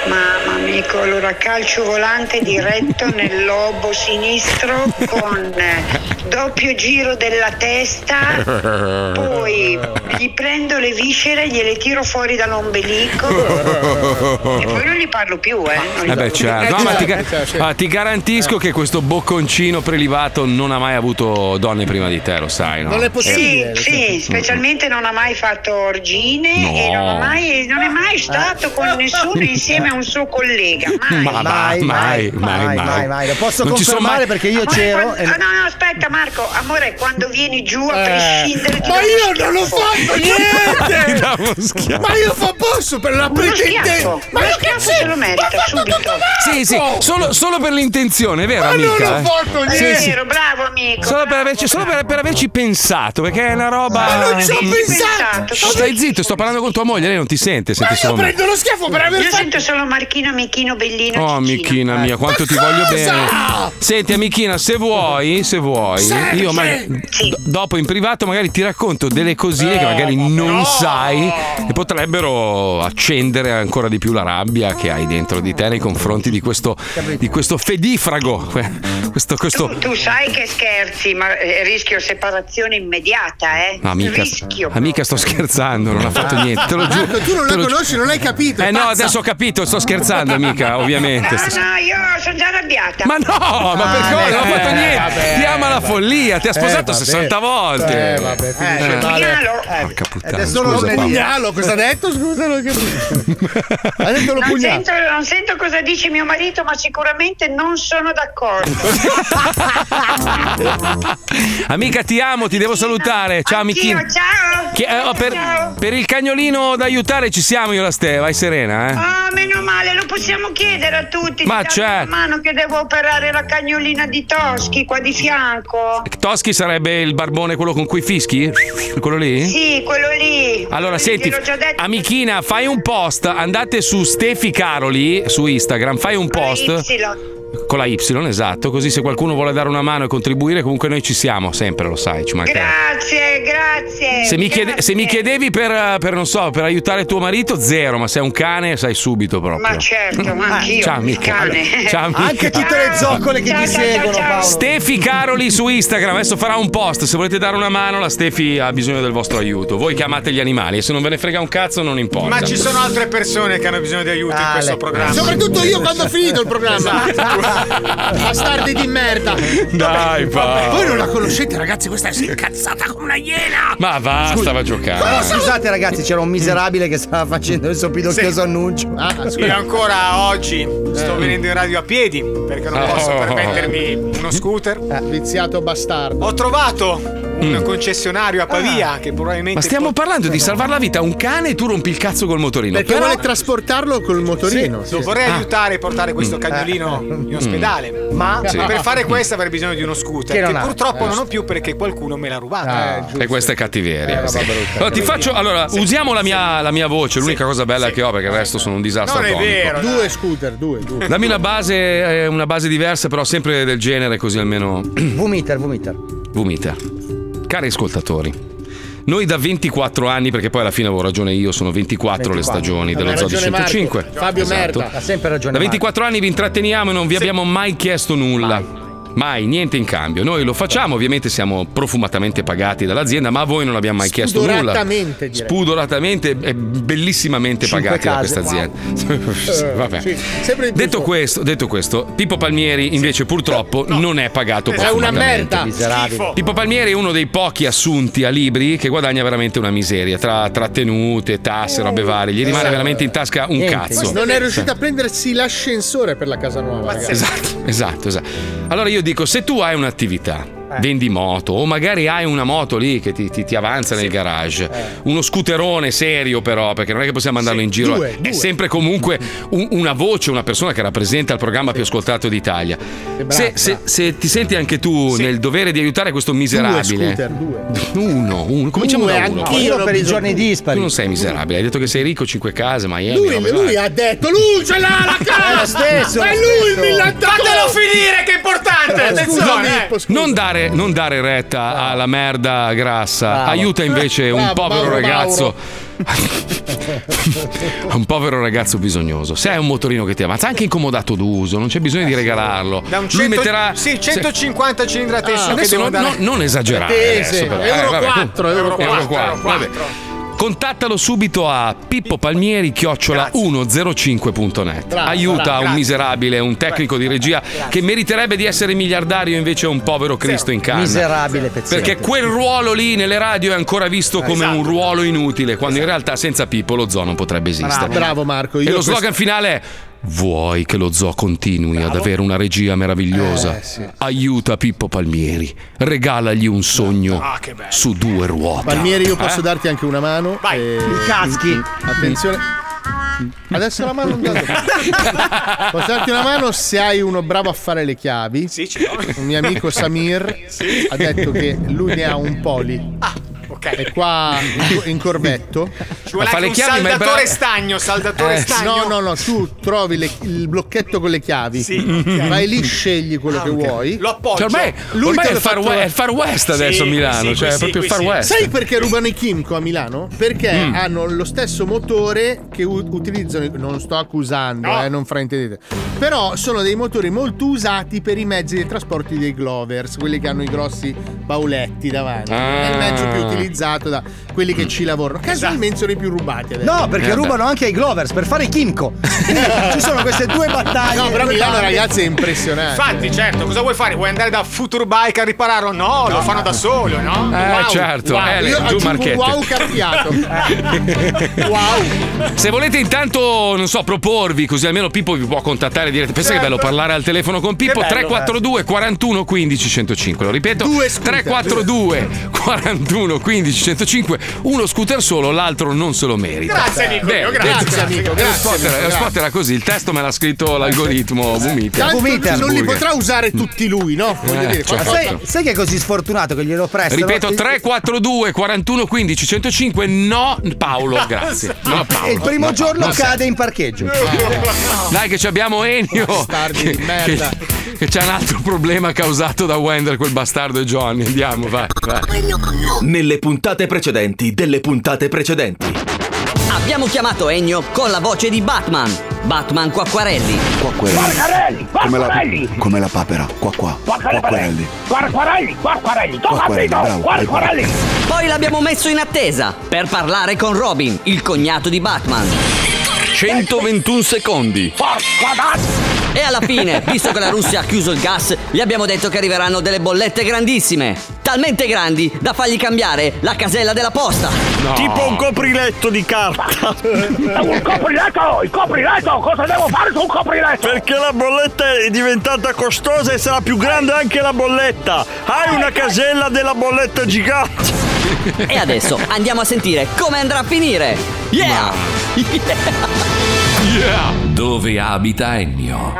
Speaker 10: mamma amico, allora calcio volante diretto nel lobo sinistro con eh, doppio giro della testa, poi gli prendo le viscere, gliele tiro fuori
Speaker 24: [LAUGHS]
Speaker 10: dall'ombelico e poi non gli parlo più, eh. non gli
Speaker 2: Eh
Speaker 10: parlo
Speaker 2: beh,
Speaker 10: più.
Speaker 2: certo. No, ma ti, ga- ah, ti garantisco che questo bocconcino prelibato non ha mai avuto donne prima di te, lo sai, no?
Speaker 10: Sì, sì,
Speaker 2: [LAUGHS]
Speaker 10: specialmente non ha mai fatto orgine
Speaker 2: No.
Speaker 10: e non, ha mai- non è mai stato
Speaker 2: [LAUGHS]
Speaker 10: con nessuno insieme a un suo collega. Mai.
Speaker 2: Ma
Speaker 10: Mai,
Speaker 2: mai, mai, mai, mai.
Speaker 24: Lo posso
Speaker 2: Non ci sono
Speaker 24: confermare
Speaker 2: mai-
Speaker 24: perché io
Speaker 10: Amore,
Speaker 24: c'ero.
Speaker 10: quando-
Speaker 24: e-
Speaker 10: ah, no, no, aspetta Marco, amore, quando vieni giù a
Speaker 24: Eh,
Speaker 10: prescindere... ti
Speaker 8: ma
Speaker 10: do uno
Speaker 8: io non l'ho fatto
Speaker 10: schiaffo.
Speaker 8: niente!
Speaker 10: Ti
Speaker 2: davo uno schiaffo.
Speaker 8: Ma io fa posso per la
Speaker 10: Uno
Speaker 8: pretendenza!
Speaker 10: schiaffo,
Speaker 8: Ma
Speaker 10: uno
Speaker 8: io che
Speaker 10: schiaffo se lo merita subito.
Speaker 2: Sì, sì, solo, solo per l'intenzione, vero,
Speaker 10: Oh! Ma non
Speaker 2: amica? eh?
Speaker 10: ho fatto
Speaker 2: Sì,
Speaker 10: niente.
Speaker 2: sì.
Speaker 10: Vero, bravo amico.
Speaker 2: Solo, per averci, solo per- per averci pensato, perché è una roba.
Speaker 10: Ma non ci ho
Speaker 2: Mm.
Speaker 10: pensato.
Speaker 2: Shh, Stai zitto, sto parlando con tua moglie, lei non ti sente. Senti solo me.
Speaker 10: lo schiaffo per aver Io sento solo Marchino, Michino, Bellino.
Speaker 2: Oh, amichina mia, quanto ti voglio bene. Senti, amichina, se vuoi, se vuoi,
Speaker 10: Serge!
Speaker 2: io ma- do- dopo in privato magari ti racconto delle cosine che
Speaker 8: Eh,
Speaker 2: magari non sai e potrebbero accendere ancora di più la rabbia che hai dentro di te nei confronti di questo, di questo fedifrago. [LAUGHS] que- Questo, questo.
Speaker 10: Tu sai che scherzi, ma eh, rischio separazione immediata, eh?
Speaker 2: No, amica,
Speaker 10: rischio.
Speaker 2: amica, sto scherzando, non ha fatto niente, te lo giuro.
Speaker 8: Marco, tu non la
Speaker 2: te lo giuro.
Speaker 8: conosci, non hai capito.
Speaker 2: Eh no, adesso ho capito, sto scherzando, amica, ovviamente. sto-
Speaker 10: No, no, io sono già arrabbiata.
Speaker 2: Ma no, Oh, ma per cosa? Non ho fatto niente. ti ama la follia, ti ha
Speaker 10: eh,
Speaker 2: sposato
Speaker 10: vabbè.
Speaker 2: 60 volte.
Speaker 10: Eh, vabbè,
Speaker 2: finisce
Speaker 10: male. Pugnalo.
Speaker 2: Porca puttana.
Speaker 8: Adesso lo
Speaker 2: scusa, Paolo.
Speaker 8: pugnalo, cosa ha detto? Scusa, non ho capito. Ha detto lo
Speaker 10: Non
Speaker 8: pugnalo.
Speaker 10: sento, non sento cosa dice mio marito, ma sicuramente non sono
Speaker 2: [LAUGHS]
Speaker 10: d'accordo.
Speaker 2: Amica, ti amo, ti devo salutare. Ciao, amichina.
Speaker 10: Io, ciao!
Speaker 2: Che, eh, oh, per, per il cagnolino da aiutare ci siamo io e la Ste, vai serena, eh.
Speaker 10: Ah, meno male, lo possiamo chiedere a tutti. Ti
Speaker 2: Ma
Speaker 10: date
Speaker 2: certo.
Speaker 10: una mano che devo operare la cagnolina di Toschi qua di fianco.
Speaker 2: Toschi sarebbe il barbone quello con cui fischi? Quello lì?
Speaker 10: Sì, quello lì.
Speaker 2: Allora, senti,
Speaker 10: Gliel'ho già detto.
Speaker 2: amichina, fai un post, andate su Stefi Caroli su Instagram, fai un post
Speaker 10: Y.
Speaker 2: con la Y, esatto, così se qualcuno vuole dare una mano e contribuire, comunque noi ci siamo, sempre lo sai, ci mancherà.
Speaker 10: Grazie, grazie.
Speaker 2: Se mi, chiede- se mi chiedevi per, eh, per, non so, per aiutare tuo marito, zero, ma sei un cane, sai subito proprio. Ah,
Speaker 10: Ma certo, ma anch'io,
Speaker 2: Ciao,
Speaker 10: il
Speaker 2: amica.
Speaker 10: cane.
Speaker 2: Ciao, amica.
Speaker 24: Anche tutte le zoccole che
Speaker 10: Ciao,
Speaker 24: ti
Speaker 10: ciao,
Speaker 24: seguono,
Speaker 10: ciao, ciao.
Speaker 24: Paolo.
Speaker 2: Stefi Caroli su Instagram adesso farà un post. Se volete dare una mano, la Stefi ha bisogno del vostro aiuto. Voi chiamate gli animali e se non ve ne frega un cazzo, non importa.
Speaker 5: Ma ci sono altre persone che hanno bisogno di aiuto in questo programma. Esatto.
Speaker 8: Soprattutto io quando ho finito il programma. Bastardi di merda.
Speaker 2: Dai, Paolo.
Speaker 8: Voi non la conoscete, ragazzi, questa è incazzata come una iena.
Speaker 2: Ma va, stava giocando.
Speaker 3: Però Ah, scusate ragazzi, c'era un miserabile che stava facendo il soppidochioso annuncio. Ah,
Speaker 5: Io ancora oggi sto
Speaker 2: Eh.
Speaker 5: venendo in radio a piedi perché non
Speaker 2: Ah.
Speaker 3: Oh.
Speaker 5: posso permettermi uno scooter.
Speaker 2: Eh,
Speaker 8: Viziato bastardo.
Speaker 5: Ho trovato un concessionario a Pavia che probabilmente.
Speaker 2: Mm. Ah. Ma stiamo parlando di salvare la vita a un cane e tu rompi il cazzo col motorino.
Speaker 8: Perché
Speaker 2: Però- Ah.
Speaker 8: vuole trasportarlo col motorino.
Speaker 5: Lo vorrei aiutare e portare questo
Speaker 2: Mm. Eh.
Speaker 5: cagnolino in ospedale. Ma
Speaker 2: Sì.
Speaker 5: per fare questo avrei bisogno di uno scooter. Che,
Speaker 2: Che non ha.
Speaker 5: purtroppo
Speaker 2: Eh.
Speaker 5: non ho più perché qualcuno me l'ha rubato. Eh,
Speaker 2: E questa è
Speaker 8: Eh,
Speaker 2: cattiveria.
Speaker 5: roba
Speaker 2: Sì.
Speaker 5: brutta.
Speaker 2: Allora, ti faccio. Allora, usiamo la mia, la mia voce, l'unica cosa bella che ho, perché il resto sono un disastro atomico.
Speaker 8: Due scooter, due, due.
Speaker 3: [CLEARS THROAT]
Speaker 2: Dammi la base, eh, una base diversa, però sempre del genere, così almeno.
Speaker 3: Vomiter, vomiter.
Speaker 2: Vomita. Cari ascoltatori, noi da 24 anni, perché poi alla fine avevo ragione io, sono 24, le stagioni dello Zoo di 105.
Speaker 8: Fabio
Speaker 2: Esatto.
Speaker 8: Merda.
Speaker 3: Ha sempre ragione.
Speaker 2: Da 24 anni vi intratteniamo e non vi abbiamo mai chiesto nulla. Mai, niente in cambio. Noi lo facciamo, ovviamente siamo profumatamente pagati dall'azienda, ma a voi non abbiamo mai chiesto nulla.
Speaker 8: Spudoratamente direi.
Speaker 2: Spudoratamente e bellissimamente
Speaker 8: Cinque
Speaker 2: pagati da
Speaker 8: case,
Speaker 2: questa azienda. [LAUGHS] Sì,
Speaker 8: Eh,
Speaker 2: Vabbè.
Speaker 8: sì, sempre in più
Speaker 2: Detto questo, detto questo, Pippo Palmieri invece purtroppo non è pagato
Speaker 8: È una
Speaker 2: profumatamente.
Speaker 8: merda. Miserabile.
Speaker 2: Pippo Palmieri è uno dei pochi assunti a libri che guadagna veramente una miseria, tra trattenute, tasse, robe varie, gli rimane
Speaker 8: Esatto.
Speaker 2: veramente in tasca un cazzo. Cioè.
Speaker 8: Non è riuscito a prendersi l'ascensore per la casa nuova. ragazzi.
Speaker 2: Esatto, esatto, esatto. Allora io dico, se tu hai un'attività,
Speaker 3: Eh.
Speaker 2: vendi moto o magari hai una moto lì che ti, ti- ti avanza nel garage,
Speaker 3: Eh.
Speaker 2: uno scooterone serio però, perché non è che possiamo mandarlo in giro,
Speaker 26: due,
Speaker 2: è
Speaker 26: due.
Speaker 2: sempre comunque un- una voce, una persona che rappresenta il programma più ascoltato d'Italia. Se, se- se ti senti anche tu nel dovere di aiutare questo miserabile...
Speaker 3: scooter,
Speaker 2: Uno, uno. Cominciamo
Speaker 3: Due,
Speaker 2: da uno.
Speaker 3: anch'io Io ne ho per i bisogno- giorni
Speaker 2: dispari. Tu non sei miserabile, hai detto che sei ricco, cinque case, Miami.
Speaker 8: Lui,
Speaker 2: robe
Speaker 8: lui
Speaker 2: varie.
Speaker 8: ha detto, lui ce l'ha la casa!
Speaker 2: [LAUGHS] È lo stesso,
Speaker 8: È
Speaker 2: lo
Speaker 8: lui il
Speaker 2: stesso.
Speaker 8: millantatore!
Speaker 6: Fatelo finire, che è importante!
Speaker 8: Eh, scusa,
Speaker 6: Attenzione!
Speaker 8: Pippo, scusa.
Speaker 2: Non dare, non dare retta alla merda grassa, aiuta invece un
Speaker 8: Bravo,
Speaker 2: povero
Speaker 8: Mauro,
Speaker 2: ragazzo. [LAUGHS] un povero ragazzo bisognoso. Se hai un motorino che ti avanza, anche incomodato d'uso, non c'è bisogno
Speaker 8: Eh,
Speaker 2: di regalarlo.
Speaker 6: Da un
Speaker 2: Lui
Speaker 6: 100
Speaker 2: metterà.
Speaker 6: Sì,
Speaker 2: se-
Speaker 6: 150 cilindrate
Speaker 2: Ah, adesso non, non- non esagerare. adesso, però. Eh, vabbè, comunque,
Speaker 6: Euro 4,
Speaker 2: Euro 4, vabbè. Contattalo subito a Pippo Palmieri chiocciola 105.net.
Speaker 26: Bravo,
Speaker 2: Aiuta
Speaker 26: bravo,
Speaker 2: un
Speaker 26: grazie.
Speaker 2: miserabile, un tecnico di regia che meriterebbe di essere miliardario invece è un povero Cristo in
Speaker 3: [LAUGHS]
Speaker 2: canna.
Speaker 3: Miserabile pezzente.
Speaker 2: Perché quel ruolo lì nelle radio è ancora visto come
Speaker 3: Esatto.
Speaker 2: un ruolo inutile, quando in realtà senza Pippo lo zoo non potrebbe esistere.
Speaker 8: Bravo, bravo Marco.
Speaker 2: E
Speaker 8: io
Speaker 2: lo
Speaker 8: questo-
Speaker 2: slogan finale è Vuoi che lo zoo continui ad avere una regia meravigliosa?
Speaker 8: Eh, sì.
Speaker 2: Aiuta Pippo Palmieri, regalagli un sogno su due ruote.
Speaker 8: Ah, Palmieri, io posso
Speaker 2: Eh?
Speaker 8: darti anche una mano. Vai,
Speaker 2: I caschi.
Speaker 8: Attenzione. Adesso la mano non dato. Posso darti una mano se hai uno bravo a fare le chiavi? Sì, Un mio amico Samir ha detto che lui ne ha un poli. Ah, ok. È qua in- in corvetto.
Speaker 6: Ci vuole anche un saldatore stagno, saldatore
Speaker 2: Eh,
Speaker 6: stagno.
Speaker 8: No, no, no, tu trovi le- il blocchetto con le chiavi.
Speaker 6: Sì, ok.
Speaker 8: Vai lì, scegli quello
Speaker 6: Ah,
Speaker 8: che
Speaker 6: ok.
Speaker 8: vuoi.
Speaker 6: Lo appoggio.
Speaker 2: Cioè, ormai-
Speaker 8: Lui
Speaker 2: ormai
Speaker 8: te
Speaker 2: è il
Speaker 8: l'ha
Speaker 2: far
Speaker 8: fatto-
Speaker 2: we- è il far west adesso a Milano, cioè, è proprio il far west.
Speaker 8: Sai perché rubano i Kimco a Milano? Perché
Speaker 2: Mm.
Speaker 8: hanno lo stesso motore che u- utilizzano. i- Non sto accusando, eh, non fraintendete. Però sono dei motori molto usati per i mezzi dei trasporti dei Glovers, quelli che hanno i grossi bauletti davanti.
Speaker 3: Ah.
Speaker 8: È il mezzo più utilizzato da quelli che ci lavorano. Casualmente sono i più rubati adesso.
Speaker 3: No, perché
Speaker 8: Eh, vabbè.
Speaker 3: rubano anche ai Glovers per fare
Speaker 2: [LAUGHS]
Speaker 3: Kimco. Ci sono queste due battaglie.
Speaker 8: No, però
Speaker 3: due
Speaker 8: Milano,
Speaker 3: bande.
Speaker 8: ragazzi, è
Speaker 2: Eh.
Speaker 8: impressionante.
Speaker 6: Infatti, certo, cosa vuoi fare? Vuoi andare da Future Bike a ripararlo? No, lo fanno da solo, no?
Speaker 2: Eh, certo, Ele,
Speaker 8: Io
Speaker 2: giù
Speaker 8: aggiungo
Speaker 2: Marchette.
Speaker 8: wow
Speaker 2: [LAUGHS]
Speaker 8: carpiato.
Speaker 2: Se volete intanto, non so, proporvi, così almeno Pippo vi può contattare direttamente. Pensa che
Speaker 8: Certo.
Speaker 2: bello parlare al telefono con Pippo.
Speaker 8: Che bello, eh.
Speaker 2: 342 41 15 105. Lo ripeto:
Speaker 8: Due scooter.
Speaker 2: 342 41 15 105. Uno scooter solo, l'altro non se lo merita.
Speaker 8: Grazie, amico
Speaker 2: Beh,
Speaker 8: mio,
Speaker 2: detto-
Speaker 8: grazie, amico, grazie,
Speaker 2: Lo spot,
Speaker 8: amico,
Speaker 2: era, lo
Speaker 8: grazie.
Speaker 2: spot era così. Il testo me l'ha scritto l'algoritmo. Vomita.
Speaker 8: Tanto lui non li
Speaker 2: Burger.
Speaker 8: potrà usare tutti lui, no? Voglio
Speaker 2: Eh,
Speaker 8: dire,
Speaker 2: certo.
Speaker 8: qualcosa-
Speaker 3: Sai, sai che è così sfortunato che glielo prestano?
Speaker 2: Ripeto: 342 41 15 105. No, Paolo,
Speaker 3: [LAUGHS]
Speaker 2: grazie. No, Paolo.
Speaker 3: E il primo
Speaker 2: No, Paolo, Eh,
Speaker 3: giorno
Speaker 2: non serve.
Speaker 3: cade in parcheggio.
Speaker 2: Dai, che ci
Speaker 3: [LAUGHS]
Speaker 2: abbiamo Ennio. Che,
Speaker 3: merda.
Speaker 2: che- che c'è un altro problema causato da Wender, quel bastardo e Johnny. Andiamo, vai, vai.
Speaker 15: Nelle puntate precedenti delle puntate precedenti.
Speaker 25: Abbiamo chiamato Ennio con la voce di Batman. Batman Quacquarelli.
Speaker 7: Quacquarelli,
Speaker 25: Come la-
Speaker 7: Quacquarelli,
Speaker 25: Come la papera, qua qua.
Speaker 7: Quacquarelli, Quacquarelli, Quacquarelli,
Speaker 25: Quacquarelli,
Speaker 7: Quacquarelli,
Speaker 25: bravo.
Speaker 7: Quacquarelli.
Speaker 25: Poi l'abbiamo messo in attesa per parlare con Robin, il cognato di Batman. 121 secondi. E alla fine, visto che la Russia ha chiuso il gas, gli abbiamo detto che arriveranno delle bollette grandissime. Talmente grandi da fargli cambiare la casella della posta.
Speaker 13: Tipo un copriletto di carta.
Speaker 7: [LAUGHS] Un copriletto, il copriletto, cosa devo fare su un copriletto?
Speaker 13: Perché la bolletta è diventata costosa e sarà più grande anche la bolletta. Hai una casella della bolletta gigante.
Speaker 25: E adesso andiamo a sentire come andrà a finire.
Speaker 2: [LAUGHS]
Speaker 25: Yeah!
Speaker 1: Dove abita Ennio?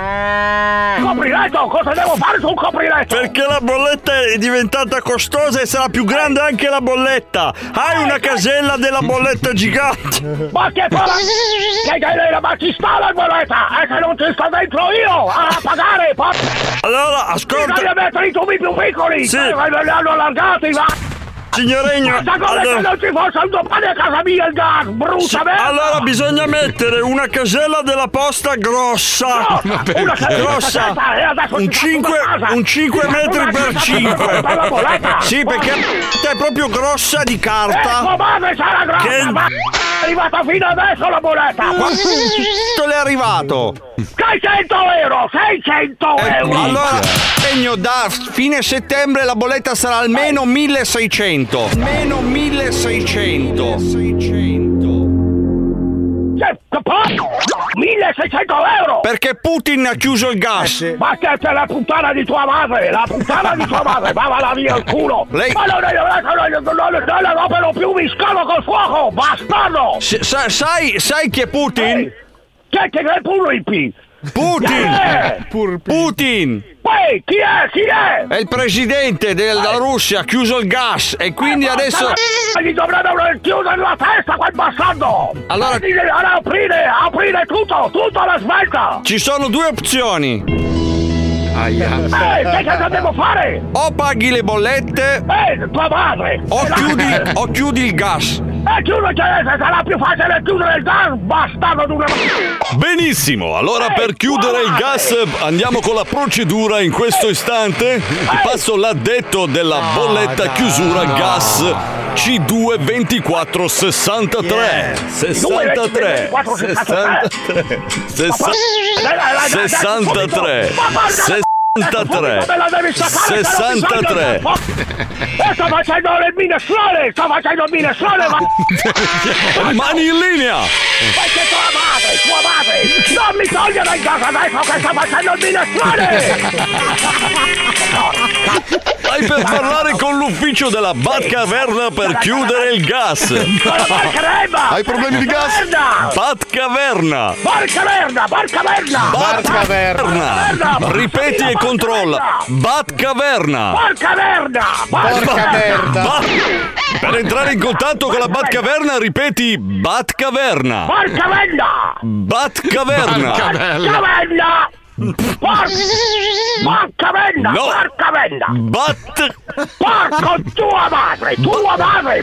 Speaker 13: Copriletto, cosa devo fare su un copriletto? Perché la bolletta è diventata costosa e sarà più grande anche la bolletta. Hai una casella della bolletta gigante.
Speaker 7: Ma che parola? Che galera, ma ci sta la boletta? È che non ci sto dentro io a pagare, porca!
Speaker 13: Allora, ascolta.
Speaker 7: Bisogna mettere i tubi più piccoli!
Speaker 13: Sì.
Speaker 7: Eh, Li hanno allargati, va!
Speaker 13: signoregno.
Speaker 7: Ma come se non ci fosse un domani a casa mia il gas, brucia
Speaker 13: Sì,
Speaker 7: merda!
Speaker 13: Allora bisogna mettere una casella della posta grossa.
Speaker 7: No, una casella
Speaker 13: grossa.
Speaker 7: grossa, e adesso
Speaker 13: Un
Speaker 7: ti faccio
Speaker 13: 5,
Speaker 7: una casa.
Speaker 13: un 5
Speaker 7: Ti faccio
Speaker 13: metri
Speaker 7: una
Speaker 13: per
Speaker 7: casa,
Speaker 13: 5.
Speaker 7: ma la boletta.
Speaker 13: Sì, perché è proprio grossa di carta.
Speaker 7: Eh, tua madre sarà grossa,
Speaker 13: Che-
Speaker 7: ma è arrivata fino adesso la boletta!
Speaker 13: Quanto Mm. le è arrivato? Eh,
Speaker 7: 600 euro! 600 euro!
Speaker 13: Allora, segno da fine settembre la bolletta sarà almeno 1600. Meno 1600.
Speaker 7: Che- che porco! 1600 euro!
Speaker 13: Perché Putin ha chiuso il gas.
Speaker 7: Ma che c'è la puttana di tua madre! La puttana di tua madre! Vavala via il culo!
Speaker 13: Lei-
Speaker 7: Ma non, non, non, non, non, non la rompono più, mi scavo col fuoco! Bastardo!
Speaker 13: S- sa- sai, sai chi è Putin?
Speaker 7: Che che è Putin?
Speaker 13: Putin!
Speaker 7: Eh!
Speaker 13: Putin!
Speaker 7: Poi, chi è? Chi è?
Speaker 13: È il presidente della Russia, ha chiuso il gas e quindi adesso...
Speaker 7: Gli dovrebbero chiudere la testa quel bastardo!
Speaker 13: Allora-
Speaker 7: Aprire, allora aprire, aprire tutto, tutto la svelta!
Speaker 13: Ci sono due opzioni.
Speaker 7: Eh, che cosa devo fare?
Speaker 13: O paghi le bollette...
Speaker 7: Eh, Eh, tua madre!
Speaker 13: O
Speaker 7: [LAUGHS]
Speaker 13: chiudi, o chiudi il gas.
Speaker 7: E chiudo che cioè, sarà più facile chiudere il gas, bastardo di una...
Speaker 11: Benissimo, allora per chiudere il gas andiamo con la procedura in questo istante. Passo l'addetto della bolletta chiusura gas C22463. 63 63 63 63
Speaker 7: Eh, Me la devi staccare, se no ti voglio
Speaker 11: 63
Speaker 7: da- Eh, sto facendo le minestrone, sto facendo il
Speaker 13: [LAUGHS]
Speaker 7: minestrone, ma...
Speaker 11: Mani in linea!
Speaker 7: Perché tua madre, tua madre, non mi togliere in casa adesso che sto facendo il minestrone!
Speaker 11: Stai per parlare con l'ufficio della Batcaverna per chiudere il gas.
Speaker 7: Barcaverna! Hai problemi di gas? Barcaverna!
Speaker 11: Batcaverna.
Speaker 7: Barca merda, barca merda!
Speaker 11: Batcaverna. Ripeti e controlla. Batcaverna.
Speaker 7: Barca merda!
Speaker 11: Porca merda. Per entrare in contatto con la Batcaverna ripeti Batcaverna.
Speaker 7: Barca merda! Barca
Speaker 11: Batcaverna.
Speaker 7: merda! Porca Porca merda!
Speaker 11: No.
Speaker 7: Porca merda!
Speaker 11: Bat
Speaker 7: Porco tua madre! Tua madre!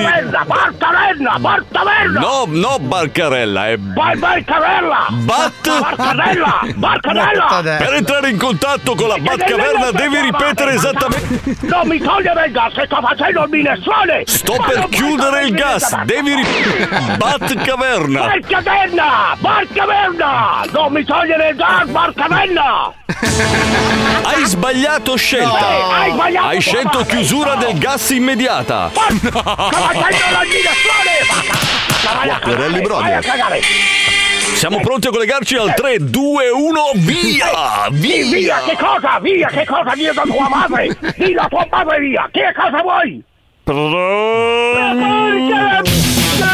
Speaker 7: Porca merda! Porca merda! Porca merda!
Speaker 11: No, no Barcarella, è
Speaker 7: Vai, vai, Cavella!
Speaker 11: Bat
Speaker 7: Barcanella! Barcanella!
Speaker 11: Per entrare in contatto con la Batcaverna devi ripetere esattamente
Speaker 7: Non mi togliere il gas, sto facendo il minestrone!
Speaker 11: Sto per chiudere il gas,
Speaker 7: [LAUGHS]
Speaker 11: devi ripetere Batcaverna.
Speaker 7: Barcaverna! Barcaverna! Non mi togliere il gas, Barcaverna!
Speaker 11: Hai sbagliato scelta.
Speaker 7: No. Hai sbagliato
Speaker 11: Hai scelto
Speaker 7: scelta.
Speaker 11: chiusura del gas immediata. [LAUGHS]
Speaker 7: Sto facendo il minestrone!
Speaker 11: Guattarelli
Speaker 7: Vai a
Speaker 11: Brothers.
Speaker 7: cagare!
Speaker 11: Siamo pronti a collegarci al 3, 2, 1, via!
Speaker 7: Sì,
Speaker 11: Via!
Speaker 7: Via, che cosa? Via, che cosa? Via da tua madre! Dì la tua madre via! Che cosa vuoi?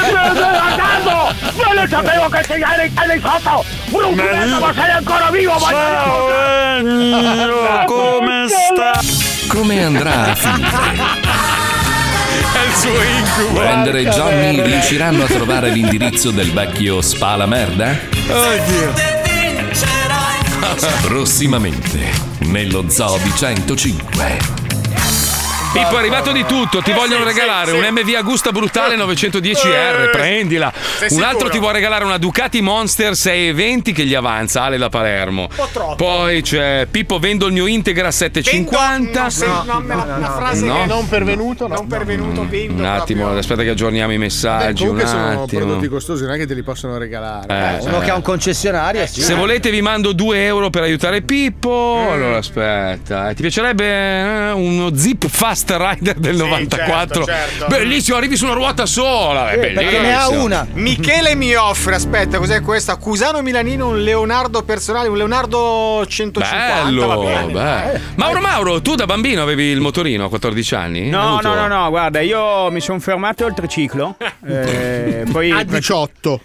Speaker 7: Andando! Non lo sapevo che sei eri lì sotto! Brutto, ma sei ancora vivo! Ciao,
Speaker 13: come sta?
Speaker 1: Come andrà
Speaker 8: [LAUGHS]
Speaker 1: a finire?
Speaker 2: È il suo incubo.
Speaker 1: Wender e Johnny riusciranno a trovare l'indirizzo del vecchio spa la merda?
Speaker 8: [LAUGHS]
Speaker 2: Oddio.
Speaker 1: Prossimamente, nello Zoo di 105.
Speaker 2: Pippo è arrivato di tutto, ti vogliono regalare un MVA Gusta Brutale 910R, prendila.
Speaker 1: Sei
Speaker 2: Un
Speaker 1: sicuro?
Speaker 2: altro ti vuole regalare una Ducati Monster 620 che gli avanza, Ale da Palermo. Poi c'è Pippo vendo il mio Integra 750.
Speaker 3: una
Speaker 2: frase no. che-
Speaker 8: non pervenuto, non pervenuto,
Speaker 2: Un attimo, aspetta che aggiorniamo i messaggi. un
Speaker 8: comunque sono
Speaker 2: attimo.
Speaker 8: prodotti costosi, non è che te li possono regalare.
Speaker 2: Eh,
Speaker 27: Uno che ha un concessionario, sì.
Speaker 2: Se volete vi mando 2 euro per aiutare Pippo. Allora aspetta, eh, ti piacerebbe eh, uno Zip Fast Rider del 94?
Speaker 3: certo.
Speaker 2: Bellissimo, arrivi su una ruota sola.
Speaker 3: Eh,
Speaker 2: È bellissimo.
Speaker 3: Michele mi offre, aspetta, cos'è questa? Cusano Milanino, un Leonardo personale, un Leonardo 150. va
Speaker 2: Bello,
Speaker 3: bene.
Speaker 2: bello. Mauro Mauro, tu da bambino avevi il motorino a 14 anni?
Speaker 6: No,
Speaker 2: Avuto?
Speaker 6: no, no, no, guarda, io mi sono fermato al
Speaker 5: [LAUGHS]
Speaker 6: triciclo. eh, poi
Speaker 8: A 18.
Speaker 6: [LAUGHS]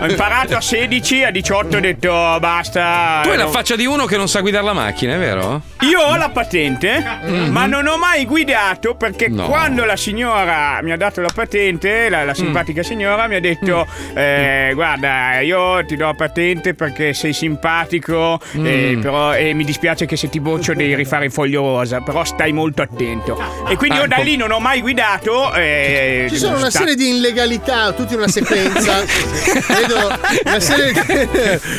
Speaker 6: ho imparato a 16, a 18 ho detto "Oh, basta.
Speaker 2: Tu hai la
Speaker 6: No.
Speaker 2: faccia di uno che non sa guidare la macchina, è vero?
Speaker 8: Mm.
Speaker 6: Io ho la patente, ma non ho ho mai guidato perché
Speaker 23: No.
Speaker 6: quando la signora mi ha dato la patente, la, la
Speaker 8: Mm.
Speaker 6: simpatica signora mi ha detto: eh, Guarda, io ti do la patente perché sei simpatico, eh,
Speaker 23: Mm.
Speaker 6: però, e mi dispiace che se ti boccio devi rifare il foglio rosa, però stai molto attento. E quindi io da
Speaker 8: Tanto.
Speaker 6: lì non ho mai guidato. eh,
Speaker 8: Ecco. Ci sono una
Speaker 6: sta-
Speaker 8: serie di illegalità, tutti in una sequenza.
Speaker 2: [LAUGHS]
Speaker 8: Vedo una serie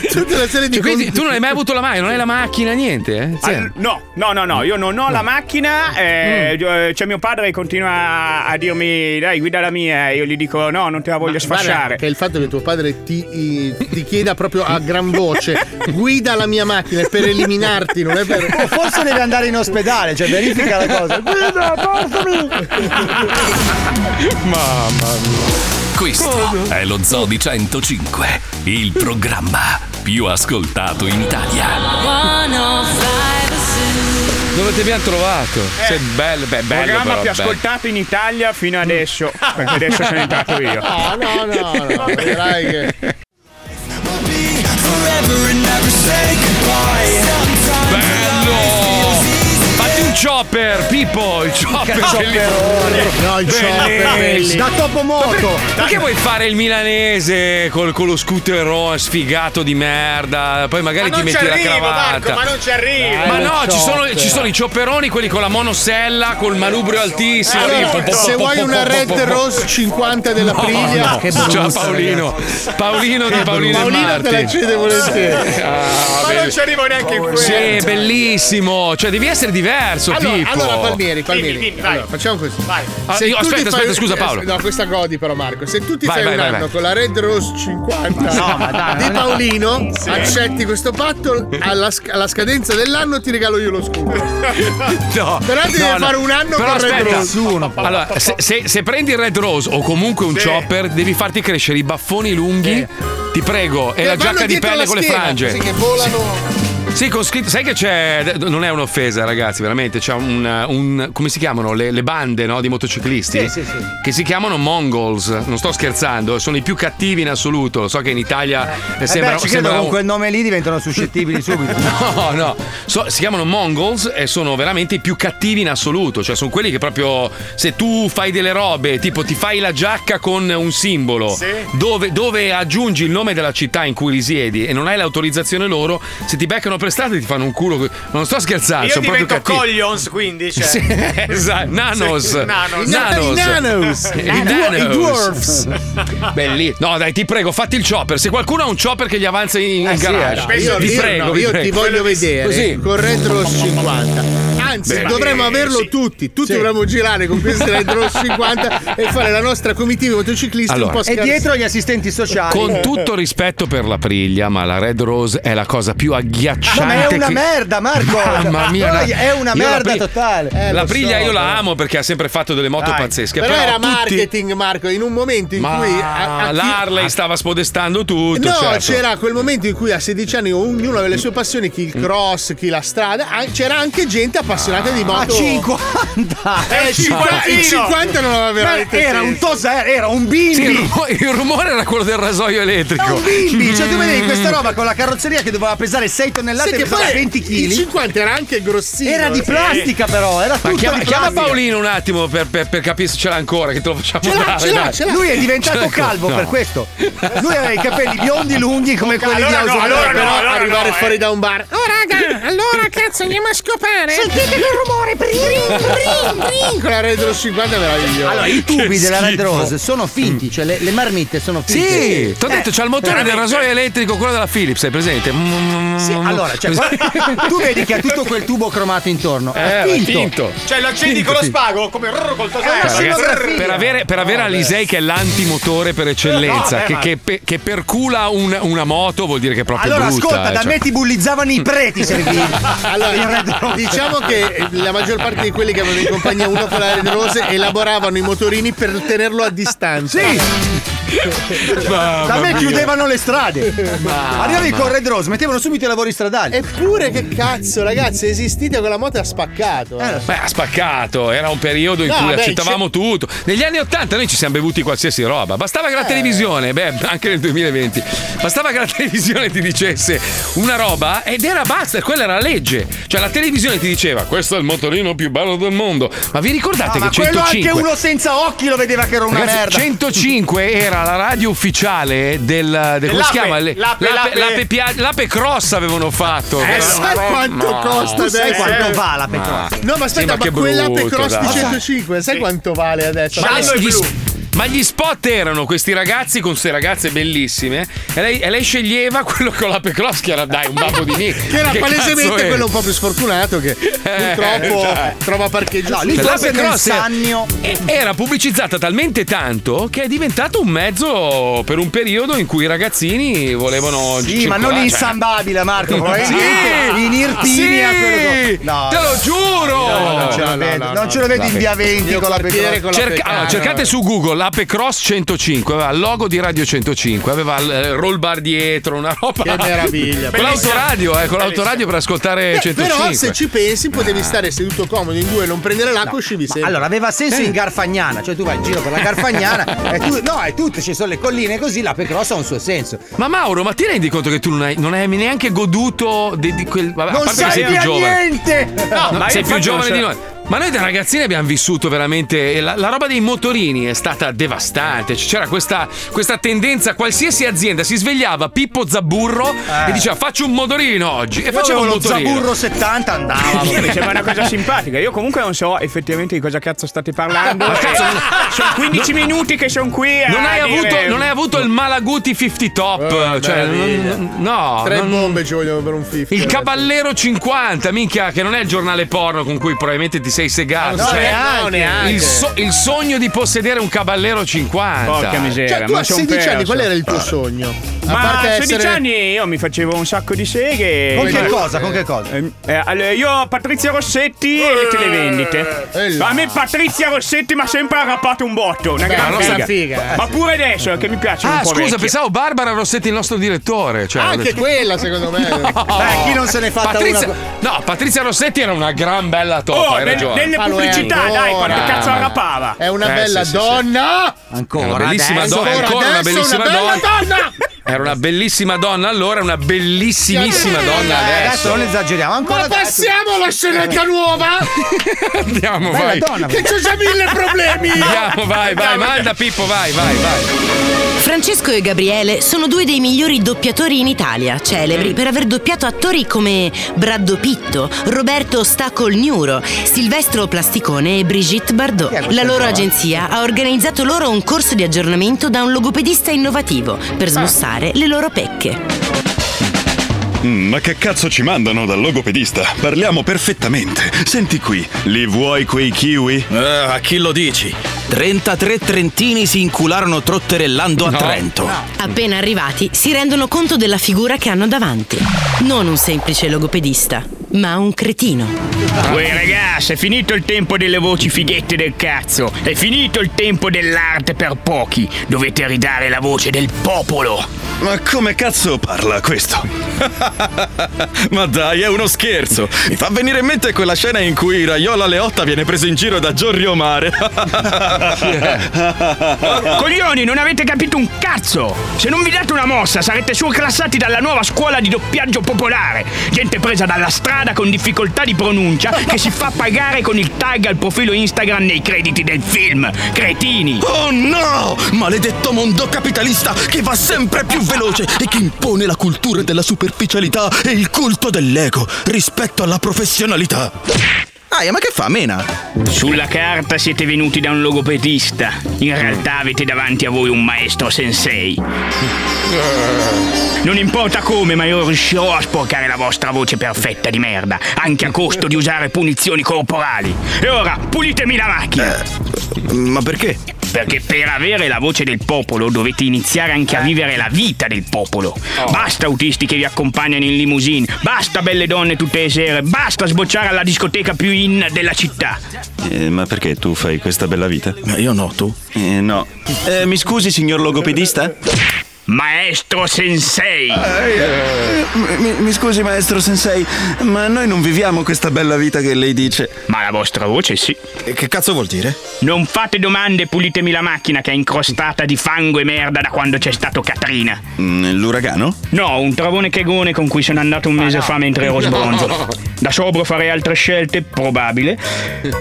Speaker 8: tutta una serie di
Speaker 2: Cioè, quindi tu non hai mai avuto la macchina, non hai la macchina, niente? Eh? Sì.
Speaker 6: Al- no, no, no, no, io non ho
Speaker 8: Mm.
Speaker 6: la macchina, eh, eh, cioè mio padre continua a- a dirmi dai guida la mia, io gli dico no, non te la voglio
Speaker 8: Guarda,
Speaker 6: sfasciare.
Speaker 8: che il fatto che tuo padre ti, i- ti chieda proprio a gran voce guida la mia macchina è per eliminarti, non è per.
Speaker 24: O forse deve andare in ospedale, cioè verifica la
Speaker 5: [LAUGHS]
Speaker 24: cosa. Guida, portami!
Speaker 2: Mamma mia.
Speaker 1: Questo è lo Zoo di 105, il programma più ascoltato in Italia.
Speaker 4: 105
Speaker 2: Dove ti abbiamo trovato? Sei bello, beh, bello.
Speaker 6: programma
Speaker 2: però,
Speaker 6: più
Speaker 2: bello. Ah,
Speaker 6: ascoltato in Italia fino
Speaker 2: [LAUGHS]
Speaker 6: adesso, perché adesso sono entrato io.
Speaker 8: No, no, no,
Speaker 28: [LAUGHS]
Speaker 8: no, vedrai che.
Speaker 2: Bello! Fatti un chopper, Pippo, il chopper.
Speaker 24: Chopperone.
Speaker 8: No, il
Speaker 24: chopper, bellissimo. Da Topo Moco.
Speaker 2: Perché vuoi fare il milanese col, con lo scooterone sfigato di merda? Poi magari ti metti la cravatta.
Speaker 5: ci arrivo!
Speaker 2: Ma no, ci sono, ci sono i ciopperoni, quelli con la monosella, col manubrio altissimo. lì, po- po-
Speaker 8: Se
Speaker 2: po-
Speaker 8: vuoi
Speaker 2: po-
Speaker 8: una
Speaker 2: po-
Speaker 8: Red
Speaker 2: po- po-
Speaker 8: Rose 50 della
Speaker 2: No,
Speaker 8: Priglia,
Speaker 2: no. Ciao Paolino. Paolino di Paolino, e
Speaker 8: Paolino te
Speaker 2: Marti.
Speaker 8: la cede volentieri.
Speaker 2: Ah,
Speaker 8: Ma
Speaker 2: beh.
Speaker 8: non ci arrivo neanche in quello.
Speaker 2: Sì, è bellissimo. Cioè, devi essere diverso,
Speaker 8: Allora,
Speaker 2: tipo.
Speaker 8: allora, Palmieri, Palmieri, allora, facciamo così.
Speaker 2: Ah,
Speaker 8: Se
Speaker 2: io-
Speaker 8: tu ti
Speaker 2: aspetta,
Speaker 8: fai- eh,
Speaker 2: aspetta, scusa, Paolo.
Speaker 8: No, questa godi però Marco. Se tu ti
Speaker 2: Vai,
Speaker 8: fai
Speaker 2: vai,
Speaker 8: un
Speaker 2: vai,
Speaker 8: anno
Speaker 2: vai.
Speaker 8: con la Red Rose 50
Speaker 24: Ma no, ma dai,
Speaker 8: di
Speaker 24: ma no.
Speaker 8: Paolino,
Speaker 24: Sì.
Speaker 8: accetti questo patto, alla, sc- alla scadenza dell'anno ti regalo io lo scudo.
Speaker 2: No,
Speaker 8: Però devi
Speaker 2: no, no.
Speaker 8: fare un anno
Speaker 2: Però
Speaker 8: con Red
Speaker 2: aspetta.
Speaker 8: Rose. Uno.
Speaker 2: Allora, se, se- se prendi il Red Rose o comunque un chopper, devi farti crescere i baffoni lunghi, ti prego, [LAUGHS] e
Speaker 8: Che
Speaker 2: la
Speaker 8: vanno
Speaker 2: giacca di
Speaker 8: dietro
Speaker 2: pelle
Speaker 8: alla
Speaker 2: con le
Speaker 8: schiena,
Speaker 2: frange.
Speaker 8: così che volano.
Speaker 2: Sì, con scritto. Sai che c'è. Non è un'offesa, ragazzi, veramente. C'è un. un- come si chiamano? Le, le bande no, di motociclisti.
Speaker 24: Sì, sì, sì.
Speaker 2: Che si chiamano Mongols. Non sto scherzando, sono i più cattivi in assoluto. Lo so che in Italia eh,
Speaker 24: Eh
Speaker 2: sembra.
Speaker 24: beh, ci credo
Speaker 2: sembra
Speaker 24: con
Speaker 2: un-
Speaker 24: quel nome lì diventano suscettibili
Speaker 2: [LAUGHS]
Speaker 24: subito.
Speaker 2: No, no, So- si chiamano Mongols e sono veramente i più cattivi in assoluto. Cioè, sono quelli che proprio se tu fai delle robe, tipo ti fai la giacca con un simbolo
Speaker 24: Sì.
Speaker 2: dove, dove aggiungi il nome della città in cui risiedi e non hai l'autorizzazione loro, se ti beccano per strada ti fanno un culo. co- Non sto scherzando,
Speaker 5: Io
Speaker 2: sono proprio
Speaker 5: divento
Speaker 2: cattivi.
Speaker 5: Collions, quindi. Cioè.
Speaker 2: Sì, [LAUGHS] esatto. Nanos.
Speaker 5: Sì, Nanos.
Speaker 2: I Nanos. [LAUGHS] Nanos. I I Nanos. du- i dwarfs. Bellissimo. No, dai, ti prego, fatti il chopper. Se qualcuno ha un chopper che gli avanza in, in
Speaker 8: Eh sì,
Speaker 2: garage,
Speaker 8: eh, io,
Speaker 2: ti
Speaker 8: io-
Speaker 2: prego.
Speaker 8: no,
Speaker 2: vi
Speaker 8: io ti
Speaker 2: prego.
Speaker 8: voglio vedere
Speaker 2: Così.
Speaker 8: con Red Rose 50. Anzi,
Speaker 2: Beh,
Speaker 8: dovremmo
Speaker 2: sì,
Speaker 8: averlo
Speaker 2: sì.
Speaker 8: tutti. Tutti
Speaker 24: Sì.
Speaker 8: dovremmo girare con questi Red
Speaker 2: [LAUGHS]
Speaker 8: Rose 50 e fare la nostra comitiva motociclisti
Speaker 2: Allora.
Speaker 8: un po'
Speaker 2: E
Speaker 8: scherzi.
Speaker 24: dietro gli assistenti sociali. Eh.
Speaker 2: Con tutto rispetto per la priglia, ma la Red Rose è la cosa più agghiacciante.
Speaker 24: No, ma è una
Speaker 2: che-
Speaker 24: merda, Marco!
Speaker 2: Mamma mia,
Speaker 24: Poi
Speaker 2: la-
Speaker 24: è una
Speaker 2: io la
Speaker 24: merda
Speaker 2: pri-
Speaker 24: totale.
Speaker 8: Eh,
Speaker 2: la priglia io la amo perché ha sempre fatto delle moto
Speaker 8: Dai.
Speaker 2: pazzesche.
Speaker 8: Però,
Speaker 2: Però,
Speaker 8: era
Speaker 2: tutti-
Speaker 8: marketing, Marco, in un momento in
Speaker 2: Ma
Speaker 8: cui a- a chi-
Speaker 2: l'Harley stava spodestando tutto.
Speaker 8: No,
Speaker 2: certo.
Speaker 8: c'era quel momento in cui a 16 anni ognuno aveva le sue passioni, chi il
Speaker 2: Mm.
Speaker 8: cross, chi la strada, ah, c'era anche gente appassionata
Speaker 2: Ah,
Speaker 8: di moto.
Speaker 24: A 50!
Speaker 8: Eh, il cinquanta- il 50 non aveva veramente
Speaker 24: Ma Era
Speaker 8: senso.
Speaker 24: un tosa, eh, era un bimbi!
Speaker 2: Sì, il, rumo- il rumore era quello del rasoio elettrico.
Speaker 24: Era un
Speaker 2: [LAUGHS]
Speaker 24: bimbi! Cioè, tu vedevi questa
Speaker 2: Mm.
Speaker 24: roba con la carrozzeria che doveva pesare 6 tonnellate
Speaker 8: Sai
Speaker 24: e
Speaker 8: che
Speaker 24: pesava
Speaker 8: poi
Speaker 24: 20 kg.
Speaker 8: Il 50 era anche grossino.
Speaker 24: Era di
Speaker 8: sì.
Speaker 24: plastica, però, era
Speaker 2: Ma
Speaker 24: tutto
Speaker 2: chiama,
Speaker 24: di
Speaker 2: chiama
Speaker 24: plastica.
Speaker 2: Paolino un attimo per, per- per capire se ce l'ha ancora, che te lo facciamo
Speaker 24: Ce l'ha,
Speaker 2: dare,
Speaker 24: ce l'ha,
Speaker 2: dai.
Speaker 24: ce l'ha. Ah, Lui è diventato
Speaker 2: Ce l'ha ancora.
Speaker 24: calvo per questo. Lui aveva i capelli biondi lunghi come quelli
Speaker 8: Allora
Speaker 24: di
Speaker 8: no,
Speaker 24: House of
Speaker 8: allora
Speaker 24: Cards.
Speaker 8: no, allora no, eh. da un bar.
Speaker 24: Oh raga, allora cazzo andiamo a scopare. Sentite che rumore, brin,
Speaker 8: Brin, Con la Red Rose 50 è meravigliosa.
Speaker 24: Allora, i tubi della Red Rose sono finti, cioè le, le marmitte sono finte.
Speaker 2: Sì, ti ho detto,
Speaker 24: Eh,
Speaker 2: c'ha il motore del rasoio elettrico, quello della Philips, hai presente?
Speaker 24: Sì, allora,
Speaker 2: [LAUGHS]
Speaker 24: cioè, [LAUGHS] guarda- tu vedi che ha tutto quel tubo cromato intorno. È
Speaker 2: Eh,
Speaker 24: finto.
Speaker 2: è finto.
Speaker 5: Cioè, lo accendi
Speaker 24: Finto,
Speaker 5: con lo
Speaker 24: sì.
Speaker 5: spago, come rrr, col tosello.
Speaker 24: Eh,
Speaker 2: Ragazzi,
Speaker 24: scenografia.
Speaker 2: per avere, per avere Alisei che è l'antimotore per eccellenza,
Speaker 24: No, beh,
Speaker 2: che,
Speaker 24: ma-
Speaker 2: che, pe- che percula un- una moto vuol dire che è proprio
Speaker 24: Allora,
Speaker 2: brutta.
Speaker 24: ascolta,
Speaker 2: eh,
Speaker 24: da
Speaker 2: cioè.
Speaker 24: me ti bullizzavano i preti, serviva.
Speaker 8: Allora, diciamo che la maggior parte di quelli che avevano in compagnia uno con la Red Rose elaboravano i motorini per tenerlo a distanza.
Speaker 24: Sì.
Speaker 5: Ah,
Speaker 3: da me chiudevano le strade.
Speaker 8: Mamma.
Speaker 3: Arrivavi con Red Rose, mettevano subito i lavori stradali.
Speaker 8: Eppure che cazzo, ragazzi, esistite con la moto ha spaccato. eh.
Speaker 2: Beh, ha spaccato, era un periodo in
Speaker 8: No,
Speaker 2: cui
Speaker 8: beh,
Speaker 2: accettavamo tutto. Negli anni 80 noi ci siamo bevuti qualsiasi roba, bastava che
Speaker 24: Eh.
Speaker 2: la televisione, beh, anche nel 2020, bastava che la [LAUGHS] televisione ti dicesse una roba ed era basta, quella era la legge. Cioè la televisione ti diceva "Questo è il motorino più bello del mondo". Ma vi ricordate
Speaker 3: Ah, ma
Speaker 2: che 105
Speaker 3: quello anche uno senza occhi lo vedeva che era una
Speaker 2: Ragazzi,
Speaker 3: merda.
Speaker 2: 105 era la radio ufficiale del, del come
Speaker 3: Dell'ape,
Speaker 2: si chiama? Le-
Speaker 3: l'ape, l'ape.
Speaker 2: l'ape, pia- l'ape cross avevano fatto.
Speaker 8: Eh,
Speaker 2: Era
Speaker 8: sai
Speaker 2: una roba-
Speaker 8: quanto
Speaker 2: Ma-
Speaker 8: costa
Speaker 2: Tu sai
Speaker 8: adesso? Eh.
Speaker 2: quanto Eh. Ma-
Speaker 8: No, ma
Speaker 2: Sì,
Speaker 8: aspetta, ma,
Speaker 2: che
Speaker 8: quella
Speaker 2: brutto,
Speaker 8: Pecross di
Speaker 2: dai.
Speaker 8: 105, sai quanto vale adesso?
Speaker 2: Ma gli, ma gli spot erano questi ragazzi con queste ragazze bellissime e lei, e lei sceglieva quello con la Pecross che era dai un babbo
Speaker 8: [LAUGHS]
Speaker 2: di me.
Speaker 8: Che era palesemente quello un po' più sfortunato
Speaker 2: [LAUGHS]
Speaker 8: che
Speaker 2: Eh,
Speaker 8: purtroppo
Speaker 2: dai.
Speaker 8: trova parcheggio.
Speaker 2: No,
Speaker 8: su-
Speaker 2: era pubblicizzata talmente tanto che è diventato un mezzo per un periodo in cui i ragazzini volevano cioè,
Speaker 3: Sì, ma non in San Babila, Marco. probabilmente
Speaker 2: Sì!
Speaker 3: in Irpinia.
Speaker 2: Sì!
Speaker 3: quello- No,
Speaker 2: Te lo
Speaker 3: no.
Speaker 2: giuro!
Speaker 3: No, non
Speaker 8: Cioè,
Speaker 3: ce lo
Speaker 2: No, no,
Speaker 3: vedo,
Speaker 2: no,
Speaker 3: non
Speaker 2: no,
Speaker 3: ce lo vedi
Speaker 2: vabbè.
Speaker 3: in via 20
Speaker 8: Mio
Speaker 3: con la
Speaker 8: quartiere
Speaker 3: Pecora.
Speaker 8: con la
Speaker 2: Cerca- allora, cercate su Google l'Ape Cross 105, aveva il logo di Radio 105, aveva il eh, roll bar dietro, una roba.
Speaker 8: Che meraviglia.
Speaker 2: Con l'autoradio, eh, con l'autoradio per ascoltare
Speaker 3: Eh,
Speaker 8: Beh,
Speaker 2: 105.
Speaker 8: però se ci pensi potevi stare seduto comodo in due, non prendere l'acqua e uscivi sempre. Eh.
Speaker 3: Allora, aveva senso in Garfagnana, cioè tu vai in giro per la
Speaker 8: [LAUGHS]
Speaker 3: Garfagnana e tu, no, e tutte ci sono le colline così, la Pecross ha un suo senso.
Speaker 2: Ma Mauro, ma ti rendi conto che tu non hai, non hai neanche goduto di, di quel. Vabbè, a
Speaker 3: Non
Speaker 2: parte che
Speaker 3: sai
Speaker 2: sei più
Speaker 3: via
Speaker 2: giovane.
Speaker 3: niente!
Speaker 2: No,
Speaker 3: No,
Speaker 2: ma sei
Speaker 3: io
Speaker 2: più
Speaker 3: infatti
Speaker 2: giovane
Speaker 3: non
Speaker 2: di
Speaker 3: so-
Speaker 7: cioè
Speaker 2: noi. Ma noi da ragazzini abbiamo vissuto veramente. e La, la roba dei motorini è stata devastante. C- C'era questa, questa tendenza, qualsiasi azienda si svegliava Pippo Zaburro e diceva faccio un motorino oggi. E
Speaker 3: Io
Speaker 2: faceva
Speaker 3: avevo
Speaker 2: un
Speaker 3: lo
Speaker 2: motorino.
Speaker 3: Zaburro 70 andava.
Speaker 28: Mi sembra una cosa simpatica. Io comunque non so effettivamente di cosa cazzo state parlando.
Speaker 2: Ma cazzo,
Speaker 28: Eh, sono 15 minuti che sono qui. a
Speaker 2: Non hai,
Speaker 28: dire-
Speaker 2: avuto, non hai avuto il Malaguti 50 top.
Speaker 8: Eh,
Speaker 2: cioè,
Speaker 8: meraviglia.
Speaker 2: n- n- no.
Speaker 8: Tre
Speaker 2: non-
Speaker 8: bombe ci vogliono per un 50.
Speaker 2: il Cavallero 50, minchia, che non è il giornale porno con cui probabilmente ti sei segato.
Speaker 8: No,
Speaker 2: cioè,
Speaker 8: neanche, no, neanche.
Speaker 2: Il, so- il sogno di possedere un Cavallero 50.
Speaker 8: Cioè, tu a 16 anni, qual era il tuo sogno?
Speaker 28: Ma a
Speaker 8: parte
Speaker 28: 16
Speaker 8: essere-
Speaker 28: anni io mi facevo un sacco di seghe.
Speaker 3: Con che
Speaker 28: Eh,
Speaker 3: cosa? Con che cosa?
Speaker 28: eh, eh, allora, io Patrizia Rossetti e
Speaker 8: Eh,
Speaker 28: le televendite. Ma a me Patrizia Rossetti mi ha sempre arrappato un botto. Una
Speaker 2: Beh,
Speaker 28: gran
Speaker 2: allora
Speaker 28: figa.
Speaker 2: figa, eh.
Speaker 28: Ma pure adesso che mi piace un
Speaker 2: Ah,
Speaker 28: po'
Speaker 2: scusa,
Speaker 28: vecchia.
Speaker 2: pensavo Barbara Rossetti, il nostro direttore. Cioè, ho
Speaker 8: Anche
Speaker 2: detto-
Speaker 8: quella, secondo
Speaker 2: [LAUGHS]
Speaker 8: me.
Speaker 2: Dai,
Speaker 3: chi non se ne è fatta
Speaker 2: Patrizia,
Speaker 3: una-
Speaker 2: no, Patrizia Rossetti era una gran bella topa,
Speaker 8: Oh,
Speaker 2: hai
Speaker 8: nel-
Speaker 2: ragione. Eh,
Speaker 8: nelle Ma lo è pubblicità, ancora. dai, quanto cazzo arrapava. È una bella [LAUGHS] donna.
Speaker 2: Ancora, una
Speaker 3: adesso,
Speaker 2: bellissima donna,
Speaker 3: ancora
Speaker 2: ancora una
Speaker 3: adesso,
Speaker 2: bellissima
Speaker 3: una
Speaker 2: donna.
Speaker 3: bella
Speaker 8: donna.
Speaker 2: Era una bellissima donna allora, una bellissimissima
Speaker 3: Eh,
Speaker 2: donna
Speaker 3: dai,
Speaker 2: adesso.
Speaker 3: adesso non esageriamo, ancora
Speaker 8: Ma
Speaker 3: adesso.
Speaker 8: passiamo alla scenetta nuova.
Speaker 2: [LAUGHS] Andiamo,
Speaker 3: Bella
Speaker 2: vai.
Speaker 3: donna,
Speaker 8: che c'ho già mille problemi.
Speaker 2: Andiamo, vai, vai, manda Pippo, vai, vai, vai.
Speaker 17: Francesco e Gabriele sono due dei migliori doppiatori in Italia, celebri per aver doppiato attori come Braddo Pitto, Roberto Stacolgnuro, Silvestro Plasticone e Brigitte Bardot. La loro agenzia ha organizzato loro un corso di aggiornamento da un logopedista innovativo per smussare le loro pecche.
Speaker 11: Mm, Ma che cazzo ci mandano dal logopedista? Parliamo perfettamente. Senti qui, li vuoi quei kiwi?
Speaker 7: Eh, a chi lo dici? 33 trentini si incularono trotterellando a Trento.
Speaker 17: Appena arrivati si rendono conto della figura che hanno davanti. Non un semplice logopedista, ma un cretino.
Speaker 6: Uè ragazzi, è finito il tempo delle voci fighette del cazzo. È finito il tempo dell'arte per pochi. Dovete ridare la voce del popolo.
Speaker 11: Ma come cazzo parla questo? [LAUGHS] Ma dai, è uno scherzo. Mi fa venire in mente quella scena in cui Raiola Leotta viene preso in giro da Giorgio Mare.
Speaker 6: [LAUGHS] Coglioni, non avete capito un cazzo! Se non vi date una mossa sarete surclassati dalla nuova scuola di doppiaggio popolare. Gente presa dalla strada con difficoltà di pronuncia che si fa pagare con il tag al profilo Instagram nei crediti del film. Cretini!
Speaker 7: Oh no! Maledetto mondo capitalista che va sempre più veloce e che impone la cultura della superficialità e il culto dell'ego rispetto alla professionalità. Aia, ma che fa, Mena?
Speaker 6: Sulla carta siete venuti da un logopedista. In realtà avete davanti a voi un maestro sensei. Non importa come, ma io riuscirò a sporcare la vostra voce perfetta di merda, anche a costo di usare punizioni corporali. E ora, pulitemi la macchina!
Speaker 7: Eh, Ma perché?
Speaker 6: Perché per avere la voce del popolo dovete iniziare anche a vivere la vita del popolo. Basta autisti che vi accompagnano in limousine, basta belle donne tutte le sere, basta sbocciare alla discoteca più in della città.
Speaker 15: [LAUGHS] Eh, ma perché tu fai questa bella vita? Ma io no, tu? Eh, no. Eh, mi scusi, signor logopedista?
Speaker 6: Maestro Sensei!
Speaker 15: Eh, Mi, mi scusi, maestro Sensei, ma noi non viviamo questa bella vita che lei dice.
Speaker 6: Ma la vostra voce sì.
Speaker 15: Che cazzo vuol dire?
Speaker 6: Non fate domande, pulitemi la macchina che è incrostata di fango e merda da quando c'è stato Catrina.
Speaker 15: Mm, L'uragano?
Speaker 6: No, un travone chegone con cui sono andato un mese fa mentre ero sbronzo. Da sobrio farei altre scelte? Probabile.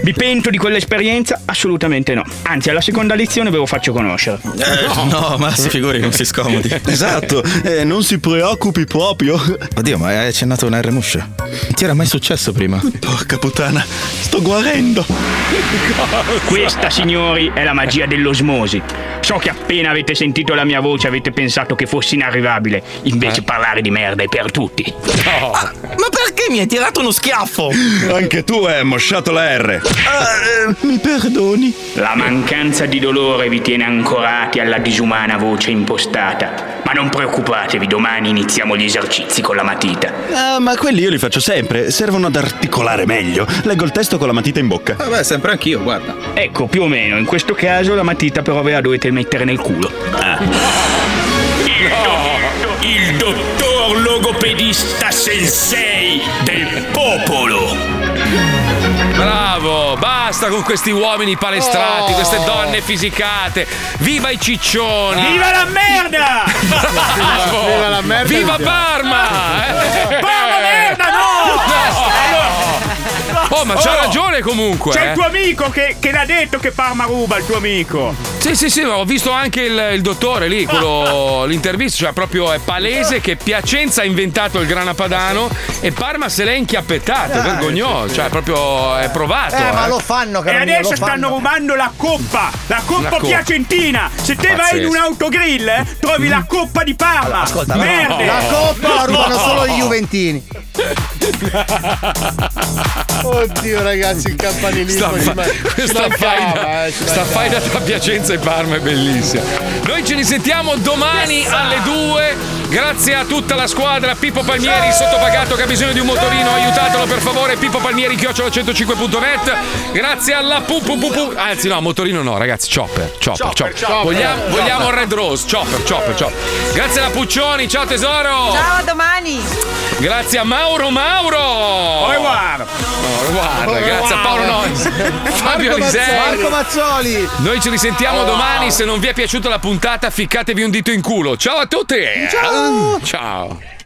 Speaker 6: Mi pento di quell'esperienza? Assolutamente no. Anzi, alla seconda lezione ve lo faccio conoscere.
Speaker 15: Eh, no, ma si figuri, non si scomodi. esatto, eh, non si preoccupi proprio. Oddio, ma hai accennato una R muscia. Ti era mai successo prima? Porca puttana, sto guarendo.
Speaker 6: [LAUGHS] Questa, signori, è la magia dell'osmosi. So che appena avete sentito la mia voce avete pensato che fossi inarrivabile.
Speaker 15: Eh?
Speaker 6: Invece parlare di merda è per tutti.
Speaker 14: Ma perché mi hai tirato uno schiaffo?
Speaker 15: [LAUGHS] Anche tu hai mosciato la R.
Speaker 14: eh, mi perdoni.
Speaker 6: La mancanza di dolore vi tiene ancorati alla disumana voce impostata. Ma non preoccupatevi, domani iniziamo gli esercizi con la matita.
Speaker 15: Ah, ma quelli io li faccio sempre, servono ad articolare meglio. Leggo il testo con la matita in bocca.
Speaker 6: Vabbè, sempre anch'io, guarda. Ecco, più o meno, in questo caso la matita però ve la dovete mettere nel culo. Il dottor logopedista sensei del popolo.
Speaker 2: Bravo, basta con questi uomini
Speaker 3: Oh.
Speaker 2: palestrati, queste donne fisicate. Viva i ciccioni!
Speaker 7: Viva la merda!
Speaker 2: Bravo!
Speaker 7: Viva la merda!
Speaker 2: Viva
Speaker 7: Viva.
Speaker 2: Parma! eh!
Speaker 7: Parma merda,
Speaker 2: no! Oh, ma c'ha
Speaker 1: Oh!
Speaker 2: ragione comunque.
Speaker 1: C'è
Speaker 2: eh.
Speaker 1: il tuo amico che, che l'ha detto che Parma ruba il tuo amico.
Speaker 2: Sì, sì, sì, ma ho visto anche il, il dottore lì, quello, l'intervista, cioè proprio è palese che Piacenza ha inventato il grana padano e Parma se l'è inchiappettato,
Speaker 3: Ah,
Speaker 2: vergognoso, cioè proprio è provato.
Speaker 3: Eh, ma
Speaker 2: eh.
Speaker 3: lo fanno, caro
Speaker 1: E
Speaker 3: mio,
Speaker 1: adesso
Speaker 3: lo fanno.
Speaker 1: stanno rubando la coppa, la coppa
Speaker 2: La coppa.
Speaker 1: piacentina. Se te vai in
Speaker 2: Pazzesco.
Speaker 1: un autogrill, eh, trovi la coppa di Parma.
Speaker 3: Ascolta, la-
Speaker 1: Merde.
Speaker 3: la coppa la rubano solo i Juventini.
Speaker 8: Oddio ragazzi, il
Speaker 2: [LAUGHS] Sta,
Speaker 8: campanilismo
Speaker 2: fa- [LAUGHS] questa
Speaker 8: eh,
Speaker 2: faida,
Speaker 8: fai
Speaker 2: sta faida tra Piacenza e Parma è bellissima. Noi ci risentiamo domani alle 2. Grazie a tutta la squadra. Pippo Palmieri, sottopagato che ha bisogno di un motorino, aiutatelo per favore. Pippo Palmieri, chiocciola 105.net. Grazie alla pu pu pu pu- Anzi, no, motorino no, ragazzi. Chopper, chopper, chopper.
Speaker 3: Chopper, chopper.
Speaker 2: Vogliamo,
Speaker 3: Chopper.
Speaker 2: vogliamo Red Rose. Chopper, chopper, chopper. Grazie alla Puccioni. Ciao tesoro.
Speaker 10: Ciao, a domani.
Speaker 2: Grazie a Mauro Mauro! Au
Speaker 1: revoir!
Speaker 2: Au revoir, grazie a Paolo Nois! Fabio
Speaker 3: Marco
Speaker 2: Alisei!
Speaker 3: Mazzoli. Marco Mazzoli.
Speaker 2: Noi ci risentiamo domani, se non vi è piaciuta la puntata ficcatevi un dito in culo. Ciao a tutti! Ciao! Ciao!